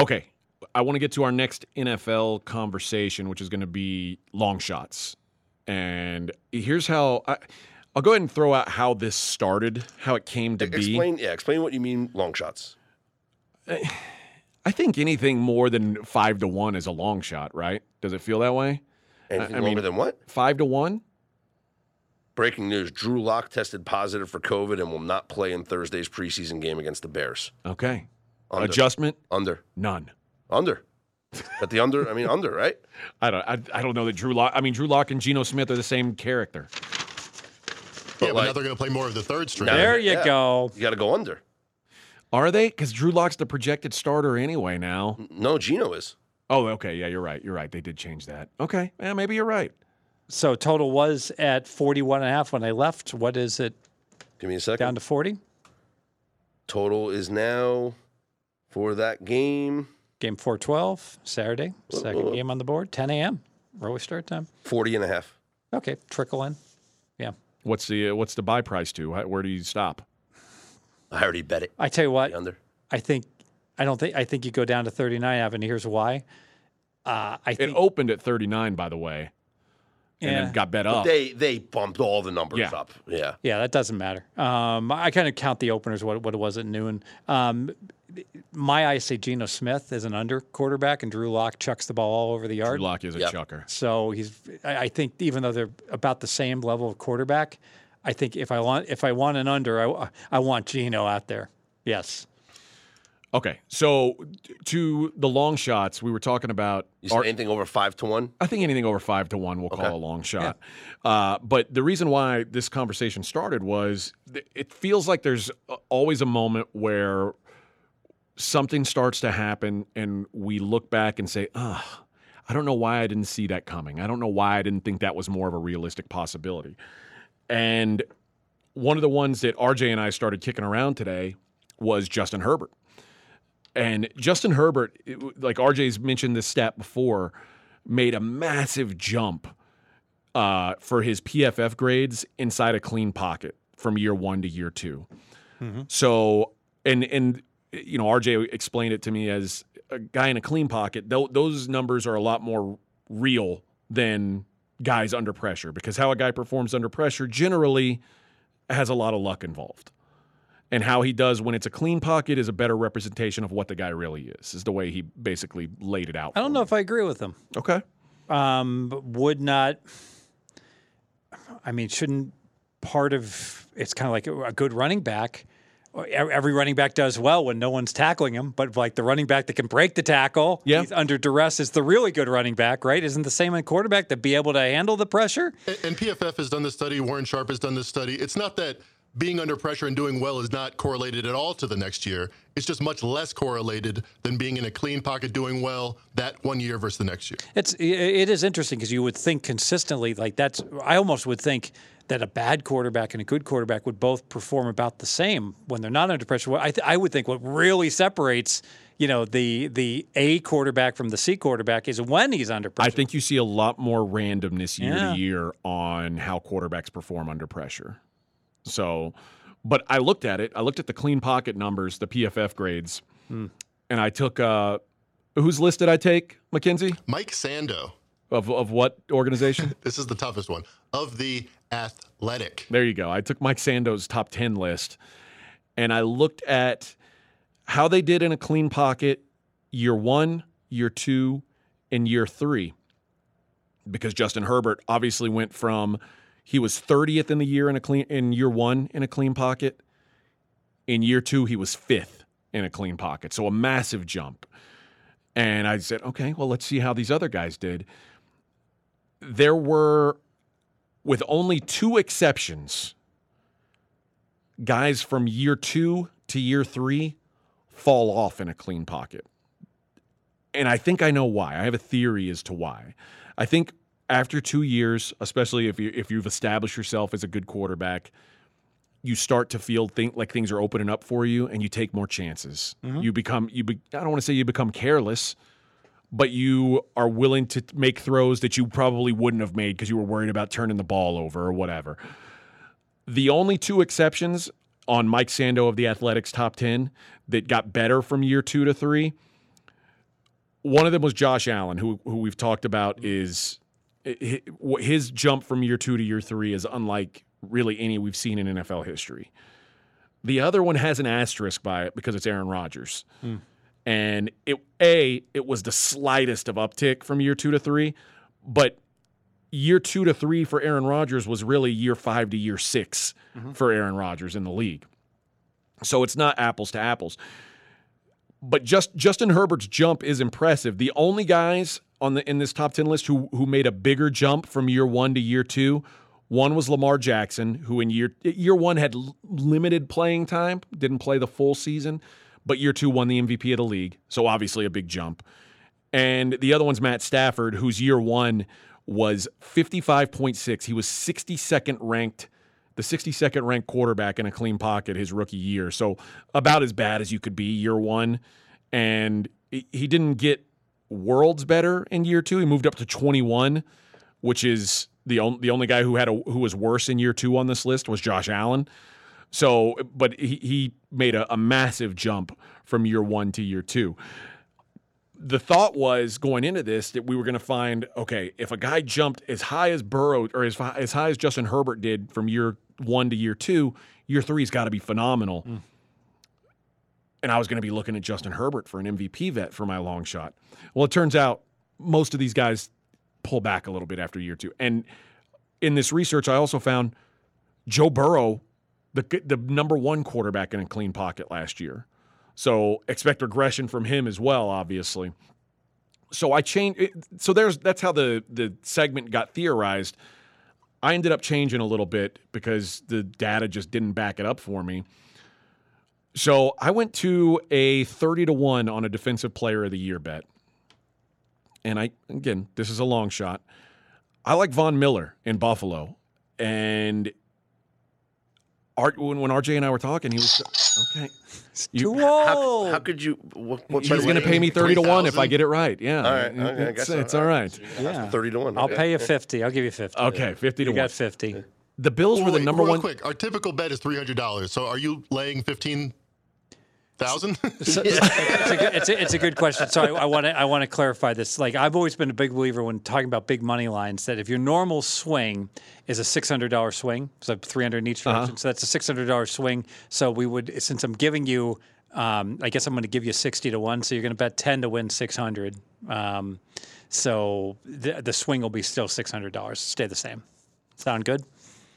A: Okay. I want to get to our next NFL conversation, which is going to be long shots. And here's how I, I'll go ahead and throw out how this started, how it came to be.
C: E, Explain, yeah, explain what you mean long shots.
A: I think anything more than five to one is a long shot, right? Does it feel that way?
C: Anything
A: I
C: longer
A: mean-
C: than what?
A: Five to one?
C: Breaking news: Drew Lock tested positive for COVID and will not play in Thursday's preseason game against the Bears.
A: Okay.
C: Under,
A: Adjustment?
C: under,
A: None.
C: under. But the under, I mean under, right?
A: I don't. I, I don't know that Drew Lock. I mean, Drew Lock and Geno Smith are the same character.
D: Yeah, but now
C: like-
D: they're going to play more of the third string.
C: Now-
B: there you
C: yeah.
B: go.
C: You got to go under.
A: Are they? Because Drew Lock's the projected starter anyway now.
C: No, Gino is.
A: Oh, okay. Yeah, you're right. You're right. They did change that. Okay. Yeah, maybe you're right.
B: So total was at 41 and a half when I left. What is it
C: Give me a second.
B: down to 40?
C: Total is now for that game
B: Game 412, Saturday, second game on the board, 10 a.m. Early start time.
C: 40 and a half.
B: Okay, trickle in. Yeah.
A: What's the uh, what's the buy price to? How- Where do you stop?
C: I already bet it.
B: I tell you what,
C: The under.
B: I think I don't think I think you go down to 39 Avenue. Here's why. Uh, I
A: It
B: think
A: opened at 39, by the way, and
B: yeah,
A: then got bet up.
C: They they bumped all the numbers
A: Oh. Yeah.
C: up. Yeah.
B: yeah, that doesn't matter. Um, I kind of count the openers. What what it was at noon? Um, my I say Geno Smith is an under quarterback, and Drew Lock chucks the ball all over the yard.
A: Drew Lock is a
C: Yep.
A: chucker.
B: So he's. I I think even though they're about the same level of quarterback, I think if I want if I want an under, I, I want Geno out there. Yes.
A: Okay, so t- to the long shots we were talking about.
C: You
A: are-
C: said anything over five to one?
A: I think anything over five to one we'll call a long shot. Uh, but the reason why this conversation started was th- it feels like there's a- always a moment where something starts to happen and we look back and say, ugh. I don't know why I didn't see that coming. I don't know why I didn't think that was more of a realistic possibility. And one of the ones that RJ and I started kicking around today was Justin Herbert. And Justin Herbert, it w- like RJ's mentioned this stat before, made a massive jump uh, for his PFF grades inside a clean pocket from year one to year 2 So, and and you know, RJ explained it to me as a guy in a clean pocket. Tho- those numbers are a lot more real than guys under pressure because how a guy performs under pressure generally has a lot of luck involved. And how he does when it's a clean pocket is a better representation of what the guy really is, is the way he basically laid it out.
B: I don't know if I agree with him.
A: Okay.
B: um, but would not. I mean, shouldn't part of it's kind of like a good running back every running back does well when no one's tackling him, but like the running back that can break the tackle
A: Yeah.
B: he's under duress is the really good running back, right? Isn't the same in quarterback to be able to handle the pressure?
D: And, and PFF has done this study. Warren Sharp has done this study. It's not that being under pressure and doing well is not correlated at all to the next year. It's just much less correlated than being in a clean pocket doing well that one year versus the next year.
B: It's it is interesting because you would think consistently like that's I almost would think that a bad quarterback and a good quarterback would both perform about the same when they're not under pressure. What I, th- I would think what really separates you know the the A quarterback from the C quarterback is when he's under pressure.
A: I think you see a lot more randomness year
B: Yeah.
A: to year on how quarterbacks perform under pressure. So, but I looked at it. I looked at the clean pocket numbers, the PFF grades, and I took uh, whose list did I take, McKenzie?
D: Mike Sando,
A: Of of what organization?
D: this is the toughest one of the athletic.
A: there you go. I took Mike Sando's top ten list, and I looked at how they did in a clean pocket year one, year two, and year three. Because Justin Herbert obviously went from he was 30th in the year in a clean in year one in a clean pocket. In year two, he was fifth in a clean pocket. So a massive jump. And I said, okay, well, let's see how these other guys did. There were, with only two exceptions, guys from year two to year three fall off in a clean pocket. And I think I know why. I have a theory as to why. I think after two years, especially if you if you've established yourself as a good quarterback, you start to feel think like things are opening up for you, and you take more chances. You become you. Be, I don't want to say you become careless, but you are willing to make throws that you probably wouldn't have made because you were worried about turning the ball over or whatever. The only two exceptions on Mike Sando of the Athletics top 10 that got better from year two to three. One of them was Josh Allen, who, who we've talked about is hi- his jump from year two to year three is unlike really any we've seen in NFL history. The other one has an asterisk by it because it's Aaron Rodgers. And it A, it was the slightest of uptick from year two to three, but year two to three for Aaron Rodgers was really year five to year 6 for Aaron Rodgers in the league. So it's not apples to apples. But just Justin Herbert's jump is impressive. The only guys on the in this top ten list who who made a bigger jump from year one to year two, one was Lamar Jackson, who in year year one had l- limited playing time, didn't play the full season, but year two won the MVP of the league. So obviously a big jump and the other one's Matt Stafford, whose year one was 55.6. He was 62nd ranked, the 62nd ranked quarterback in a clean pocket his rookie year. So about as bad as you could be year one. And he he didn't get worlds better in year two. He moved up to 21, which is the only the only guy who had a, who was worse in year two on this list was Josh Allen. So, but he, he made a, a massive jump from year one to year two the thought was going into this that we were going to find okay if a guy jumped as high as Burrow or as fi- as high as Justin Herbert did from year one to year two, year three's got to be phenomenal. And I was going to be looking at Justin Herbert for an MVP vet for my long shot. Well, it turns out most of these guys pull back a little bit after year two. And in this research, I also found Joe Burrow, the the number one quarterback in a clean pocket last year. So expect regression from him as well, obviously. So I changed. It, so there's that's how the the segment got theorized. I ended up changing a little bit because the data just didn't back it up for me. So I went to a thirty to one on a defensive player of the year bet, and I again this is a long shot. I like Von Miller in Buffalo, and R, when, when RJ and I were talking, he was okay. You-
B: Too
C: How,
B: old.
C: how could you? What, what
A: He's going to pay me thirty to one if I get it right. Yeah,
C: All right, okay, I
A: it's,
C: guess
A: it's
C: so.
A: all right.
B: yeah.
C: Thirty to one.
B: I'll
C: okay.
B: pay you fifty. I'll give you fifty.
A: Okay, fifty to one.
B: You got fifty.
A: The Bills were the
D: Wait,
A: number
D: real
A: one.
D: quick, our typical bet is three hundred dollars. So are you laying fifteen thousand?
B: So- it's, a good, it's, a, it's a good question. So I want to I want to clarify this. Like I've always been a big believer when talking about big money lines that if your normal swing is a six hundred dollar swing, so three hundred in each
D: Uh-huh.
B: direction, so that's a six hundred dollar swing. So we would since I'm giving you, um, I guess I'm going to give you sixty to one. So you're going to bet ten to win six hundred. Um, so the, the swing will be still six hundred dollars. Stay the same. Sound good?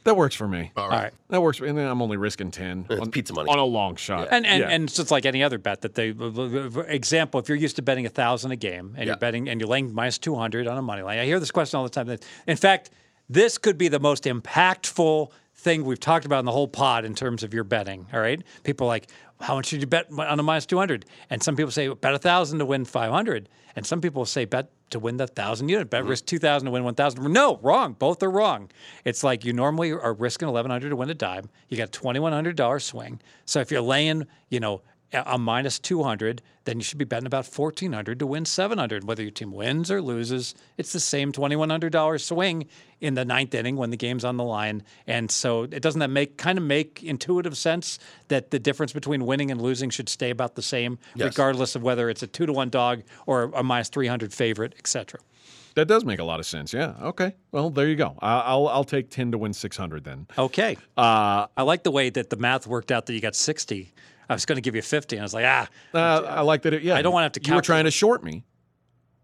A: That works for me.
D: All
B: All
D: right.
B: right.
A: That works. And then I'm only risking 10 on,
C: pizza money.
A: on a long shot.
B: And and,
A: Yeah.
B: and it's just like any other bet that they for example, if you're used to betting a thousand a game and
C: Yeah.
B: you're betting and you're laying minus two hundred on a money line, I hear this question all the time. That in fact, this could be the most impactful thing we've talked about in the whole pod in terms of your betting. All right, people are like how much should you bet on a minus two hundred? And some people say bet a thousand to win five hundred, and some people say bet to win the thousand unit bet risk two thousand to win one thousand. No, wrong. Both are wrong. It's like you normally are risking eleven hundred to win a dime. You got a twenty one hundred dollar swing. So if you're laying, you know, a a minus two hundred, then you should be betting about fourteen hundred to win seven hundred. Whether your team wins or loses, it's the same twenty one hundred dollar swing in the ninth inning when the game's on the line. And so it doesn't that make kind of make intuitive sense that the difference between winning and losing should stay about the same, regardless of whether it's a two to one dog or a minus three hundred favorite, et cetera.
A: that does make a lot of sense. Yeah. Okay. Well, there you go. I- I'll, I'll take 10 to win 600 then.
B: Okay.
A: Uh,
B: I like the way that the math worked out that you got sixty. I was going to give you fifty, and I was like, ah,
A: uh, I like that. It, yeah.
B: I don't wanna have to
A: You were
B: calculate.
A: trying to short me.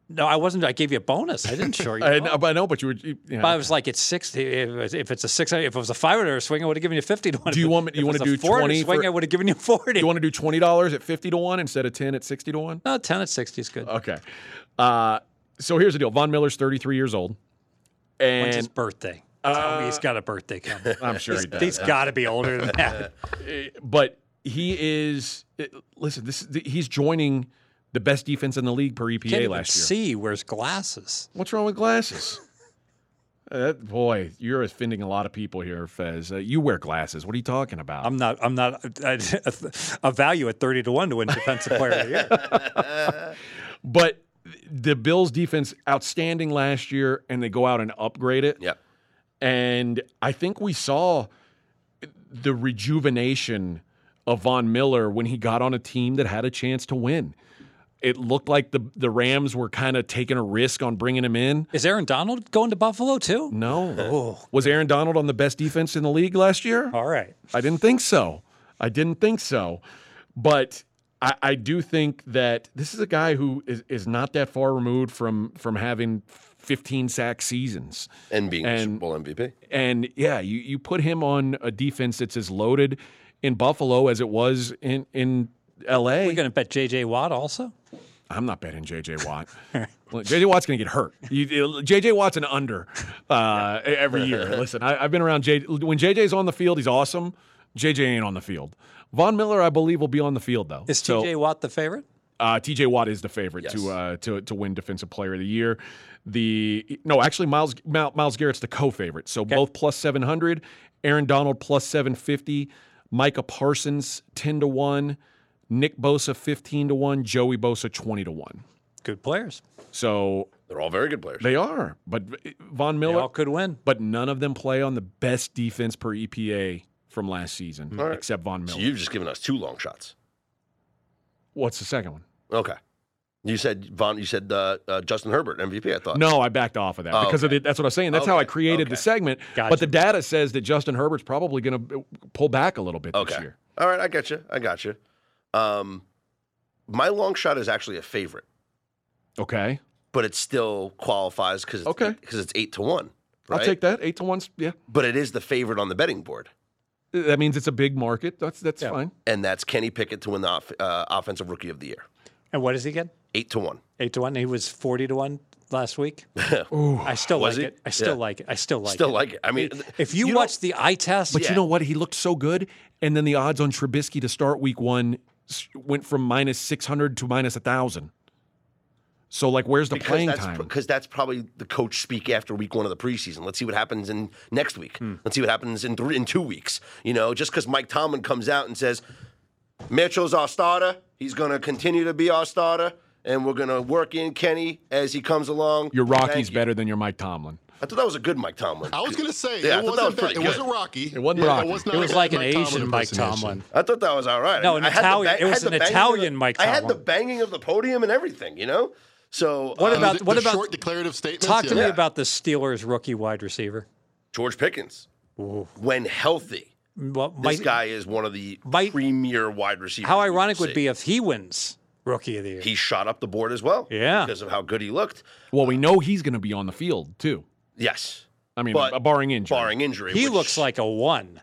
B: no, I wasn't. I gave you a bonus. I didn't short you.
A: I,
B: off.
A: know- but I know, but you were. You you know.
B: But I was like, it's sixty. If it was- if it's a six, if it was a five hundred swing, I would have given you fifty to one.
A: Do you want me-
B: If
A: you
B: it
A: wanna
B: was a
A: do
B: 400
A: 20
B: Swing,
A: for-
B: I would have given you forty.
A: you want to do twenty dollars at fifty to one instead of ten at sixty to one?
B: no, ten at sixty is good.
A: Okay. Uh, so here's the deal. Von Miller's thirty three years old,
B: When's his
A: and uh,
B: birthday? Tell me he's got a birthday coming.
A: I'm sure he
B: He's-
A: does.
B: he's got to be older than that.
A: but he is. it- listen, this th- he's joining the best defense in the league per EPA
B: Can't even
A: last year.
B: see wears glasses.
A: What's wrong with glasses? Uh, that- boy, you're offending a lot of people here, Fez. Uh, you wear glasses. What are you talking about?
B: I'm not. I'm not I, a value at thirty to one to win defensive player of the year.
A: but th- the Bills' defense outstanding last year, and they go out and upgrade it.
C: Yeah.
A: And I think we saw the rejuvenation of Von Miller when he got on a team that had a chance to win. It looked like the, the Rams were kind of taking a risk on bringing him in.
B: Is Aaron Donald going to Buffalo too?
A: No.
B: Oh.
A: Was Aaron Donald on the best defense in the league last year?
B: All right.
A: I didn't think so. I didn't think so. But I, I do think that this is a guy who is, is not that far removed from from having 15 sack seasons.
C: And being
A: And-
C: the Super Bowl MVP.
A: And yeah, you, you put him on a defense that's as loaded in Buffalo as it was in, in LA.
B: We're going to bet J.J. Watt also.
A: I'm not betting JJ Watt. Look, JJ Watt's going to get hurt. You, JJ Watt's an under uh, every year. Listen, I, I've been around J. When JJ's on the field, he's awesome. JJ ain't on the field. Von Miller, I believe, will be on the field though.
B: Is
A: So-
B: T.J. Watt the favorite?
A: uh, T.J. Watt is the favorite
C: Yes.
A: to uh, to to win Defensive Player of the Year. The no, actually Miles Miles Miles Garrett's the co-favorite. So both plus seven hundred. Aaron Donald plus seven fifty. Micah Parsons ten to one. Nick Bosa fifteen to one. Joey Bosa twenty to one.
B: Good players.
A: So
C: They're all very good players.
A: they are, but Von
B: They
A: Miller,
B: all could win.
A: but none of them play on the best defense per EPA from last season,
C: right.
A: except Von Miller.
C: so you've just given us two long shots.
A: What's the second one?
C: Okay. You said Von. You said uh, uh, Justin Herbert MVP. I thought.
A: No, I backed off of that
C: Oh,
A: because of the, that's what I was saying. That's how I
C: Okay,
A: created the
C: okay.
A: segment. But
B: Gotcha.
A: the data says that Justin Herbert's probably going to pull back a little bit
C: Okay.
A: this year.
C: All right. I got you. I got you. Um, my long shot is actually a favorite,
A: Okay,
C: but it still qualifies because
A: Okay.
C: because it's eight to one. Right?
A: I'll take that eight to one. Yeah,
C: But it is the favorite on the betting board,
A: that means it's a big market. That's that's
B: Yeah.
A: fine.
C: and that's Kenny Pickett to win the off, uh, offensive rookie of the year.
B: And what does he get?
C: Eight to one.
B: Eight to one. He was forty to one last week. I still
C: Was
B: like
C: he?
B: it. I still
C: Yeah.
B: like it. I still like
C: Still
B: it.
C: like it. I mean,
B: if you,
C: don't-
B: watch the eye test,
A: But you know what? He looked so good, and then the odds on Trubisky to start Week One s- went from minus six hundred to minus a thousand. So like, where's the
C: because
A: playing
C: that's
A: time?
C: because that's probably the coach speak after week one of the preseason. Let's see what happens in next week.
B: Hmm.
C: Let's see what happens in three, in two weeks. You know, just because Mike Tomlin comes out and says Mitchell's our starter, he's going to continue to be our starter, and we're going to work in Kenny as he comes along.
A: Your Rocky's
C: Thank you.
A: better than your Mike Tomlin.
C: I thought that was a good Mike Tomlin.
D: I was going to say,
C: Yeah, I thought that
D: it,
C: was
D: wasn't bad.
C: pretty
D: it
C: good.
D: wasn't Rocky.
A: It wasn't Rocky.
D: not
B: it was
D: a
B: like an
D: bad Mike Tomlin
B: Asian Mike
D: impersonation.
B: Tomlin.
C: I thought that was all right.
B: No,
C: I
B: an
C: had the
B: Italian-
C: bang-
B: it
C: I
B: was
C: had the
B: an
C: banging of
B: Italian
C: the-
B: Mike
C: I had the
B: Tomlin.
C: banging of the podium and everything. You know, so
B: What
C: uh,
B: about-
D: The-
B: what
D: the
B: about-
D: short declarative statements?
B: Talk to
D: yeah.
B: me about the Steelers rookie wide receiver.
C: George Pickens when healthy?
B: Well,
C: This
B: might,
C: guy is one of the
B: Mike-
C: premier wide receivers.
B: how
C: we've
B: ironic would
C: seen.
B: be if he wins rookie of the year?
C: he shot up the board as well.
B: Yeah.
C: Because of how good he looked.
A: Well, we know he's going to be on the field too.
C: Yes.
A: I mean,
C: But-
A: barring injury.
C: barring injury.
B: He
C: which-
B: looks like a one.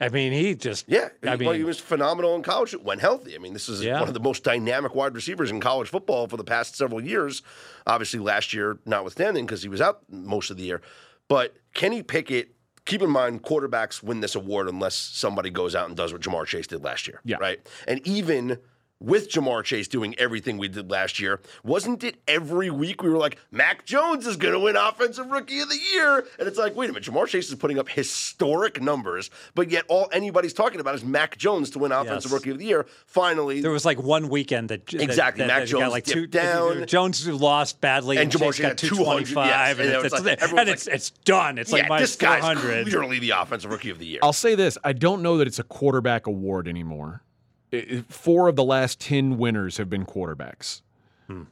B: I mean, he just
C: Yeah,
B: I
C: well, he
B: mean-
C: was phenomenal in college when healthy. I mean, this is
B: Yeah.
C: one of the most dynamic wide receivers in college football for the past several years. Obviously, last year notwithstanding, because he was out most of the year. But Kenny Pickett, keep in mind, quarterbacks win this award unless somebody goes out and does what Jamar Chase did last year.
A: Yeah.
C: Right. And even with Jamar Chase doing everything we did last year, wasn't it every week we were like, Mac Jones is going to win Offensive Rookie of the Year? And it's like, wait a minute, Jamar Chase is putting up historic numbers, but yet all anybody's talking about is Mac Jones to win Offensive
B: Yes.
C: Rookie of the Year. Finally,
B: There was like one weekend that that-
C: Exactly.
B: that,
C: Mac
B: that got
C: Jones
B: like two
C: dipped down.
B: Jones lost badly, and,
C: And Jamar
B: Chase got
C: Chase
B: two
C: had 200,
B: twenty
C: yes.
B: five,
C: And
B: and,
C: it
B: it's,
C: was like-
B: it's-
C: everyone's
B: and it's
C: like,
B: it's done. It's
C: yeah,
B: like minus
C: this
B: four
C: guy's
B: hundred.
C: clearly the Offensive Rookie of the Year.
A: I'll say this: I don't know that it's a quarterback award anymore. It- it- four of the last ten winners have been quarterbacks,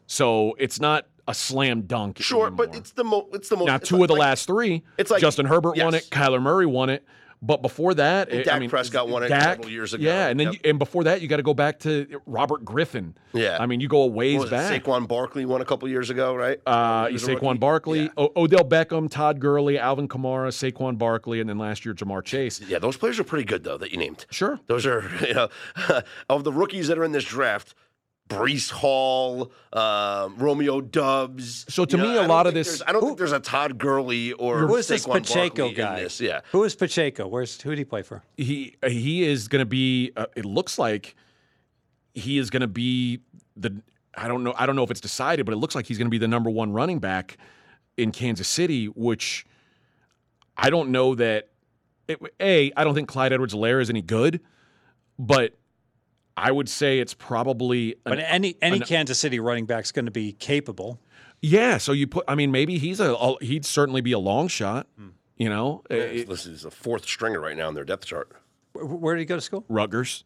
A: so it's not a slam dunk.
C: Hmm. sure, but
A: anymore.
C: it's the mo- it's the most.
A: now
C: it's
A: two
C: like-
A: of the
C: like,
A: last three.
C: it's like-
A: Justin Herbert won
C: yes.
A: it, Kyler Murray won it, but before that, it, I
C: Dak
A: mean,
C: Prescott won it
A: Dak-
C: several years ago.
A: Yeah, and then
C: Yep.
A: you- and before that, you got to go back to Robert Griffin.
C: Yeah.
A: I mean, you go a ways
C: what was
A: back.
C: it, Saquon Barkley won a couple years ago, right?
A: Uh,
C: He was a rookie.
A: Saquon Barkley,
C: Yeah.
A: o- Odell Beckham, Todd Gurley, Alvin Kamara, Saquon Barkley, and then last year Jamar Chase.
C: Yeah, those players are pretty good though that you named.
A: Sure.
C: Those are you know of the rookies that are in this draft. Brees Hall, um, Romeo Dubs.
A: So to
C: You
A: me,
C: I
A: a
C: don't
A: lot of
C: think
A: this-
C: there's- I don't think there's a Todd Gurley or
B: Who is this
C: Saquon
B: Pacheco
C: Barkley in
B: guy?
C: this. Yeah,
B: Who is Pacheco? Where's who did he play for?
A: He he is going to be. Uh, it looks like he is going to be the. I don't know. I don't know if it's decided, but it looks like he's going to be the number one running back in Kansas City, which I don't know that. It, a, I don't think Clyde Edwards-Helaire is any good, but I would say it's probably an
B: But any any Kansas City running back's going to be capable.
A: Yeah, so you put. I mean, maybe he's a. a- He'd certainly be a long shot. You know,
C: This- this is a fourth stringer right now in their depth chart.
B: Where, where did he go to school?
A: Rutgers.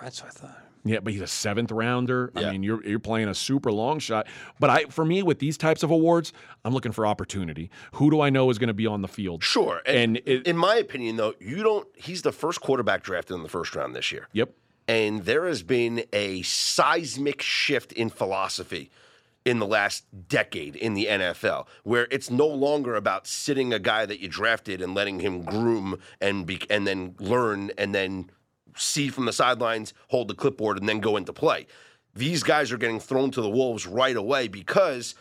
B: That's what I thought.
A: Yeah, but he's a seventh rounder.
C: Yeah.
A: I mean, you're you're playing a super long shot. But I, for me, with these types of awards, I'm looking for opportunity. Who do I know is going to be on the field?
C: Sure,
A: And it-
C: in my opinion, though, you don't. He's the first quarterback drafted in the first round this year.
A: Yep.
C: and there has been a seismic shift in philosophy in the last decade in the NFL, where it's no longer about sitting a guy that you drafted and letting him groom and be, and then learn and then see from the sidelines, hold the clipboard, and then go into play. These guys are getting thrown to the wolves right away because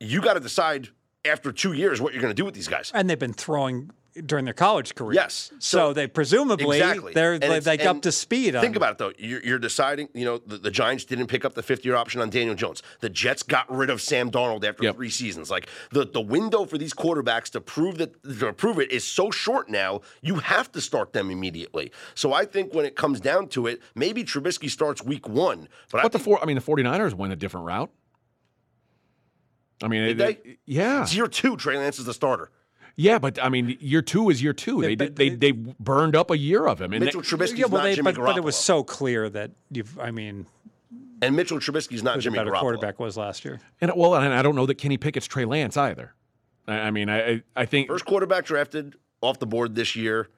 C: you got to decide after two years what you're going to do with these guys.
B: And they've been throwing during their college career.
C: Yes.
B: So, they presumably
C: Exactly.
B: they're
C: And it's-
B: like up
C: and
B: to speed. on
C: Think about it though. You're, you're deciding. You know, the, the Giants didn't pick up the fifth year option on Daniel Jones. The Jets got rid of Sam Darnold after
A: Yep.
C: three seasons. Like the the window for these quarterbacks to prove that to prove it is so short now. You have to start them immediately. So I think when it comes down to it, maybe Trubisky starts week one. But I
A: But the
C: think
A: four. I mean, the 49ers went a different route. I mean,
C: Did
A: it-
C: they?
A: it- yeah,
C: it's year two. Trey Lance is the starter.
A: yeah, but I mean, year two is year two. They
B: but-
A: did, they they burned up a year of him, and
C: Mitchell Trubisky's
B: Yeah, well,
C: not
B: they,
C: Jimmy
B: but, but it was
C: Garoppolo.
B: so clear that you've. I mean,
C: and Mitchell Trubisky's not
B: who the
C: Jimmy
B: better
C: Garoppolo.
B: quarterback was last year.
A: and well, and I don't know that Kenny Pickett's Trey Lance either. I, I mean, I I- I think
C: First quarterback drafted off the board this year.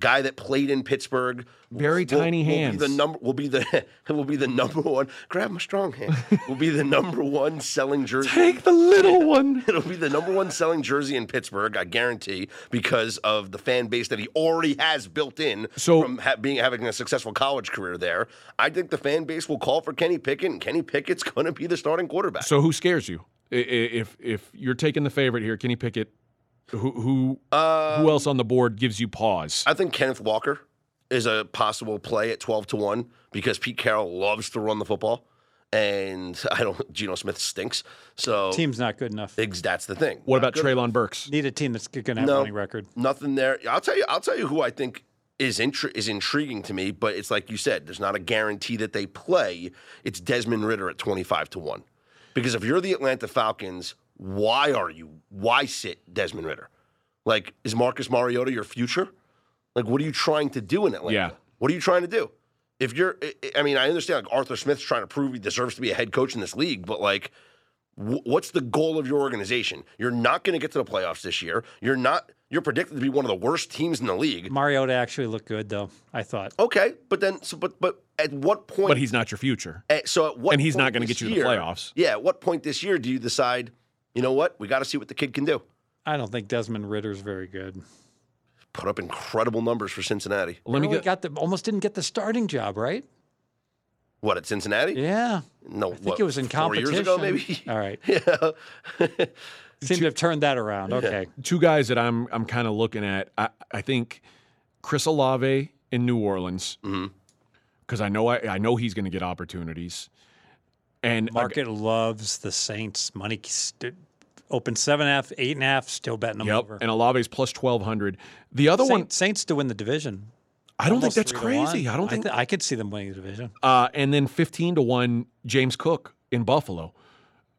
C: Guy that played in Pittsburgh.
A: Very tiny hands.
C: Will be the number. Will be the. Will be the number one. Grab my strong hand. will be the number one selling jersey.
A: Take the little one.
C: It'll be the number one selling jersey in Pittsburgh, I guarantee, because of the fan base that he already has built in
A: So-
C: from ha- being having a successful college career there. I think the fan base will call for Kenny Pickett, and Kenny Pickett's going to be the starting quarterback.
A: So who scares you? I- i- If if you're taking the favorite here, Kenny Pickett, who who who else on the board gives you pause?
C: I think Kenneth Walker is a possible play at 12 to 1 because Pete Carroll loves to run the football. And I don't, Geno Smith stinks. So
B: Team's not good enough.
C: ex- that's the thing.
A: What about Traylon Burks?
B: Need a team that's going to have
C: No.
B: a running record.
C: Nothing there. I'll tell you, I'll tell you who I think is intri- is intriguing to me, but it's like you said, there's not a guarantee that they play. It's Desmond Ritter at 25 to 1. Because if you're the Atlanta Falcons, why are you? Why sit Desmond Ritter? Like, is Marcus Mariota your future? Like, what are you trying to do in Atlanta?
A: Yeah.
C: What are you trying to do? If you're, I- I- I mean, I understand like Arthur Smith's trying to prove he deserves to be a head coach in this league, but like, wh- what's the goal of your organization? You're not going to get to the playoffs this year. You're not. You're predicted to be one of the worst teams in the league.
B: Mariota actually looked good though. I thought.
C: Okay, but then, so, but but at what point?
A: But he's not your future.
C: at- so at what?
A: and he's not
C: point
A: gonna
C: this
A: get you to the
C: year-
A: playoffs.
C: Yeah. At what point this year do you decide? You know what? We got to see what the kid can do.
B: I don't think Desmond Ritter's very good.
C: Put up incredible numbers for Cincinnati.
A: Let me
B: Really
A: get.
B: got the almost didn't get the starting job, right?
C: What at Cincinnati?
B: Yeah,
C: No,
B: I think it was in competition. Uh,
C: Four years ago, maybe.
B: All right,
C: yeah.
B: seem to have turned that around. Okay,
A: two guys that I'm I'm kind of looking at. I, I think Chris Olave in New Orleans because I know I, I know he's going to get opportunities. And a-
B: market loves the Saints. Money st- open seven and a half, eight and a half, still betting them
A: yep,
B: over.
A: and Olave's plus twelve hundred. The other one,
B: Saint- Saints to win the division.
A: I don't think
B: Almost
A: that's
B: three to one.
A: crazy. I don't think.
B: thi- I could see them winning the division.
A: uh, and then fifteen to one, James Cook in Buffalo.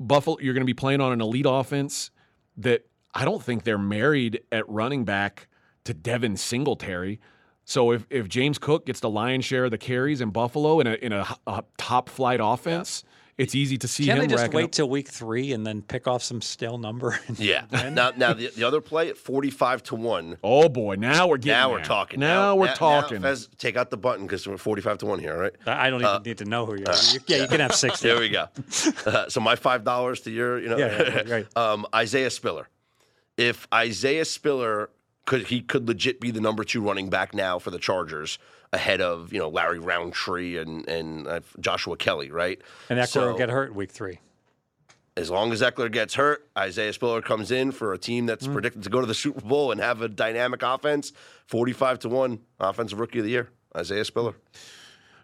A: Buffalo, you're going to be playing on an elite offense that I don't think they're married at running back to Devin Singletary. So if, if James Cook gets the lion's share of the carries in Buffalo in a in a, a top flight offense, it's easy to see
B: Can they
A: him
B: just
A: racking
B: wait
A: up-
B: till week three and then pick off some stale number?
C: Yeah. now, now the, the other play at forty-five to one.
A: Oh boy, now we're getting
C: Now
A: there.
C: we're talking.
A: Now, we're talking.
C: Now, Fez, take out the button because we're forty-five to one here. All right.
B: I don't even need to know who you are. You- yeah, you can have six.
C: Uh, There we go. Uh, so my five dollars to your, you know,
B: Yeah, yeah, yeah, right.
C: um, Isaiah Spiller. If Isaiah Spiller could, he could legit be the number two running back now for the Chargers, ahead of you know Larry Roundtree and and uh, Joshua Kelly, right?
B: And that
C: So-
B: will get hurt week three.
C: as long as Eckler gets hurt, Isaiah Spiller comes in for a team
B: Mm.
C: that's predicted to go to the Super Bowl and have a dynamic offense. Forty-five to one, offensive rookie of the year, Isaiah Spiller.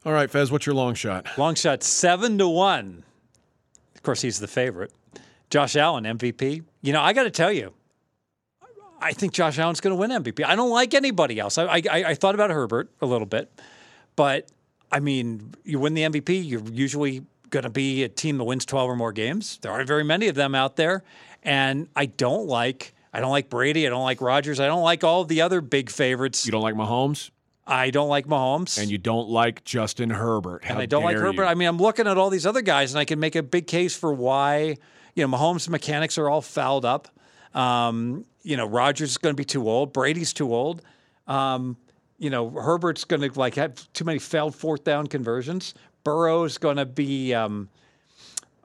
A: All right, Fez, what's your long shot?
B: Long shot seven to one. Of course, he's the favorite. Josh Allen MVP. You know, I got to tell you, I think Josh Allen's going to win MVP. I don't like anybody else. I, I I thought about Herbert a little bit, but I mean, you win the MVP, you're usually going to be a team that wins twelve or more games. There aren't very many of them out there, and I don't like. I don't like Brady. I don't like Rogers. I don't like all the other big favorites.
A: You don't like Mahomes,
B: I don't like Mahomes.
A: and you don't like Justin Herbert. How
B: and I don't like
A: dare
B: Herbert.
A: you.
B: I mean, I'm looking at all these other guys, and I can make a big case for why you know Mahomes' mechanics are all fouled up. Um, you know, Rogers is going to be too old. Brady's too old. Um, you know, Herbert's going to like have too many failed fourth down conversions. Burrow's going to be um,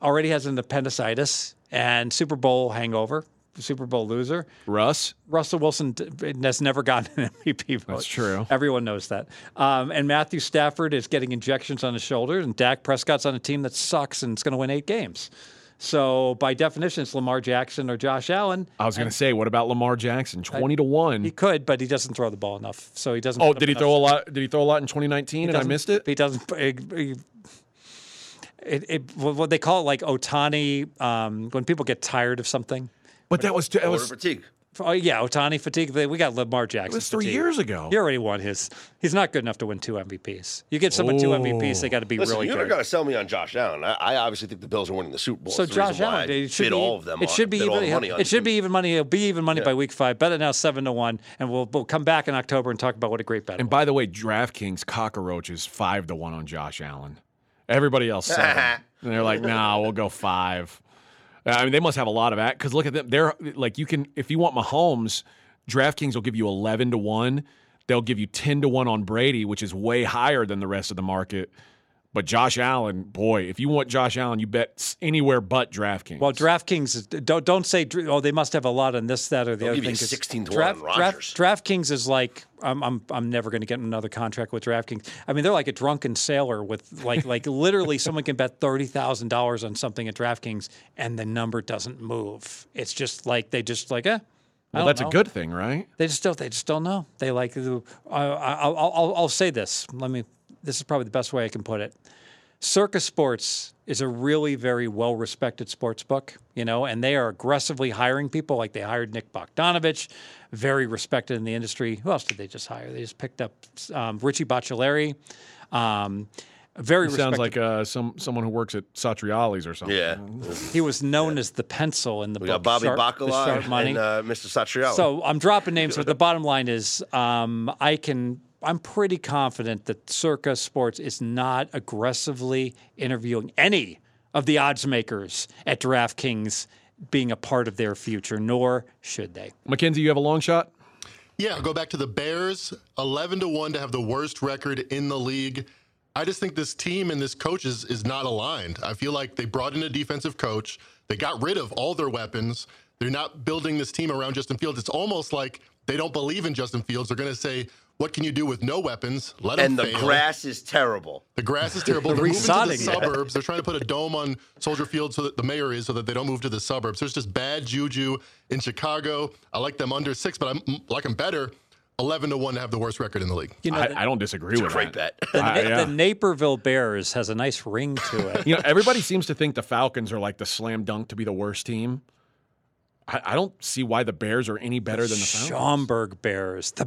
B: already has an appendicitis and Super Bowl hangover. Super Bowl loser.
A: Russ,
B: Russell Wilson d- has never gotten an MVP vote.
A: That's true.
B: Everyone knows that. Um, and Matthew Stafford is getting injections on his shoulders, and Dak Prescott's on a team that sucks and it's going to win eight games. So by definition, it's Lamar Jackson or Josh Allen.
A: I was going to say, what about Lamar Jackson? Twenty to one.
B: He could, but he doesn't throw the ball enough. So he doesn't.
A: Oh,
B: put up
A: did he
B: enough-
A: throw a lot? Did he throw a lot in 2019 and I
B: doesn't-
A: missed it?
B: He doesn't. He, he- it, it, what they call it, like Otani, um, when people get tired of something.
A: But that was that
C: Order
A: was,
C: fatigue.
B: Oh yeah, Otani fatigue. They- We got Lamar Jackson.
A: that was three
B: fatigue.
A: years ago.
B: He already won his. He's not good enough to win two MVPs. You get someone two
A: Oh.
B: MVPs, they got to be
C: Listen,
B: really
C: you're
B: good.
C: not going to sell me on Josh Allen. I, I obviously think the Bills are winning the Super Bowl.
B: so
C: It's the reason
B: Josh
C: why
B: Allen,
C: I
B: it should
C: bid
B: be
C: all of them.
B: It
C: on-
B: should be
C: bid all
B: even.
C: the money on
B: It should
C: the
B: be even money. It'll be even money by week five. Bet it now seven to one, and we'll we'll come back in October and talk about what a great bet. it
A: And by the way, DraftKings cockroach is five to one on Josh Allen. Everybody else seven, and they're like, nah, we'll go five. I mean, they must have a lot of act because look at them. They're like, you can if you want Mahomes, DraftKings will give you 11 to one. They'll give you 10 to one on Brady, which is way higher than the rest of the market. But Josh Allen, boy, if you want Josh Allen, you bet s- anywhere but DraftKings.
B: Well, DraftKings is- don't don't say dr- oh they must have a lot on this that or the other
C: give you
B: thing. 'cause
C: 16 to
B: Draft-
C: one on
B: Draft-
C: Rodgers.
B: DraftKings is like I'm I'm I'm never going to get another contract with DraftKings. I mean they're like a drunken sailor with like like literally someone can bet thirty thousand dollars on something at DraftKings and the number doesn't move. It's just like they just like eh. I
A: Well,
B: don't
A: that's
B: know.
A: a good thing, right?
B: They just don't. They just don't know. They like. the- I, I, I'll, I'll, I'll say this. Let me. This is probably the best way I can put it. Circus Sports is a really very well respected sports book, you know, and they are aggressively hiring people. Like they hired Nick Bogdanovich, very respected in the industry. Who else did they just hire? They just picked up um, Richie Bocciolari. Um, very
A: Sounds
B: respected.
A: like uh, some someone who works at Satriali's or something.
C: Yeah.
B: he was known as the pencil in the
C: We
B: book.
C: got Bobby
B: Sharp- the
C: Bacala
B: Sharp Money.
C: and uh, Mr. Satriano.
B: So I'm dropping names, but the bottom line is um, I can. I'm pretty confident that Circa Sports is not aggressively interviewing any of the odds makers at DraftKings being a part of their future, nor should they.
A: Mackenzie, you have a long shot?
D: Yeah, I'll go back to the Bears, 11 to 1 to have the worst record in the league. I just think this team and this coach is, is not aligned. I feel like they brought in a defensive coach, they got rid of all their weapons. They're not building this team around Justin Fields. It's almost like they don't believe in Justin Fields. They're going to say, "What can you do with no weapons? Let him
C: and the
D: fail."
C: grass is terrible.
D: The grass is terrible. They're moving to the
B: resodding.
D: suburbs. They're trying to put a dome on Soldier Field so that the mayor is, so that they don't move to the suburbs. There's just bad juju in Chicago. I like them under six, but I like them better. Eleven to one to have the worst record in the league.
B: You know,
A: I, I don't disagree with
C: Great
A: that.
C: bet.
B: the,
A: I-
B: Na-
A: yeah.
B: the Naperville Bears has a nice ring to it.
A: You know, everybody seems to think the Falcons are like the slam dunk to be the worst team. I, I don't see why the Bears are any better than the Falcons.
B: Schaumburg Bears, the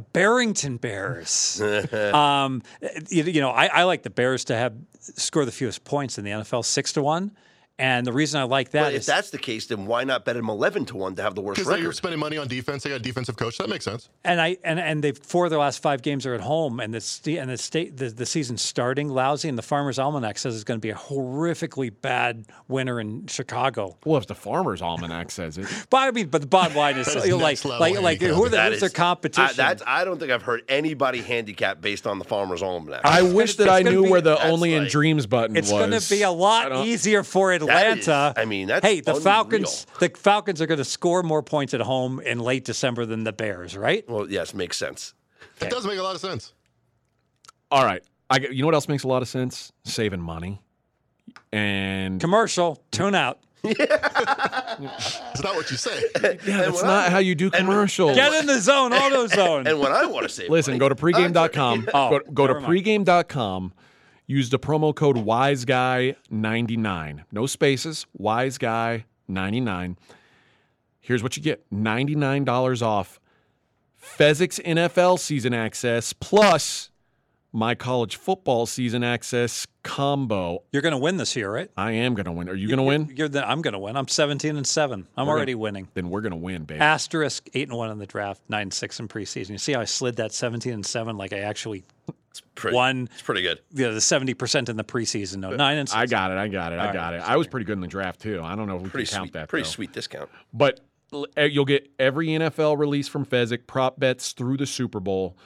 B: Barrington Bears. um, you, you know, I, I like the Bears to have score the fewest points in the NFL, six to one. And the reason I like that
C: But if
B: is
C: that's the case, then why not bet him eleven to one to have the worst
D: Because they're
C: record?
D: spending money on defense. They got a defensive coach. That makes sense.
B: and I and, and they four of their last five games are at home, and the st- and the state the, the season's starting lousy, and the Farmers Almanac says it's going to be a horrifically bad winter in Chicago.
A: Well, if the Farmer's Almanac says it,
B: But I mean, but the bottom line is,
D: That is
B: you know,
D: next
B: like
D: level
B: like like
D: handicap.
B: who are the,
C: That
B: who's their
C: is- I,
B: competition?
C: that's, I don't think I've heard anybody handicap based on the Farmer's Almanac.
A: I wish that
B: it's
A: I
B: gonna
A: knew
B: be-
A: where the
C: that's
A: only in
C: like-
A: dreams button
B: It's
A: was.
B: going to be a
A: I
B: lot
A: don't-
B: easier for Atlanta.
C: I mean, that's
B: hey, the
C: unreal.
B: Falcons. The Falcons are going to score more points at home in late December than the Bears, right?
C: Well, yes, makes sense.
D: It does make a lot of sense.
A: All right, I get- you know what else makes a lot of sense? Saving money, and
B: Commercial. Tune out.
D: It's not what you say.
A: yeah, that's
C: when
A: not
C: I-
A: how you do commercials.
B: Get in the zone. Auto zone.
C: And when I want to say,
A: Listen, go to pregame.com.
B: Oh,
A: go go to
B: never mind.
A: pregame.com. Use the promo code WiseGuy99. No spaces, WiseGuy99. Here's what you get $99 off Fezzik's NFL season access plus my college football season access combo.
B: You're going to win this year, right?
A: I am going to win. Are you going to win?
B: You're the, I'm going to win. I'm 17 and seven. I'm already winning.
A: Then we're going to win, baby.
B: Asterisk eight and one in the draft, nine and six in preseason. You see how I slid that 17 and seven? Like I actually
C: pretty,
B: one-
C: It's pretty good.
B: you know, the 70 percent in the preseason. No, nine and six.
A: Uh, I got it. I got it. I got it. I was pretty good in the draft, too. I don't know if we
C: Pretty
A: can count
C: sweet.
A: that.
C: pretty
A: though.
C: sweet discount.
A: But l- eh, you'll get every NFL release from Fezzik, prop bets through the Super Bowl,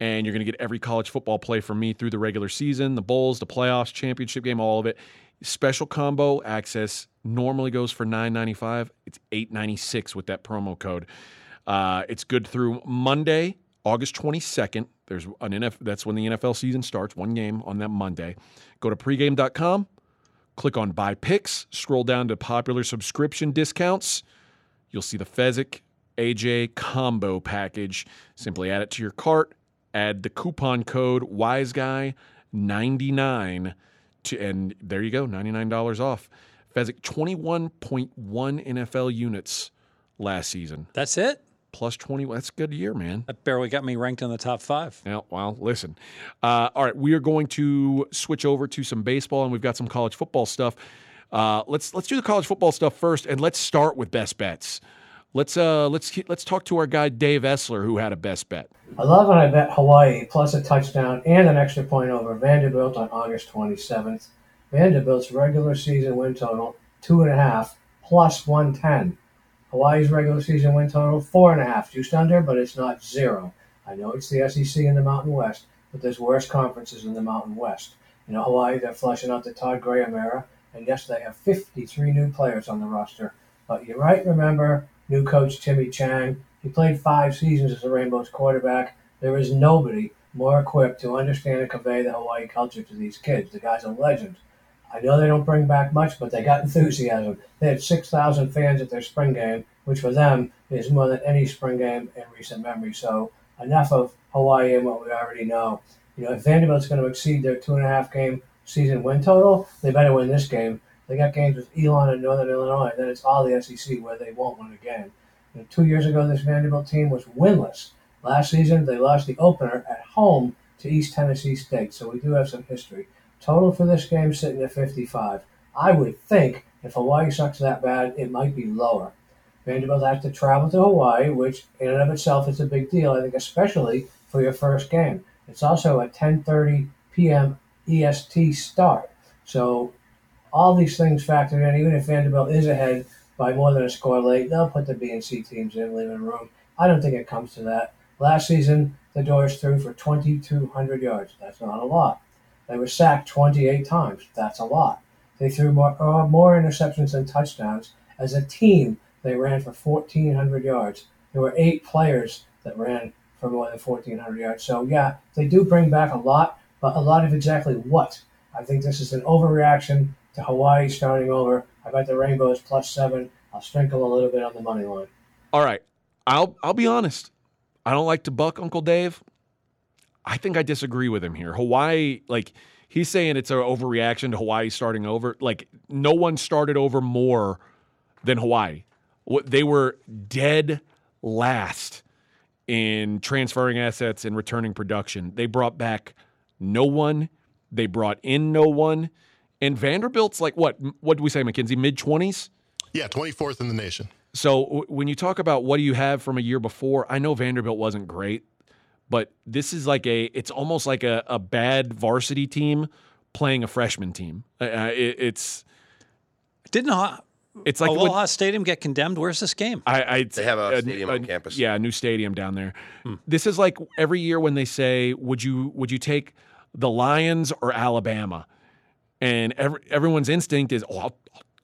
A: and you're going to get every college football play from me through the regular season, the bowls, the playoffs, championship game, all of it. Special combo access normally goes for $9.95. It's $8.96 with that promo code. Uh, it's good through Monday, August 22nd. There's an NF, that's when the NFL season starts, one game on that Monday. Go to pregame.com, click on buy picks, scroll down to popular subscription discounts. You'll see the Fezzik AJ combo package. Simply add it to your cart, add the coupon code WiseGuy99, to, and there you go, $99 off. Fezzik, 21.1 NFL units last season,
B: That's it.
A: plus 20. That's a good year, man.
B: That barely got me ranked in the top five.
A: Yeah, well, listen. Uh, all right, we are going to switch over to some baseball, and we've got some college football stuff. Uh, let's let's do the college football stuff first, and let's start with best bets. Let's uh, let's let's talk to our guy Dave Essler, who had a best bet.
E: I love when I bet Hawaii plus a touchdown and an extra point over Vanderbilt on August 27th. Vanderbilt's regular season win total, two and a half, plus 110. Hawaii's regular season win total, four and a half, just under, but it's not zero. I know it's the SEC and the Mountain West, but there's worse conferences in the Mountain West. You know, Hawaii, they're flushing out the Todd Graham era, and yes, they have 53 new players on the roster. But you might remember new coach Timmy Chang. He played five seasons as the Rainbows quarterback. There is nobody more equipped to understand and convey the Hawaii culture to these kids. The guy's a legend. I know they don't bring back much, but they got enthusiasm. They had 6,000 fans at their spring game, which for them is more than any spring game in recent memory. So enough of Hawaii and what we already know. You know, if Vanderbilt's going to exceed their two and a half game season win total, they better win this game. They got games with Elon and Northern Illinois, and then it's all the SEC where they won't win again. You know, two years ago, this Vanderbilt team was winless. Last season, they lost the opener at home to East Tennessee State, so we do have some history. Total for this game sitting at 55. I would think if Hawaii sucks that bad, it might be lower. Vanderbilt has to travel to Hawaii, which in and of itself is a big deal. I think especially for your first game. It's also a 10:30 p.m. EST E start, so all these things factor in. Even if Vanderbilt is ahead by more than a score late, they'll put the B and C teams in, leaving room. I don't think it comes to that. Last season, the Doors threw for 2,200 yards. That's not a lot. They were sacked 28 times. That's a lot. They threw more, uh, more interceptions than touchdowns as a team They ran for 1,400 yards. There were eight players that ran for more than 1,400 yards. So, yeah, they do bring back a lot, but a lot of exactly what? I think this is an overreaction to Hawaii starting over. I bet the Rainbow is plus seven. I'll sprinkle a little bit on the money line.
A: All right. I'll I'll be honest. I don't like to buck Uncle Dave. I think I disagree with him here. Hawaii, like he's saying it's an overreaction to Hawaii starting over. Like no one started over more than Hawaii. What they were dead last in transferring assets and returning production. They brought back no one. They brought in no one. And Vanderbilt's like what? What do we say, McKenzie? Mid twenties.
D: Yeah, 24th in the nation.
A: So w- when you talk about what do you have from a year before, I know Vanderbilt wasn't great, but this is like a it's almost like a, a bad varsity team playing a freshman team. Uh, uh, it, it's
B: Didn't Ha-
A: it's like
B: Aloha
A: when-
B: Stadium get condemned? Where's this game?
A: I, I
C: They have a stadium on campus. Hmm.
A: Yeah, a new stadium down there. This is like every year when they say, "Would you would you take the Lions or Alabama?" And every, everyone's instinct is, "Oh, I'll,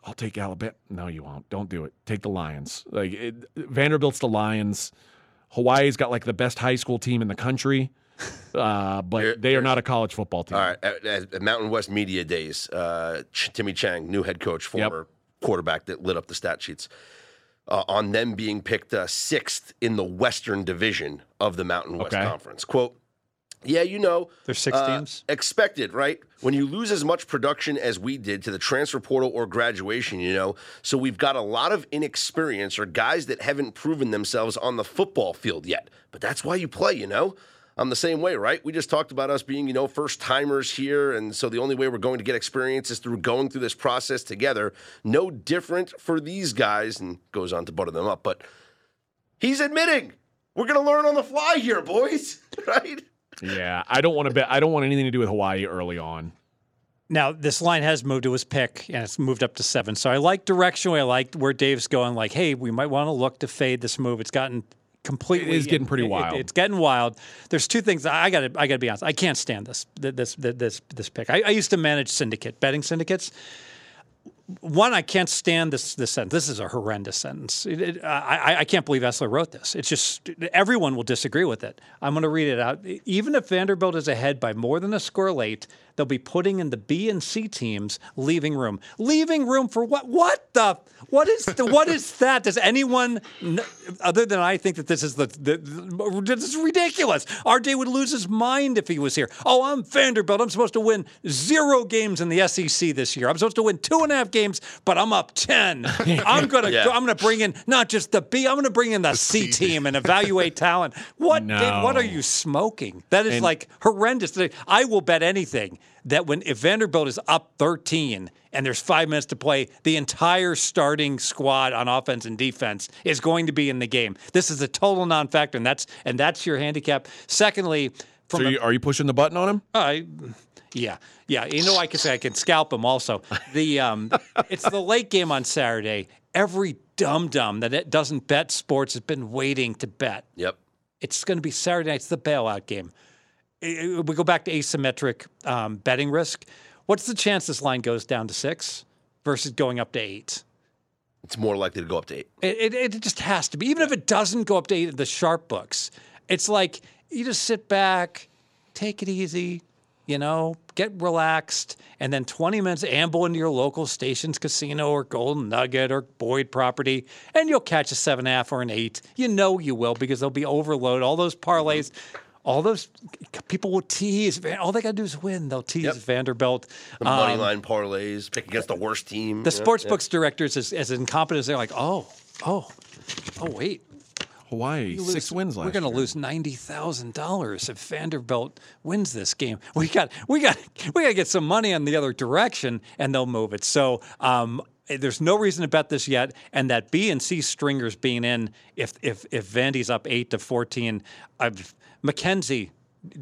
A: I'll take Alabama." No, you won't. Don't do it. Take the Lions. Like it, Vanderbilt's the Lions. Hawaii's got like the best high school team in the country, uh,
C: Here-
A: but they are not a college football team.
C: All right, at, at- at Mountain West Media Days, uh, Ch- Timmy Chang, new head coach,
A: Yep.
C: former quarterback that lit up the stat sheets, uh, on them being picked uh, sixth in the Western Division of the Mountain West
A: Okay.
C: Conference. Quote, yeah, you know,
B: There's six
C: uh,
B: teams.
C: Expected, right? When you lose as much production as we did to the transfer portal or graduation, you know, so we've got a lot of inexperience or guys that haven't proven themselves on the football field yet. But that's why you play, you know? I'm the same way, right? We just talked about us being, you know, first timers here. And so the only way we're going to get experience is through going through this process together. No different for these guys, and goes on to butter them up. But he's admitting we're going to learn on the fly here, boys, right?
A: Yeah, I don't want to bet. I don't want anything to do with Hawaii early on.
B: Now this line has moved to his pick and it's moved up to seven. So I like directionally. I like where Dave's going. Like, hey, we might want to look to fade this move. It's gotten completely.
A: It is getting pretty
B: it- it-
A: wild.
B: it's getting wild. There's two things I got. to I got to be honest. I can't stand this. th- This th- this this pick. I, I used to manage syndicate betting syndicates. One, I can't stand this this sentence. This is a horrendous sentence. It, it, I, I- I can't believe Essler wrote this. It's just everyone will disagree with it. I'm going to read it out. Even if Vanderbilt is ahead by more than a score late, they'll be putting in the B and C teams, leaving room, leaving room for what? What the? What is the? What is that? Does anyone kn- other than I think that this is the, the, the this is ridiculous? RJ would lose his mind if he was here. Oh, I'm Vanderbilt. I'm supposed to win zero games in the SEC this year. I'm supposed to win two and a half games, but I'm up ten. I'm gonna
C: Yeah.
B: I'm gonna bring in not just the B. I'm gonna bring in the C
D: C.
B: team and evaluate talent. What
A: No.
B: did, what are you smoking? That is like horrendous. I will bet anything that when if Vanderbilt is up 13 and there's five minutes to play, the entire starting squad on offense and defense is going to be in the game. This is a total non-factor, and that's and that's your handicap. Secondly, from
A: So
B: a-
A: you, are you pushing the button on him?
B: I, yeah, yeah. You know, I can say I can scalp him. Also, the um, it's the late game on Saturday. Every dum dum that it doesn't bet sports has been waiting to bet.
C: Yep.
B: It's going to be Saturday night's the bailout game. I- I- We go back to asymmetric um, betting risk. What's the chance this line goes down to six versus going up to eight?
C: It's more likely to go up to eight.
B: It, it, it just has to be. Even if it doesn't go up to eight of the sharp books, it's like you just sit back, take it easy, you know, get relaxed, and then 20 minutes amble into your local station's casino or Golden Nugget or Boyd property, and you'll catch a seven and a half or an eight. You know you will because they'll be overload. All those parlays. All those people will tease. Van- All they got to do is win. They'll tease
C: Yep.
B: Vanderbilt.
C: The money line parlays, pick against the worst team.
B: The
C: you know?
B: sports books directors, as, as incompetent as they're like, oh, oh, oh, wait,
A: Hawaii
B: lose-
A: six wins last.
B: We're going to
A: year.
B: lose ninety thousand dollars if Vanderbilt wins this game. We got we got we got to get some money in the other direction, and they'll move it. So. Um, there's no reason to bet this yet, and that B and C stringers being in. If if if Vandy's up eight to fourteen, I've, McKenzie,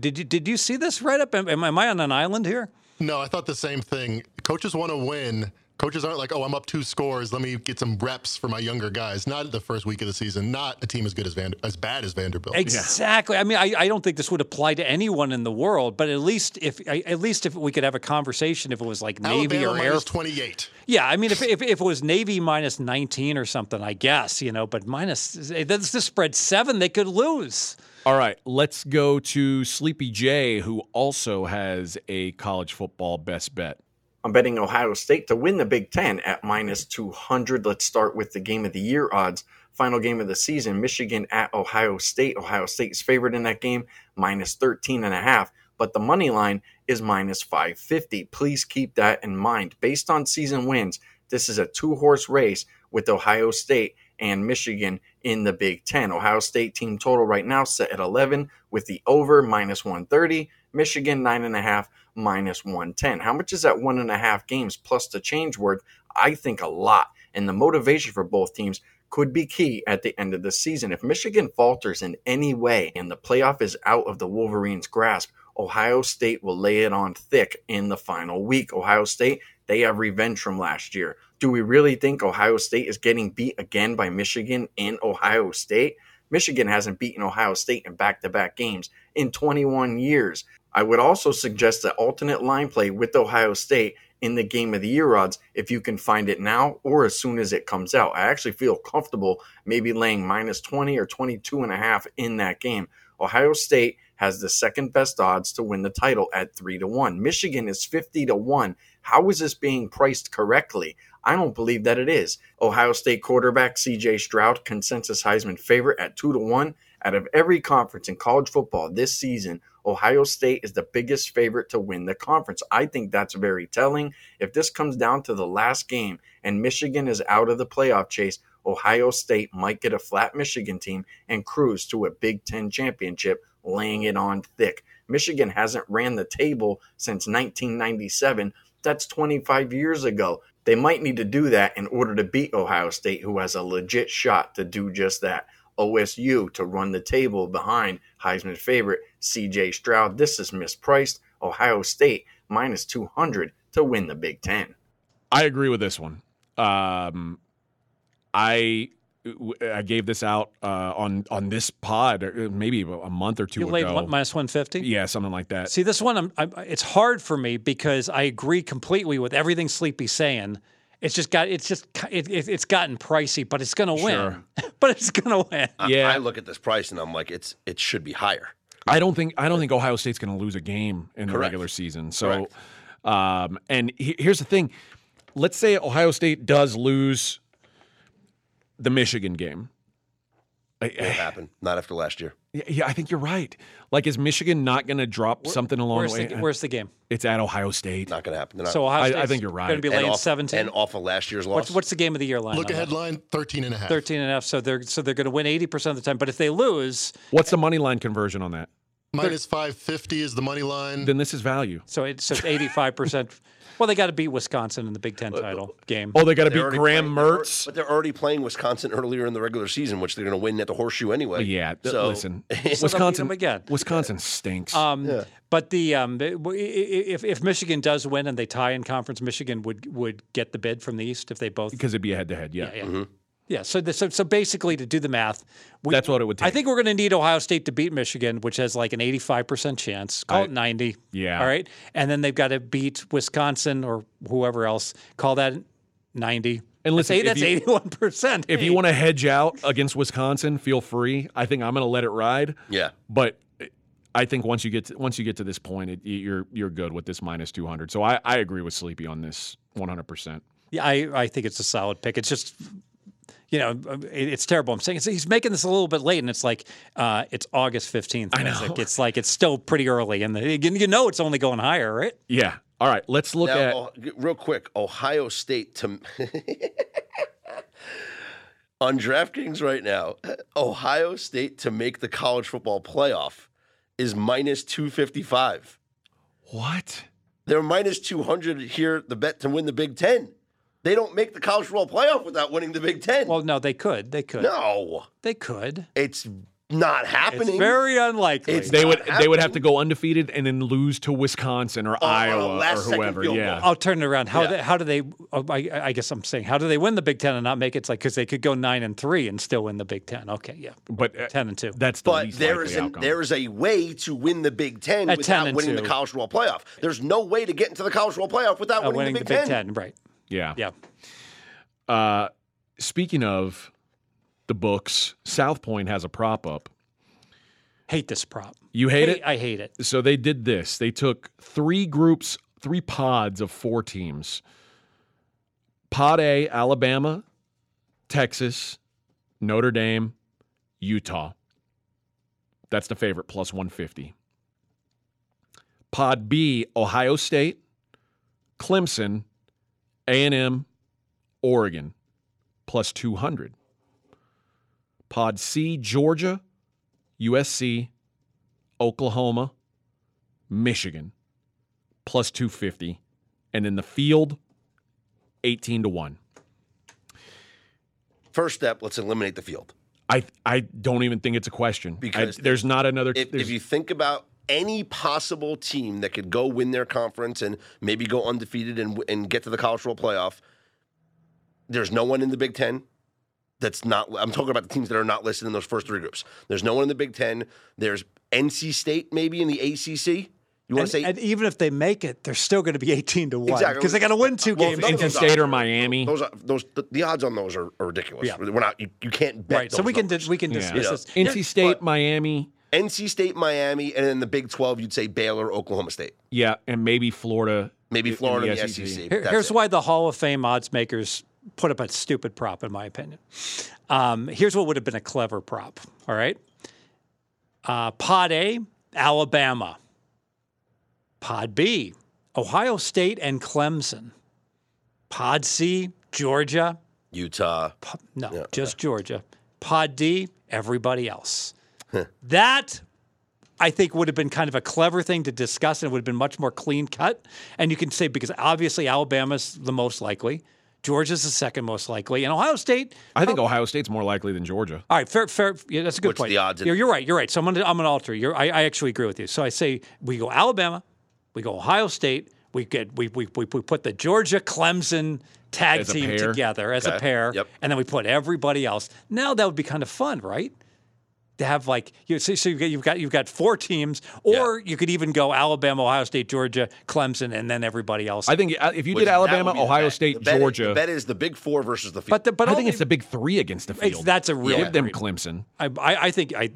B: did you did you see this right up? Am, am I on an island here?
D: No, I thought the same thing. Coaches want to win Coaches aren't like, oh, I'm up two scores. Let me get some reps for my younger guys. Not the first week of the season. Not a team as good as Van, as bad as Vanderbilt.
B: Exactly. I mean, I, I don't think this would apply to anyone in the world, but at least if I- at least if we could have a conversation, if it was like Navy
D: Alabama
B: or Air
D: minus 28.
B: Yeah, I mean, if, if, if it was Navy minus 19 or something, I guess, you know, but minus, this, this spread seven, they could lose.
A: All right, let's go to Sleepy J, who also has a college football best bet.
F: I'm betting Ohio State to win the Big Ten at minus 200. Let's start with the game of the year odds. Final game of the season, Michigan at Ohio State. Ohio State is favored in that game, minus 13 and a half, but the money line is minus 550. Please keep that in mind. Based on season wins, this is a two horse race with Ohio State and Michigan in the Big Ten. Ohio State team total right now set at 11 with the over minus 130. Michigan nine and a half minus 110. How much is that one and a half games plus the change worth? I think a lot. And the motivation for both teams could be key at the end of the season. If Michigan falters in any way and the playoff is out of the Wolverines' grasp, Ohio State will lay it on thick in the final week. Ohio State, they have revenge from last year. Do we really think Ohio State is getting beat again by Michigan in Ohio State? Michigan hasn't beaten Ohio State in back to back games in 21 years. I would also suggest the alternate line play with Ohio State in the game of the year odds if you can find it now or as soon as it comes out. I actually feel comfortable maybe laying minus 20 or 22 and a half in that game. Ohio State has the second best odds to win the title at 3 to 1. Michigan is 50 to 1. How is this being priced correctly? I don't believe that it is. Ohio State quarterback CJ Stroud, consensus Heisman favorite at 2 to 1. Out of every conference in college football this season, Ohio State is the biggest favorite to win the conference. I think that's very telling. If this comes down to the last game and Michigan is out of the playoff chase, Ohio State might get a flat Michigan team and cruise to a Big Ten championship, laying it on thick. Michigan hasn't ran the table since 1997. That's 25 years ago. They might need to do that in order to beat Ohio State, who has a legit shot to do just that. OSU to run the table behind Heisman favorite CJ Stroud. This is mispriced. Ohio State minus 200 to win the Big Ten.
A: I agree with this one. Um, I w- I gave this out uh, on on this pod uh, maybe a month or two
B: You
A: ago.
B: laid one, minus 150?
A: yeah, something like that.
B: See, this one, I'm, I'm, it's hard for me because I agree completely with everything Sleepy's saying. It's just got, it's just, it, it, it's gotten pricey, but it's going to win.
A: Sure.
B: but it's going to win.
C: I-
A: Yeah.
C: I look at this price and I'm like, it's it should be higher.
A: I don't think I don't think Ohio State's going to lose a game in the
C: Correct.
A: regular season. So, um, and he- here's the thing: let's say Ohio State does lose the Michigan game.
C: It
A: I,
C: happened not after last year.
A: yeah, I think you're right. Like, is Michigan not going to drop something along
B: Where's
A: the
B: the,
A: way?
B: where's the game?
A: it's at Ohio State.
C: Not going to happen. They're not-
B: So Ohio
A: I- I
B: State's
A: think you're right.
B: Going to be
C: and
B: laying
C: off,
B: 17.
C: and off of last year's loss.
B: what's, what's the game of the year line?
D: Look
B: on
D: ahead
B: that?
D: line 13 and a half.
B: 13 and a half. So they're, so they're going to win 80% of the time. But if they lose,
A: What's the money line conversion on that?
D: Minus 550 is the money line.
A: Then this is value.
B: So it's so eighty five percent. Well, they got to beat Wisconsin in the Big Ten title game.
A: Oh, they got to
C: They're
A: beat
C: already
A: Graham
C: playing- they're al-
A: Mertz.
C: but they're already playing Wisconsin earlier in the regular season, which they're going to win at the Horseshoe anyway.
A: Yeah, th-
C: so
A: listen,
B: them
A: Wisconsin
B: again.
A: Wisconsin stinks.
B: Um, But the um, the- w- i- i- if if Michigan does win and they tie in conference, Michigan would would get the bid from the East if they both.
A: because it'd be a head to head. Yeah,
B: yeah. Yeah, so, the, so so basically, to do the math, we,
A: that's what it would take.
B: I think we're going to need Ohio State to beat Michigan, which has like an eighty-five percent chance. Call it ninety.
A: yeah.
B: All right, and then they've got to beat Wisconsin or whoever else. Call that ninety.
A: And
B: That's
A: listen,
B: eight-
A: if
B: that's
A: you-
B: eighty-one percent.
A: If you want to hedge out against Wisconsin, feel free. I think I'm going to let it ride.
C: Yeah.
A: But I think once you get to, once you get to this point, it, you're you're good with this minus 200. So I, I agree with Sleepy on this 100. percent
B: Yeah, I, I think it's a solid pick. It's just, you know, it, it's terrible. I'm saying it's, he's making this a little bit late, and it's like uh, it's August 15th. I know. It's like it's still pretty early, and the, you know it's only going higher, right?
A: Yeah. All right. Let's look
C: now,
A: at.
C: oh, g- real quick, Ohio State to on DraftKings right now. Ohio State to make the college football playoff is minus two fifty five.
A: What?
C: They're minus two hundred here. The bet to win the Big Ten. They don't make the college football playoff without winning the Big Ten.
B: Well, no, they could. They could.
C: no,
B: They could.
C: it's not happening.
B: It's very unlikely.
C: It's-
A: They would
C: not
A: they would have
C: happening.
A: to go undefeated and then lose to Wisconsin or
C: Oh, on a
A: Iowa or
C: last-second
A: whoever.
C: field Oh.
A: Yeah.
B: I'll turn it around. How
C: Yeah.
B: they, how do they? oh, I, I guess I'm saying how do they win the Big Ten and not make it? It's like because they could go nine and three and still win the Big Ten. Okay, yeah,
A: But uh,
B: ten and two.
A: that's the
C: But
A: least
C: there
A: likely
C: is an,
A: outcome.
C: there is a way to win the Big Ten
B: At 10
C: without
B: and
C: winning
B: two.
C: the College World Playoff. There's no way to get into the College World Playoff without
B: Uh,
C: winning, the Big, Ten.
B: right?
A: yeah.
B: Yeah,
A: Uh, speaking of the books, South Point has a prop up.
B: hate this prop.
A: You hate it?
B: I hate it.
A: so they did this. They took three groups, three pods of four teams. Pod A, Alabama, Texas, Notre Dame, Utah. That's the favorite, plus 150. Pod B, Ohio State, Clemson, A&M, Oregon, plus 200. Pod C, Georgia, USC, Oklahoma, Michigan, plus 250. And in the field, 18 to 1.
C: First step, let's eliminate the field.
A: I, I don't even think it's a question. I-
C: Because
A: there's not another.
C: If,
A: there's-
C: if you think about any possible team that could go win their conference and maybe go undefeated and, w- and get to the College World Playoff, there's no one in the Big Ten that's not. I'm talking about the teams that are not listed in those first three groups. There's no one in the Big Ten. There's NC State maybe in the ACC. You want
B: And,
C: to say
B: and even if they make it, they're still going to be eighteen to one because
C: Exactly.
B: they got to win two
C: Well,
B: games.
C: none of
A: NC
C: those
A: State
C: odds
A: or
C: are-
A: Miami.
C: Those are those the, the odds on those are, are ridiculous.
B: Yeah.
C: We're not you, you can't bet.
B: right? So
C: those
B: we can
C: numbers.
B: dis- we can
A: Yeah.
B: dismiss
C: Yeah.
B: this.
A: NC State, Miami.
C: NC State, Miami, and then the Big Twelve. You'd say Baylor, Oklahoma State,
A: Yeah. And maybe Florida.
C: maybe
A: in
C: Florida,
A: the E
C: and the E
A: SEC.
C: SEC.
B: E Here-
C: That's
B: here's
C: it.
B: why the Hall of Fame odds makers put up a stupid prop, in my opinion. Um, here's what would have been a clever prop. All right. Uh, pod A, Alabama. Pod B, Ohio State and Clemson. Pod C, Georgia.
C: Utah.
B: Po- no, just Georgia. Pod D, everybody else. that I think would have been kind of a clever thing to discuss, and it would have been much more clean cut. And you can say because obviously Alabama's the most likely, Georgia's the second most likely, and Ohio State.
A: I think Ohio State's more likely than Georgia.
B: All right, fair, fair. Yeah, that's a good
C: What's
B: point.
C: the odds in-
B: You're, you're right. You're right. So I'm gonna I'm gonna alter. You're, I, I actually agree with you. So I say we go Alabama, we go Ohio State. We get we we, we, we put the Georgia Clemson tag
A: As a
B: team
A: pair.
B: together as a
C: Okay.
B: pair,
C: Yep.
B: and then we put everybody else. Now that would be kind of fun, right? To have like you so, so you've, got, you've got you've got four teams, or you could even go Alabama, Ohio State, Georgia, Clemson, and then everybody else.
A: I think uh, if you
C: Which
A: did
C: that would
A: Alabama,
C: be the
A: Ohio
C: bet.
A: State,
C: The bet is-
A: Georgia,
C: the bet is the Big Four versus the field.
B: but the, but
A: I
B: only-
A: think it's the big three against the
B: it's-
A: field.
B: that's a real
A: Give them
B: agreement.
A: Clemson.
B: I, I I think I,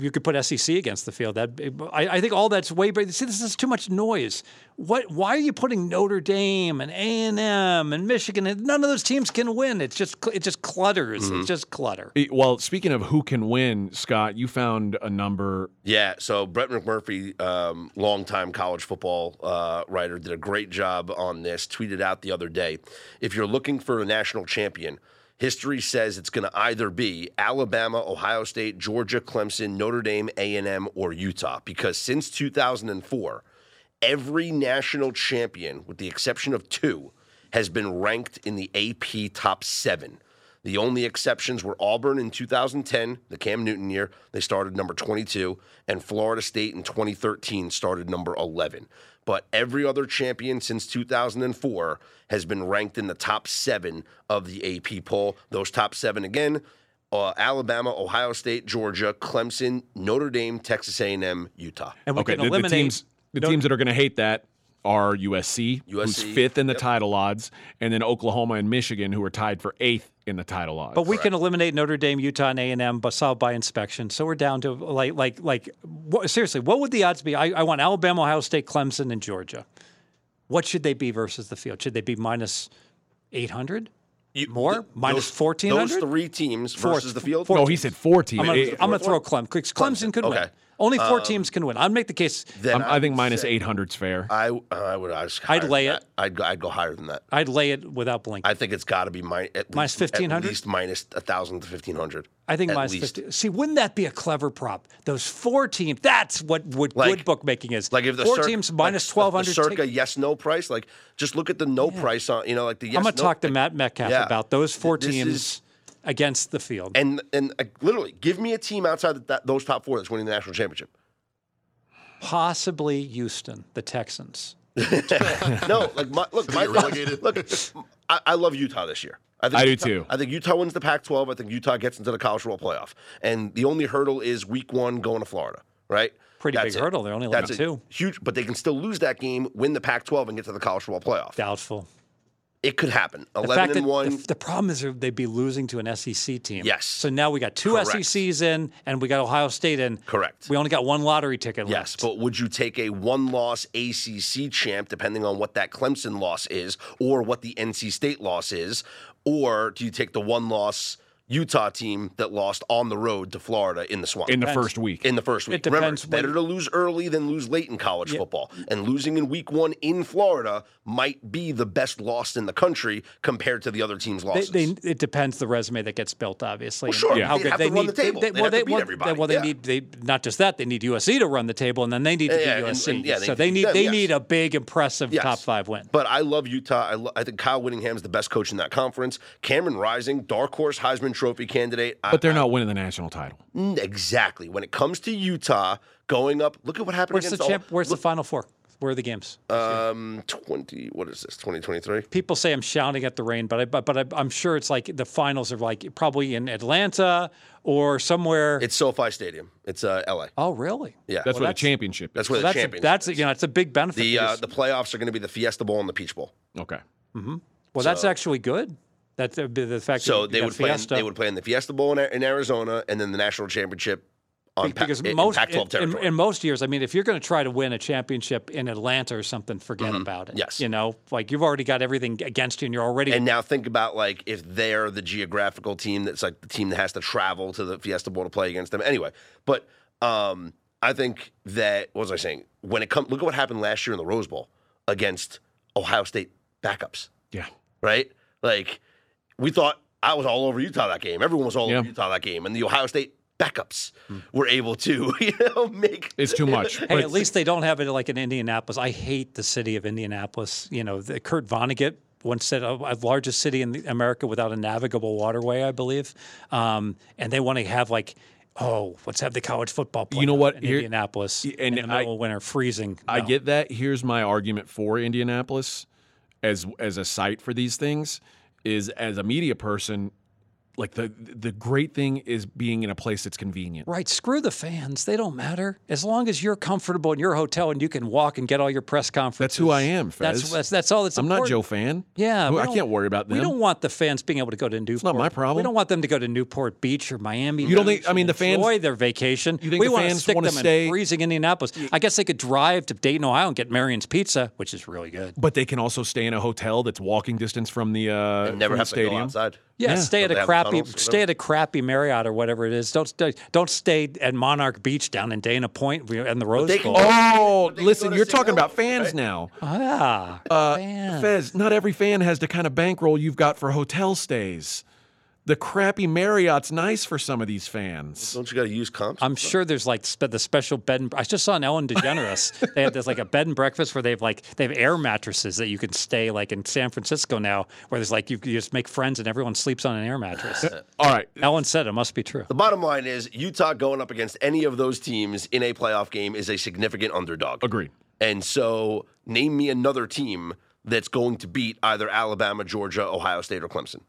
B: you could put SEC against the field. That I, I think all that's way. But see, this is too much noise. What? Why are you putting Notre Dame and A and M and Michigan? And none of those teams can win. It's just cl- it just clutters.
A: Mm-hmm.
B: It's just clutter.
A: It- Well, speaking of who can win, Scott, you found a number.
C: Yeah, so Brett McMurphy, um, longtime college football uh, writer, did a great job on this. Tweeted out the other day if you're looking for a national champion, history says it's going to either be Alabama, Ohio State, Georgia, Clemson, Notre Dame, A&M, or Utah. Because since 2004, every national champion, with the exception of two, has been ranked in the AP top seven. The only exceptions were Auburn in 2010, the Cam Newton year, they started number 22, and Florida State in 2013 started number 11. But every other champion since 2004 has been ranked in the top seven of the AP poll. Those top seven again uh, Alabama, Ohio State, Georgia, Clemson, Notre Dame, Texas A&M, Utah.
B: And we
A: Okay,
B: can
A: the, the
B: eliminate
A: teams. The
B: no-
A: teams that are going to hate that are USC, who's
C: USC,
A: fifth in the
C: yep.
A: title odds, and then Oklahoma and Michigan, who are tied for eighth in the title odds.
B: But we can eliminate Notre Dame, Utah, and A and M, but solved by inspection. So we're down to like like like what, seriously, what would the odds be? I, I want Alabama, Ohio State, Clemson, and Georgia. What should they be versus the field? Should they be minus eight hundred? More minus
C: Those-
B: fourteen
C: Those
B: hundred?
C: three teams versus the field.
A: no, he said four teams.
B: I'm gonna,
A: It-
B: I'm gonna throw Clemson. Clemson could win.
C: okay. Um,
B: Only four teams can win. I'd make the case.
C: Then
A: I'm- I think
C: would
A: minus
C: say-
A: eight hundred's fair.
C: I I would I just
B: I'd lay it.
C: I'd go, I'd go higher than that.
B: I'd lay it without blinking.
C: I think it's got to be my, at
B: Minus
C: least-
B: 1500?
C: At least minus a thousand to fifteen hundred.
B: I think
C: at
B: minus
C: least.
B: 50. See, wouldn't that be a clever prop? Those four teams. That's what would
C: Like-
B: good bookmaking is.
C: Like if the
B: four
C: cir-
B: teams
C: like
B: minus
C: the- the
B: twelve hundred.
C: circa yes no price. Like just look at the no price on you know like the yes.
B: I'm going to
C: no-
B: talk to Matt Metcalf
C: Yeah.
B: about those four
C: Th- this
B: teams.
C: is-
B: against the field.
C: And and uh, literally, give me a team outside of that, those top four that's winning the national championship.
B: Possibly Houston, the Texans.
C: No, like my, look, my
D: get relegated.
C: look, I, I love Utah this year. think
A: I do
C: Utah-
A: too.
C: I think Utah wins the Pac-12. I think Utah gets into the college world playoff, and the only hurdle is Week One going to Florida, right?
B: Pretty big
C: That's it.
B: hurdle. They're only like
C: That's
B: two.
C: two. huge, but they can still lose that game, win the Pac-12, and get to the college football playoff.
B: Doubtful.
C: It could happen.
B: The
C: Eleven
B: fact
C: and
B: that
C: one.
B: The, the problem is they'd be losing to an SEC team.
C: Yes.
B: So now we got two
C: Correct.
B: SECs in, and we got Ohio State in.
C: Correct.
B: We only got one lottery ticket left.
C: Yes, but would you take a one-loss ACC champ, depending on what that Clemson loss is, or what the NC State loss is, or do you take the one-loss Utah team that lost on the road to Florida in the swamp?
A: in the first week.
C: in the first
B: It
C: week. Remember,
B: depends
C: it's
B: when-
C: better to lose early than lose late in college football. And losing in week one in Florida might be the best loss in the country compared to the other team's
B: They,
C: losses.
B: they, it depends the resume that gets built, obviously. and
C: sure.
B: how
C: They'd
B: good
C: have
B: they
C: to run
B: need.
C: the table.
B: They,
C: They'd
B: well,
C: have to
B: they,
C: beat
B: well,
C: everybody.
B: Well, they
C: Yeah.
B: need they not just that they need USC to run the table, and then they need to
C: Yeah, yeah,
B: beat
C: and-
B: USC.
C: and, yeah, they
B: so they
C: beat
B: need
C: them,
B: they
C: yes.
B: need a big, impressive
C: Yes.
B: top five win.
C: But I love Utah. I, lo- I think Kyle Whittingham's the best coach in that conference. Cameron Rising, dark horse Heisman Trophy candidate. I-
A: But they're not winning the national title.
C: Mm, exactly. When it comes to Utah going up, look at what happened
B: Where's the
C: against
B: champ?
C: all,
B: Where's the final four? Where are the games?
C: um twenty. What is this? Twenty twenty three.
B: People say I'm shouting at the rain, but I, but, but I, I'm sure it's like the finals are like probably in Atlanta or somewhere.
C: It's SoFi Stadium. It's uh, L.A.
B: oh, really?
C: Yeah,
A: That's
C: that's,
A: where the championship is.
C: where the
B: that's
C: champions.
B: a, that's a, you know it's a big benefit.
C: the
B: to
C: uh,
B: this.
C: the playoffs are going to be the Fiesta Bowl and the Peach Bowl.
A: Okay.
B: well, that's actually good. That's uh, the fact.
C: So
B: that
C: they
B: you got
C: would play. In,
B: Fiesta.
C: they would play in the Fiesta Bowl in, in Arizona, and then the national championship on Pac-
B: because
C: in
B: most
C: Pac-12
B: in- in-
C: territory.
B: In, most years, I mean, if you're going to try to win a championship in Atlanta or something, forget about it.
C: Mm-hmm. Yes.
B: you know, like you've already got everything against you, and you're already.
C: and now think about like if they're the geographical team that's like the team that has to travel to the Fiesta Bowl to play against them. Anyway, but um, I think that what was I saying? When it comes, look at what happened last year in the Rose Bowl against Ohio State backups.
A: Yeah.
C: right? Like we thought I was all over Utah that game. Everyone was all
A: Yeah. Hmm.
C: over Utah that game, and the Ohio State backups were able to, you know, make
A: It's too much.
B: Hey,
A: But
B: at least they don't have it like in Indianapolis. I hate the city of Indianapolis. You know, the, Kurt Vonnegut once said, "Oh, "Our largest city in the- America without a navigable waterway," I believe, um, and they want to have like. Oh, let's have the college football.
A: You know
B: playoff
A: what?
B: In
A: Here-
B: Indianapolis,
A: Y-
B: in
A: and
B: the middle
A: I-
B: of winter, freezing.
A: I
B: No.
A: get that. Here's my argument for Indianapolis as as a site for these things is as a media person, like the the great thing is being in a place that's convenient.
B: Right. Screw the fans. They don't matter. As long as you're comfortable in your hotel and you can walk and get all your press
A: That's
B: conferences.
A: who I am, Fez.
B: That's that's, that's all that's
A: I'm not
B: important.
A: Joe Fan.
B: Yeah,
A: Who-
B: we
A: I
B: don't-
A: can't worry about them.
B: We don't want the fans being able to go to Newport. It's
A: not my problem.
B: We don't want them to go to Newport Beach or Miami.
A: You don't
B: Beach
A: think- I mean,
B: and
A: the fans-
B: enjoy their vacation.
A: You think
B: we
A: the
B: want to
A: fans
B: stick
A: wanna
B: them
A: stay-
B: in freezing Indianapolis. I guess they could drive to Dayton, Ohio, and get Marion's Pizza, which is really good.
A: but they can also stay in a hotel that's walking distance from the uh
C: and never
A: from the
C: have to go
A: stadium.
C: outside.
B: Yeah, stay
C: Don't
B: at
C: they
B: a
C: have
B: crappy
C: tunnels or
B: stay at a crappy Marriott or whatever it is. Don't stay, don't stay at Monarch Beach down in Dana Point and the Rose
C: they can
B: Bowl.
C: go-
A: Oh,
C: But they can go
A: listen,
C: to
A: you're
C: St.
A: talking about fans
C: Helens, right?
A: now.
B: ah,
A: Uh,
B: fans.
A: Fez, not every fan has the kind of bankroll you've got for hotel stays. The crappy Marriott's nice for some of these fans.
C: Don't you got to use comps?
B: I'm sure there's like spe- the special bed and I just saw an Ellen DeGeneres. they have this like a bed and breakfast where they've like they have air mattresses that you can stay like in San Francisco now, where there's like you, you just make friends and everyone sleeps on an air mattress.
A: All right,
B: Ellen said it must be true.
C: the bottom line is Utah going up against any of those teams in a playoff game is a significant underdog.
A: agreed.
C: And so, name me another team that's going to beat either Alabama, Georgia, Ohio State, or Clemson.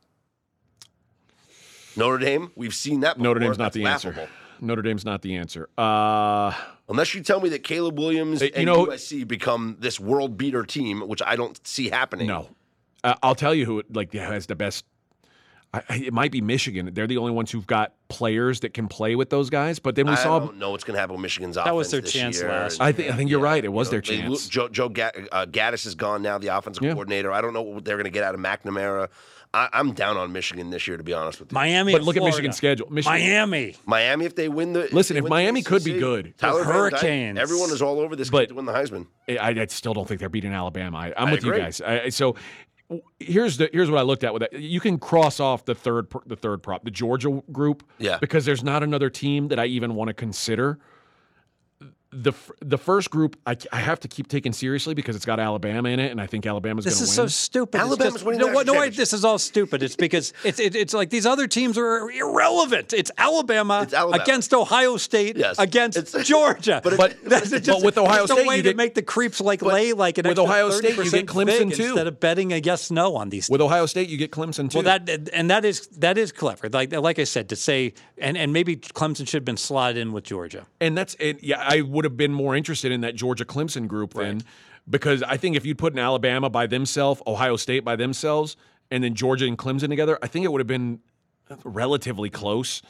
C: Notre Dame, we've seen that. Before.
A: Notre Dame's not
C: That's
A: the answer.
C: laughable.
A: Notre Dame's not the answer. Uh,
C: Unless you tell me that Caleb Williams
A: Hey, you
C: and
A: know-
C: USC become this world beater team, which I don't see happening.
A: no, uh, I'll tell you who like has the best. I, I- it might be Michigan. They're the only ones who've got players that can play with those guys. But then we
C: I
A: saw.
C: don't know what's going to happen with Michigan's offense.
B: That was their
C: this
B: chance
C: year.
B: last
A: I think I think you're right. It was their
C: They
A: chance.
C: lo- Joe, Joe Ga- uh, Gaddis is gone now, the offensive coordinator. I don't know what they're going to get out of McNamara. I, I'm down on Michigan this year, to be honest with you.
B: Miami,
A: but
B: and
A: look at
B: Florida.
A: Michigan's schedule. Michigan,
B: Miami.
C: Miami, if they win the
A: Listen,
C: they
A: if
C: win the
A: Miami could be
C: ACC,
A: good,
C: Tyler Van Dyke,
B: Hurricanes.
C: everyone is all over this
A: But-
C: kid to win the Heisman.
A: I, I still don't think they're beating Alabama. I, I'm
C: I
A: with you
C: agree.
A: guys. I, I- so w- here's the here's what I looked at with that. You can cross off the third pr- the third prop, the Georgia group,
C: Yeah.
A: because there's not another team that I even want to consider the f- the first group I, I have to keep taking seriously because it's got Alabama in it, and I think Alabama's going
B: This
A: to win.
B: is so stupid. It's
C: Alabama's
B: just,
C: winning
B: no,
C: the
B: wha-
C: national
B: no, wait,
C: championship.
B: this is all stupid. It's because it's it, it's like these other teams are irrelevant. It's Alabama,
C: It's Alabama.
B: against Ohio State
C: Yes.
B: against
C: It's-
B: Georgia.
C: But it-
B: That's-
A: but-
B: it's
A: but with Ohio
B: it's a
A: State,
B: way
A: you
B: to
A: get-
B: make the creeps like lay like an
A: with
B: extra
A: Ohio State, you
B: 30%
A: get Clemson,
B: big
A: too.
B: instead of betting a yes no on these
A: With Ohio State, you get Clemson too.
B: Well, that and that is that is clever. Like like I said, to say and and maybe Clemson should have been slotted in with Georgia.
A: And that's it. Yeah, I would have been more interested in that Georgia Clemson group then, because I think if you'd put an Alabama by themselves, Ohio State by themselves, and then Georgia and Clemson together, I think it would have been relatively close.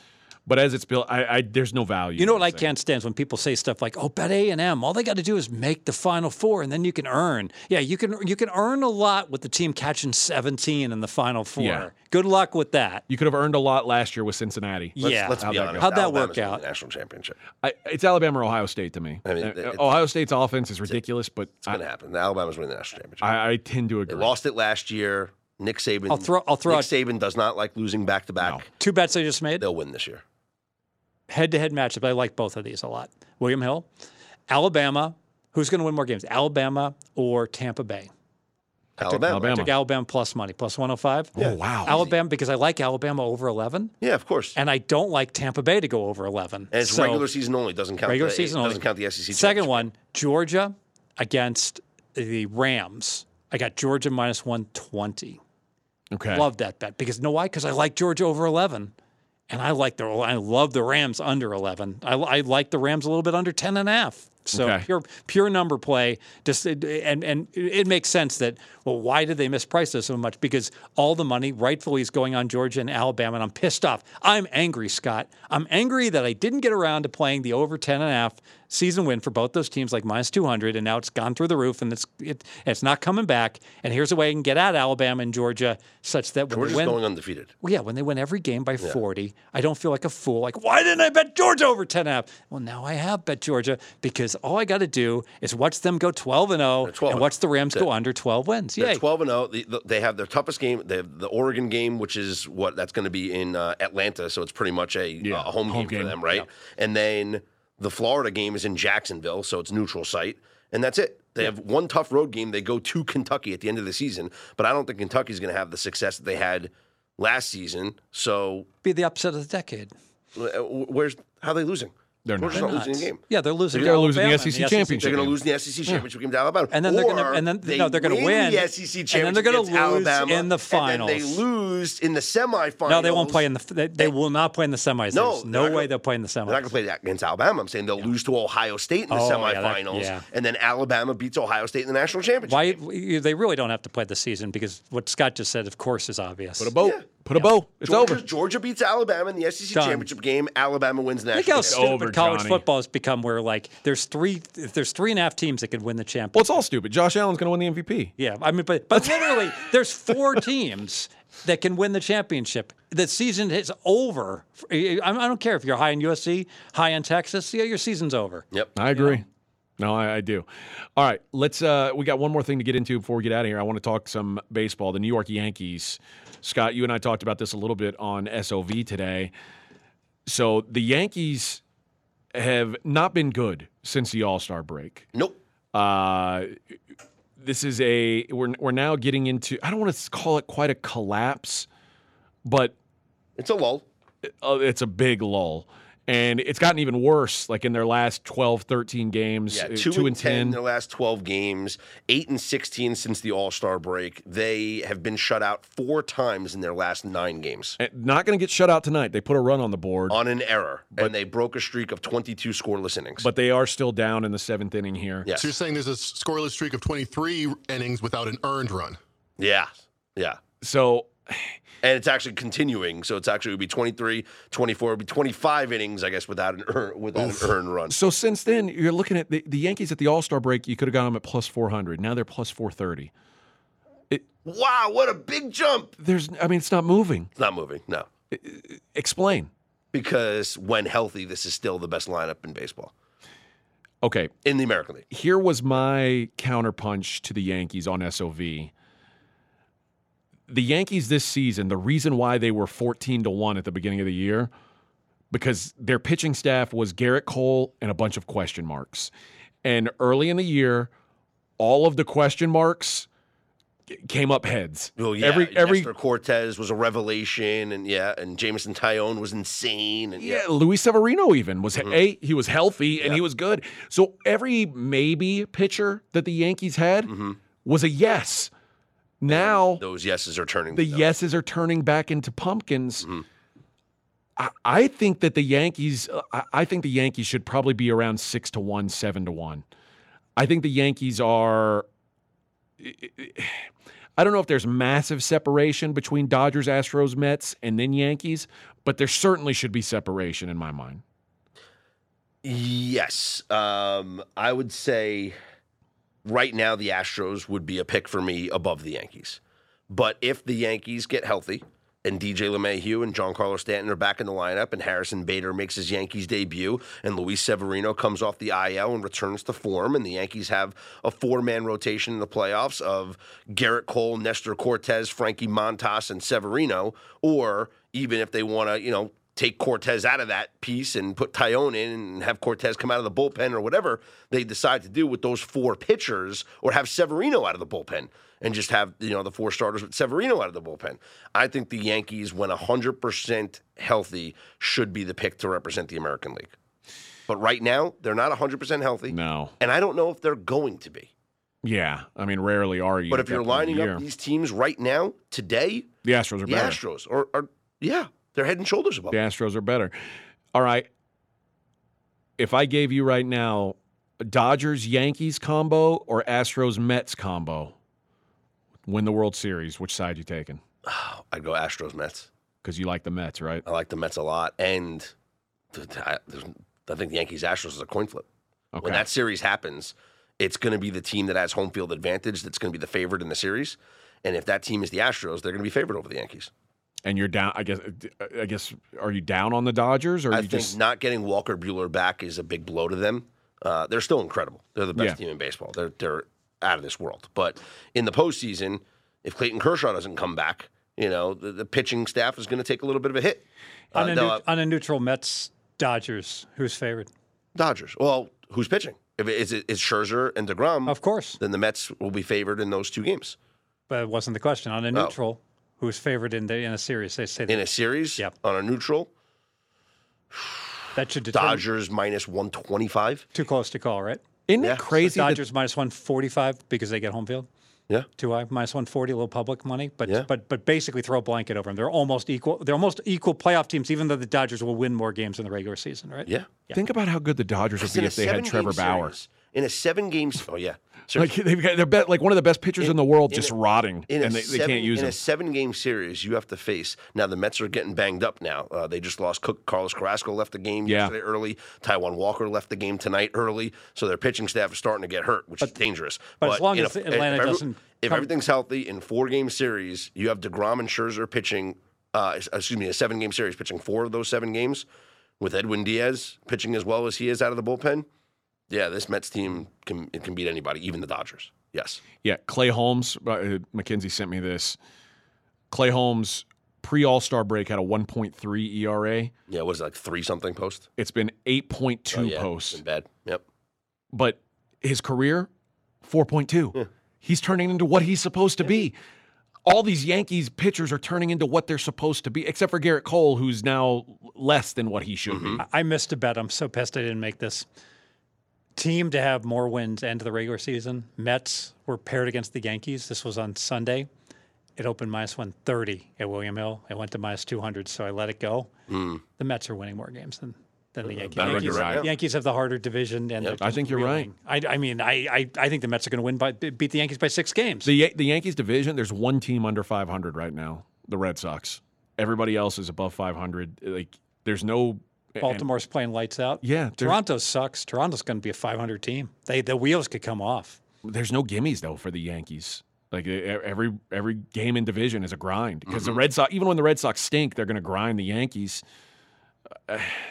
A: But as it's built, I, I there's no value.
B: You know what I can't stand is when people say stuff like, "Oh, bet A and M. All they got to do is make the Final Four, and then you can earn." Yeah, you can you can earn a lot with the team catching seventeen in the Final Four.
A: Yeah.
B: Good luck with that.
A: You could have earned a lot last year with Cincinnati.
B: yeah,
C: let's be
A: that
C: honest.
A: go?
B: How'd that
C: Alabama's
B: work
C: winning
B: out?
C: The national championship.
A: I, it's Alabama or Ohio State to me.
C: I mean,
A: Uh,
C: it-
A: Ohio State's offense is ridiculous, but
C: It's
A: I,
C: going to happen. Alabama's winning the national championship.
A: I, I tend to
C: they
A: agree.
C: lost it last year. Nick Saban.
B: I'll throw- I'll throw
C: Nick
B: out-
C: Saban does not like losing back to back.
B: Two bets I just made.
C: They'll win this year.
B: Head to head matchup. I like both of these a lot. William Hill, Alabama. Who's going to win more games, Alabama or Tampa Bay?
C: Alabama.
A: Alabama.
B: Took Alabama plus money, plus one hundred five.
A: Oh wow!
B: Alabama because I like Alabama over eleven.
C: Yeah, of course.
B: and
C: And,
B: I don't like Tampa Bay to go over 11.
C: it's
B: So,
C: regular season only. Doesn't count.
B: regular
C: the,
B: season
C: it
B: only.
C: Doesn't count the E SEC.
B: Second
C: championship.
B: one, Georgia against the Rams. I got Georgia minus 120.
A: okay,
B: Love that bet because you know why? Because I like Georgia over 11. And I like the I love the Rams under 11. I, I like the Rams a little bit under 10 and a half. So
A: Okay.
B: pure pure number play. Just and and it makes sense that well why did they misprice this so much? Because all the money rightfully is going on Georgia and Alabama, and I'm pissed off. I'm angry, Scott. I'm angry that I didn't get around to playing the over 10 and a half season win for both those teams, like minus 200, and now it's gone through the roof, and it's it, it's not coming back. And here's a way I can get at Alabama and Georgia, such that when
C: Georgia's
B: they win,
C: going undefeated.
B: well, yeah, when they win every game by 40, I don't feel like a fool. Like, why didn't I bet Georgia over 10 half? Well, now I have bet Georgia because all I got to do is watch them go 12 and 0
C: 12
B: and watch the Rams go under 12 wins.
C: They're
B: Yay.
C: twelve and zero. The- the- They have their toughest game. They have the Oregon game, which is what that's going to be in uh, Atlanta. So it's pretty much a, a home,
A: home
C: game,
A: game.
C: for them, right? And then the Florida game is in Jacksonville, so it's neutral site, and that's it. They have one tough road game. They go to Kentucky at the end of the season, but I don't think Kentucky's going to have the success that they had last season. So
B: Be the upset of the decade.
C: uh, w- where's how are they losing?
A: They're
C: Georgia's
A: not.
C: not, losing the game.
B: Yeah, they're losing.
A: They're
B: to
A: losing the
B: Alabama in E
A: SEC championship.
C: They're going to lose in the SEC championship game to Alabama,
B: And then they're gonna-
C: Or
B: and then-
C: they
B: no, they're gonna win,
C: the SEC championship.
B: and then they're gonna
C: against
B: lose
C: Alabama,
B: in the
C: And then they
B: finals.
C: lose in the semifinals.
B: No, they won't play in the. They, they will not play in the semis.
C: No,
B: There's
C: they're
B: no
C: not
B: way
C: gonna-
B: they'll play in the semis.
C: They're not going to play that against Alabama. I'm saying they'll lose to Ohio State in the
B: Oh, yeah, that-
C: semifinals,
B: yeah.
C: and then Alabama beats Ohio State in the national championship.
B: Why you- they really don't have to play the season because what Scott just said, of course, is obvious.
A: put a bow, put a bow. It's
C: Georgia,
A: over.
C: Georgia beats Alabama in the SEC
B: Done.
C: championship game. Alabama wins the
B: Think how
C: national. championship.
B: stupid
A: over,
B: college
A: Johnny.
B: football has become. Where like there's three, if there's three and a half teams that could win the championship.
A: Well, it's all stupid. Josh Allen's going to win the MVP.
B: Yeah, I mean, but but literally, there's four teams that can win the championship. The season is over. I I don't care if you're high in USC, high in Texas. Yeah, your season's over.
C: Yep.
A: I agree. No, I, I do. All right, let's. Uh, we got one more thing to get into before we get out of here. I want to talk some baseball. The New York Yankees. Scott, you and I talked about this a little bit on SOV today. So the Yankees have not been good since the All Star break.
C: Nope.
A: Uh, this is a we're we're now getting into. I don't want to call it quite a collapse, but
C: It's a lull.
A: uh, it's a big lull. And it's gotten even worse, like in their last 12, 13 games,
C: Yeah,
A: uh,
C: two, and ten, in their last twelve games, eight and sixteen since the All Star break. They have been shut out four times in their last nine games
A: And Uh, Not going to get shut out tonight. They put a run on the board,
C: on an error, and they broke a streak of twenty-two scoreless innings.
A: but they are still down in the seventh inning here.
C: yes,
D: So you're saying there's a scoreless streak of 23 innings without an earned run.
C: yeah, yeah.
A: So
C: And it's actually continuing, so it's actually it would be 23, 24, it would be 25 innings, I guess, without an earn, without an earned run.
A: so since then, you're looking at the, the Yankees at the All Star break. You could have got them at plus 400. Now they're plus 430.
C: Wow, what a big jump!
A: There's, I mean, it's not moving.
C: It's not moving, no,
A: Explain.
C: because when healthy, this is still the best lineup in baseball
A: Okay,
C: in the American League.
A: here was my counterpunch to the Yankees on SOV. The Yankees this season, the reason why they were 14 to 1 at the beginning of the year, because their pitching staff was Garrett Cole and a bunch of question marks. And early in the year, all of the question marks c- came up heads.
C: Well, yeah,
A: every every
C: Nestor Cortez was a revelation, and yeah, and Jameson Tyone was insane, and yeah,
A: yeah, Luis Severino even was a he was healthy and he was good. So every maybe pitcher that the Yankees had was a yes. Now
C: those yeses are turning.
A: the
C: to no's.
A: yeses are turning back into pumpkins.
C: Mm-hmm.
A: I, I think that the Yankees. uh, I, I think the Yankees should probably be around six to one, seven to one. I think the Yankees are. I don't know if there's massive separation between Dodgers, Astros, Mets, and then Yankees, but there certainly should be separation in my mind.
C: Yes. Um, I would say right now the Astros would be a pick for me above the Yankees. But if the Yankees get healthy and DJ LeMahieu and John Carlos Stanton are back in the lineup and Harrison Bader makes his Yankees debut and Luis Severino comes off the IL and returns to form and the Yankees have a four-man rotation in the playoffs of Garrett Cole, Nestor Cortez, Frankie Montas, and Severino, or even if they want to, you know, take Cortez out of that piece and put Tyone in and have Cortez come out of the bullpen or whatever they decide to do with those four pitchers or have Severino out of the bullpen and just have, you know, the four starters with Severino out of the bullpen. I think the Yankees, when 100% healthy, should be the pick to represent the American League. But right now, they're not 100% healthy.
A: No,
C: And I don't know if they're going to be.
A: yeah, I mean, rarely are you.
C: But
A: at
C: if you're
A: that point of
C: lining
A: the
C: up
A: year.
C: these teams right now, today,
A: the Astros are
C: the
A: better.
C: Astros are, are, yeah, they're head and shoulders above.
A: The Astros are better. All right. If I gave you right now a Dodgers Yankees combo or Astros Mets combo, win the World Series, which side you taking?
C: I'd go Astros Mets.
A: Because you like the Mets, right?
C: I like the Mets a lot, and th- th- I, there's- I think the Yankees Astros is a coin flip.
A: Okay.
C: When that series happens, it's going to be the team that has home field advantage that's going to be the favorite in the series. And if that team is the Astros, they're going to be favored over the Yankees.
A: and you're down. I guess. I guess. Are you down on the Dodgers, or
C: I
A: you
C: think
A: just?
C: not getting Walker Bueller back is a big blow to them. Uh, they're still incredible. They're the best
A: Yeah.
C: team in baseball. They're they're out of this world. But in the postseason, if Clayton Kershaw doesn't come back, you know the, the pitching staff is going to take a little bit of a hit. Uh,
B: On, a,
C: now,
B: neut- on a neutral Mets Dodgers, who's favored?
C: Dodgers. Well, who's pitching? If it, is it is Scherzer and Degrom?
B: Of course,
C: Then the Mets will be favored in those two games
B: but it wasn't the question. On a neutral, who's favored in the in a series? They say
C: in
B: that,
C: a series
B: Yep.
C: on a neutral.
B: that should determine.
C: Dodgers minus one twenty five.
B: Too close to call, right?
A: Isn't
C: Yeah.
A: it crazy? that-
B: Dodgers minus one forty five because they get home field.
C: Yeah.
B: Two I minus one forty, a little public money, but
C: Yeah.
B: but but basically throw a blanket over them. They're almost equal. They're almost equal playoff teams, even though the Dodgers will win more games in the regular season, right?
C: Yeah.
A: think about how good the Dodgers would
C: It's in
A: be
C: a
A: if they had
C: seven-game
A: Trevor Bauer.
C: series. In a seven games. Oh yeah.
A: Like
C: Seriously.
A: they've got they're bet, like one of the best pitchers in, the world, just rotting,
C: in a
A: and they, they
C: seven,
A: can't use
C: in
A: him.
C: a seven game series, you have to face. Now the Mets are getting banged up. Now uh, they just lost Cook. Carlos Carrasco left the game
A: Yeah.
C: yesterday early. Taiwan Walker left the game tonight early. So their pitching staff is starting to get hurt, which is dangerous.
B: but as long
C: in
B: as Atlanta
C: every-
B: doesn't
C: if
B: come-
C: everything's healthy in four game series, you have Degrom and Scherzer pitching. Uh, excuse me, a seven game series, pitching four of those seven games, with Edwin Diaz pitching as well as he is out of the bullpen. Yeah, this Mets team can it can beat anybody, even the Dodgers. Yes.
A: Yeah, Clay Holmes. Uh, McKenzie sent me this. Clay Holmes pre All Star break had a 1.3 ERA.
C: Yeah, what is it, like three something post?
A: E It's been 8.2
C: Oh, yeah,
A: posts,
C: been bad. Yep.
A: but his career 4.2. He's turning into what he's supposed to be. All these Yankees pitchers are turning into what they're supposed to be, except for Garrett Cole, who's now less than what he should
C: Mm-hmm.
A: be.
B: I- I missed a bet. I'm so pissed I didn't make this. Team to have more wins end of the regular season. Mets were paired against the Yankees. This was on Sunday. It opened minus 130 at William Hill. It went to minus 200, so I let it go.
A: Hmm.
B: The Mets are winning more games than, than the Yankees.
A: I think
B: Yankees,
A: you're right.
B: Yankees have the harder division. and they're
A: I
B: just
A: think you're right.
B: reeling. I, I mean, I, I, I think the Mets are going to win by beat the Yankees by six games.
A: The, Ya- the Yankees division, there's one team under 500 right now, the Red Sox. Everybody else is above 500. Like, there's no. and-
B: Baltimore's playing lights out.
A: Yeah, there's-
B: Toronto sucks. Toronto's going to be a 500 team. They the wheels could come off.
A: there's no gimmies though for the Yankees. Like e- every every game in division is a grind because the Red Sox, even when the Red Sox stink, they're going to grind the Yankees.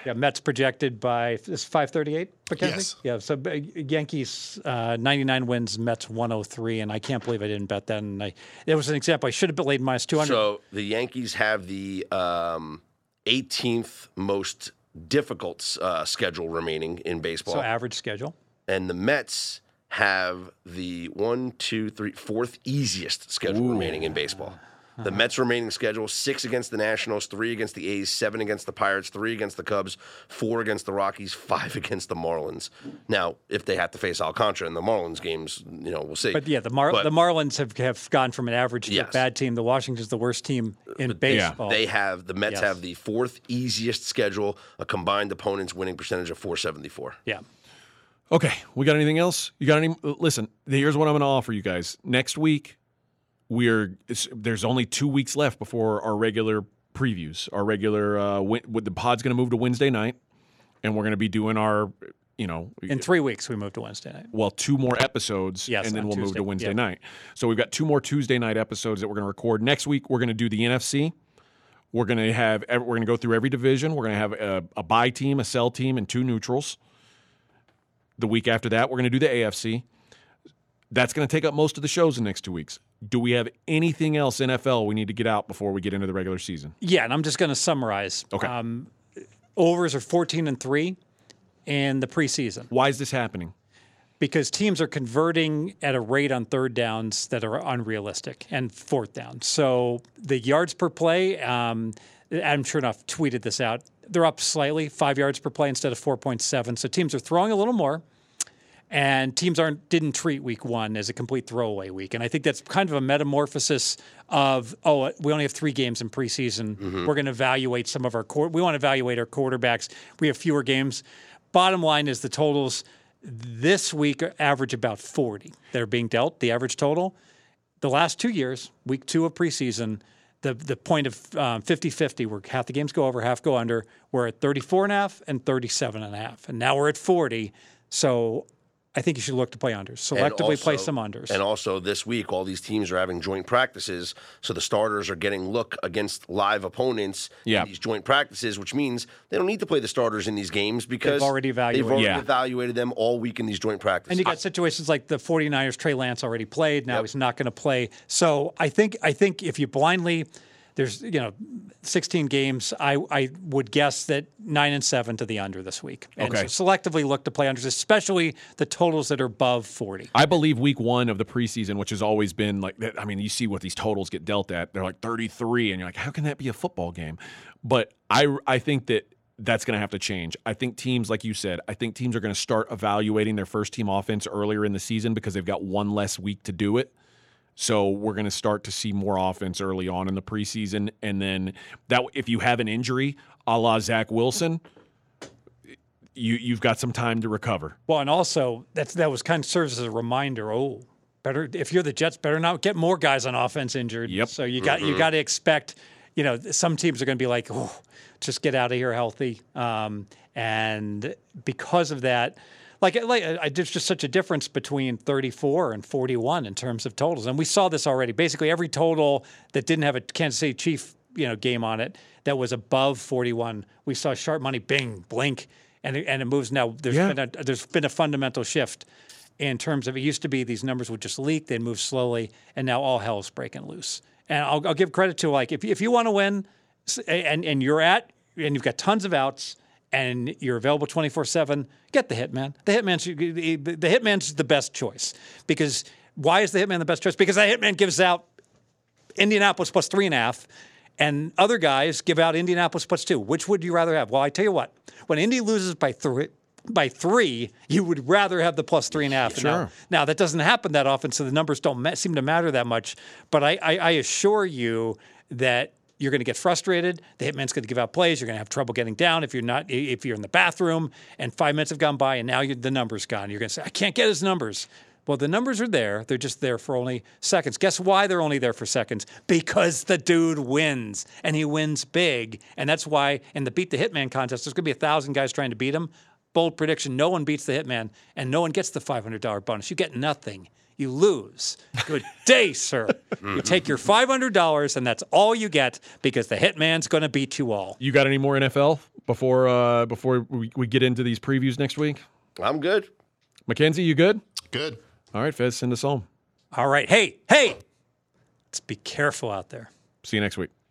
B: Yeah, Mets projected by is 538, McKenzie?
D: Yes.
B: Yeah, so uh, Yankees uh, 99 wins, Mets 103, and I can't believe I didn't bet that. And I, it was an example. I should have laid minus 200.
C: So the Yankees have the um, 18th most difficult uh, schedule remaining in baseball.
B: So average schedule.
C: and the Mets have the one, two, three, fourth easiest schedule remaining in baseball. The
B: Uh-huh.
C: Mets' remaining schedule six against the Nationals, three against the A's, seven against the Pirates, three against the Cubs, four against the Rockies, five against the Marlins. Now, if they have to face Alcantara in the Marlins games, you know, we'll see.
B: But yeah, the Mar-
C: But-
B: the Marlins have, have gone from an average to a
C: Yes.
B: bad team. The Washington's the worst team in
A: yeah.
B: baseball.
C: They have the
B: Oh,
C: Mets
B: Yes.
C: have the fourth easiest schedule, a combined opponent's winning percentage of 474.
B: yeah.
A: Okay, we got anything else? You got any? Listen, here's what I'm going to offer you guys. Next week, we're it's- there's only two weeks left before our regular previews. Our regular uh, win, the pod's going to move to Wednesday night, and we're going to be doing our, you know,
B: In three weeks, we moved to Wednesday night.
A: well, two more episodes,
B: Yes,
A: and then
B: on
A: we'll move
B: Tuesday.
A: to Wednesday
B: Yeah.
A: night. So we've got two more Tuesday night episodes that we're going to record next week. We're going to do the NFC. We're going to have ev- we're going to go through every division. We're going to have a, a buy team, a sell team, and two neutrals. The week after that, we're going to do the AFC. That's going to take up most of the shows in the next two weeks. Do we have anything else NFL we need to get out before we get into the regular season?
B: Yeah, and I'm just going to summarize.
A: Okay.
B: Um, overs are 14 and three in the preseason
A: Why is this happening?
B: because teams are converting at a rate on third downs that are unrealistic and fourth down. So the yards per play, um, Adam Chernoff tweeted this out. They're up slightly, five yards per play instead of 4.7. So teams are throwing a little more. and teams aren't didn't treat week one as a complete throwaway week. And I think that's kind of a metamorphosis of oh, we only have three games in preseason. We're going to evaluate some of our quar- we want to evaluate our quarterbacks. We have fewer games. Bottom line is the totals this week average about forty. They're being dealt the average total the last two years, week two of preseason, the, the point of um, 50-50 where half the games go over, half go under, we're at 34 and a half and 37 and a half. And now we're at 40. So I think you should look to play unders.
C: And
B: Selectively play
C: also-
B: some unders.
C: And also this week, all these teams are having joint practices, so the starters are getting look against live opponents
A: Yeah.
C: in these joint practices, which means they don't need to play the starters in these games because
B: already evaluated-
C: they've already
A: Yeah.
C: evaluated them all week in these joint practices.
B: And you got situations like the 49ers, Trey Lance already played. Now he's not going to play. So I think I think if you blindly, there's you know, 16 games. I I would guess that nine and seven to the under this week. And
A: Okay.
B: So selectively look to play unders, especially the totals that are above 40.
A: I believe week one of the preseason, which has always been like, that- I mean, you see what these totals get dealt at. They're like 33, and you're like, how can that be a football game? But I, I think that that's going to have to change. I think teams, like you said, I think teams are going to start evaluating their first team offense earlier in the season because they've got one less week to do it. So we're going to start to see more offense early on in the preseason, and then that if you have an injury, a la Zach Wilson, you you've got some time to recover.
B: Well, and also that that was kind of serves as a reminder. Oh, better if you're the Jets, better not get more guys on offense injured.
A: Yep.
B: So you got you got to expect. You know, some teams are going to be like, oh, just get out of here healthy. Um, and because of that, like, like I, there's just such a difference between 34 and 41 in terms of totals. And we saw this already. Basically, every total that didn't have a Kansas City Chief, you know, game on it that was above 41, we saw sharp money, bing, blink, and it, and it moves now. There's
A: Yeah.
B: been a, there's been a fundamental shift in terms of it used to be these numbers would just leak, they'd move slowly, and now all hell's breaking loose. And I'll, I'll give credit to like if if you want to win, s- and and you're at and you've got tons of outs. And you're available 24 7, get the hitman. The hitman's, the hitman's the best choice. Because why is the hitman the best choice? Because the hitman gives out Indianapolis plus three and a half, and other guys give out Indianapolis plus two. Which would you rather have? Well, I tell you what, when Indy loses by three, by three, you would rather have the plus three and a half. Now,
A: Sure.
B: now that doesn't happen that often, so the numbers don't ma- seem to matter that much. But I, I, I assure you that you're going to get frustrated. The hitman's going to give out plays. You're going to have trouble getting down if you're not if you're in the bathroom and five minutes have gone by and now you the number's gone. You're going to say, I can't get his numbers. Well, the numbers are there. They're just there for only seconds. Guess why they're only there for seconds? Because the dude wins and he wins big. And that's why in the Beat the Hitman contest, there's going to be a thousand guys trying to beat him. Bold prediction no one beats the Hitman and no one gets the $500 bonus. You get nothing. You lose. Good day, sir. You take your $500 and that's all you get because the Hitman's going to beat you all.
A: You got any more NFL before uh, before we, we get into these previews next week?
C: I'm good.
A: Mackenzie, you good?
D: Good.
A: All right, Fez, send us home.
B: All right. Hey, hey, let's be careful out there.
A: See you next week.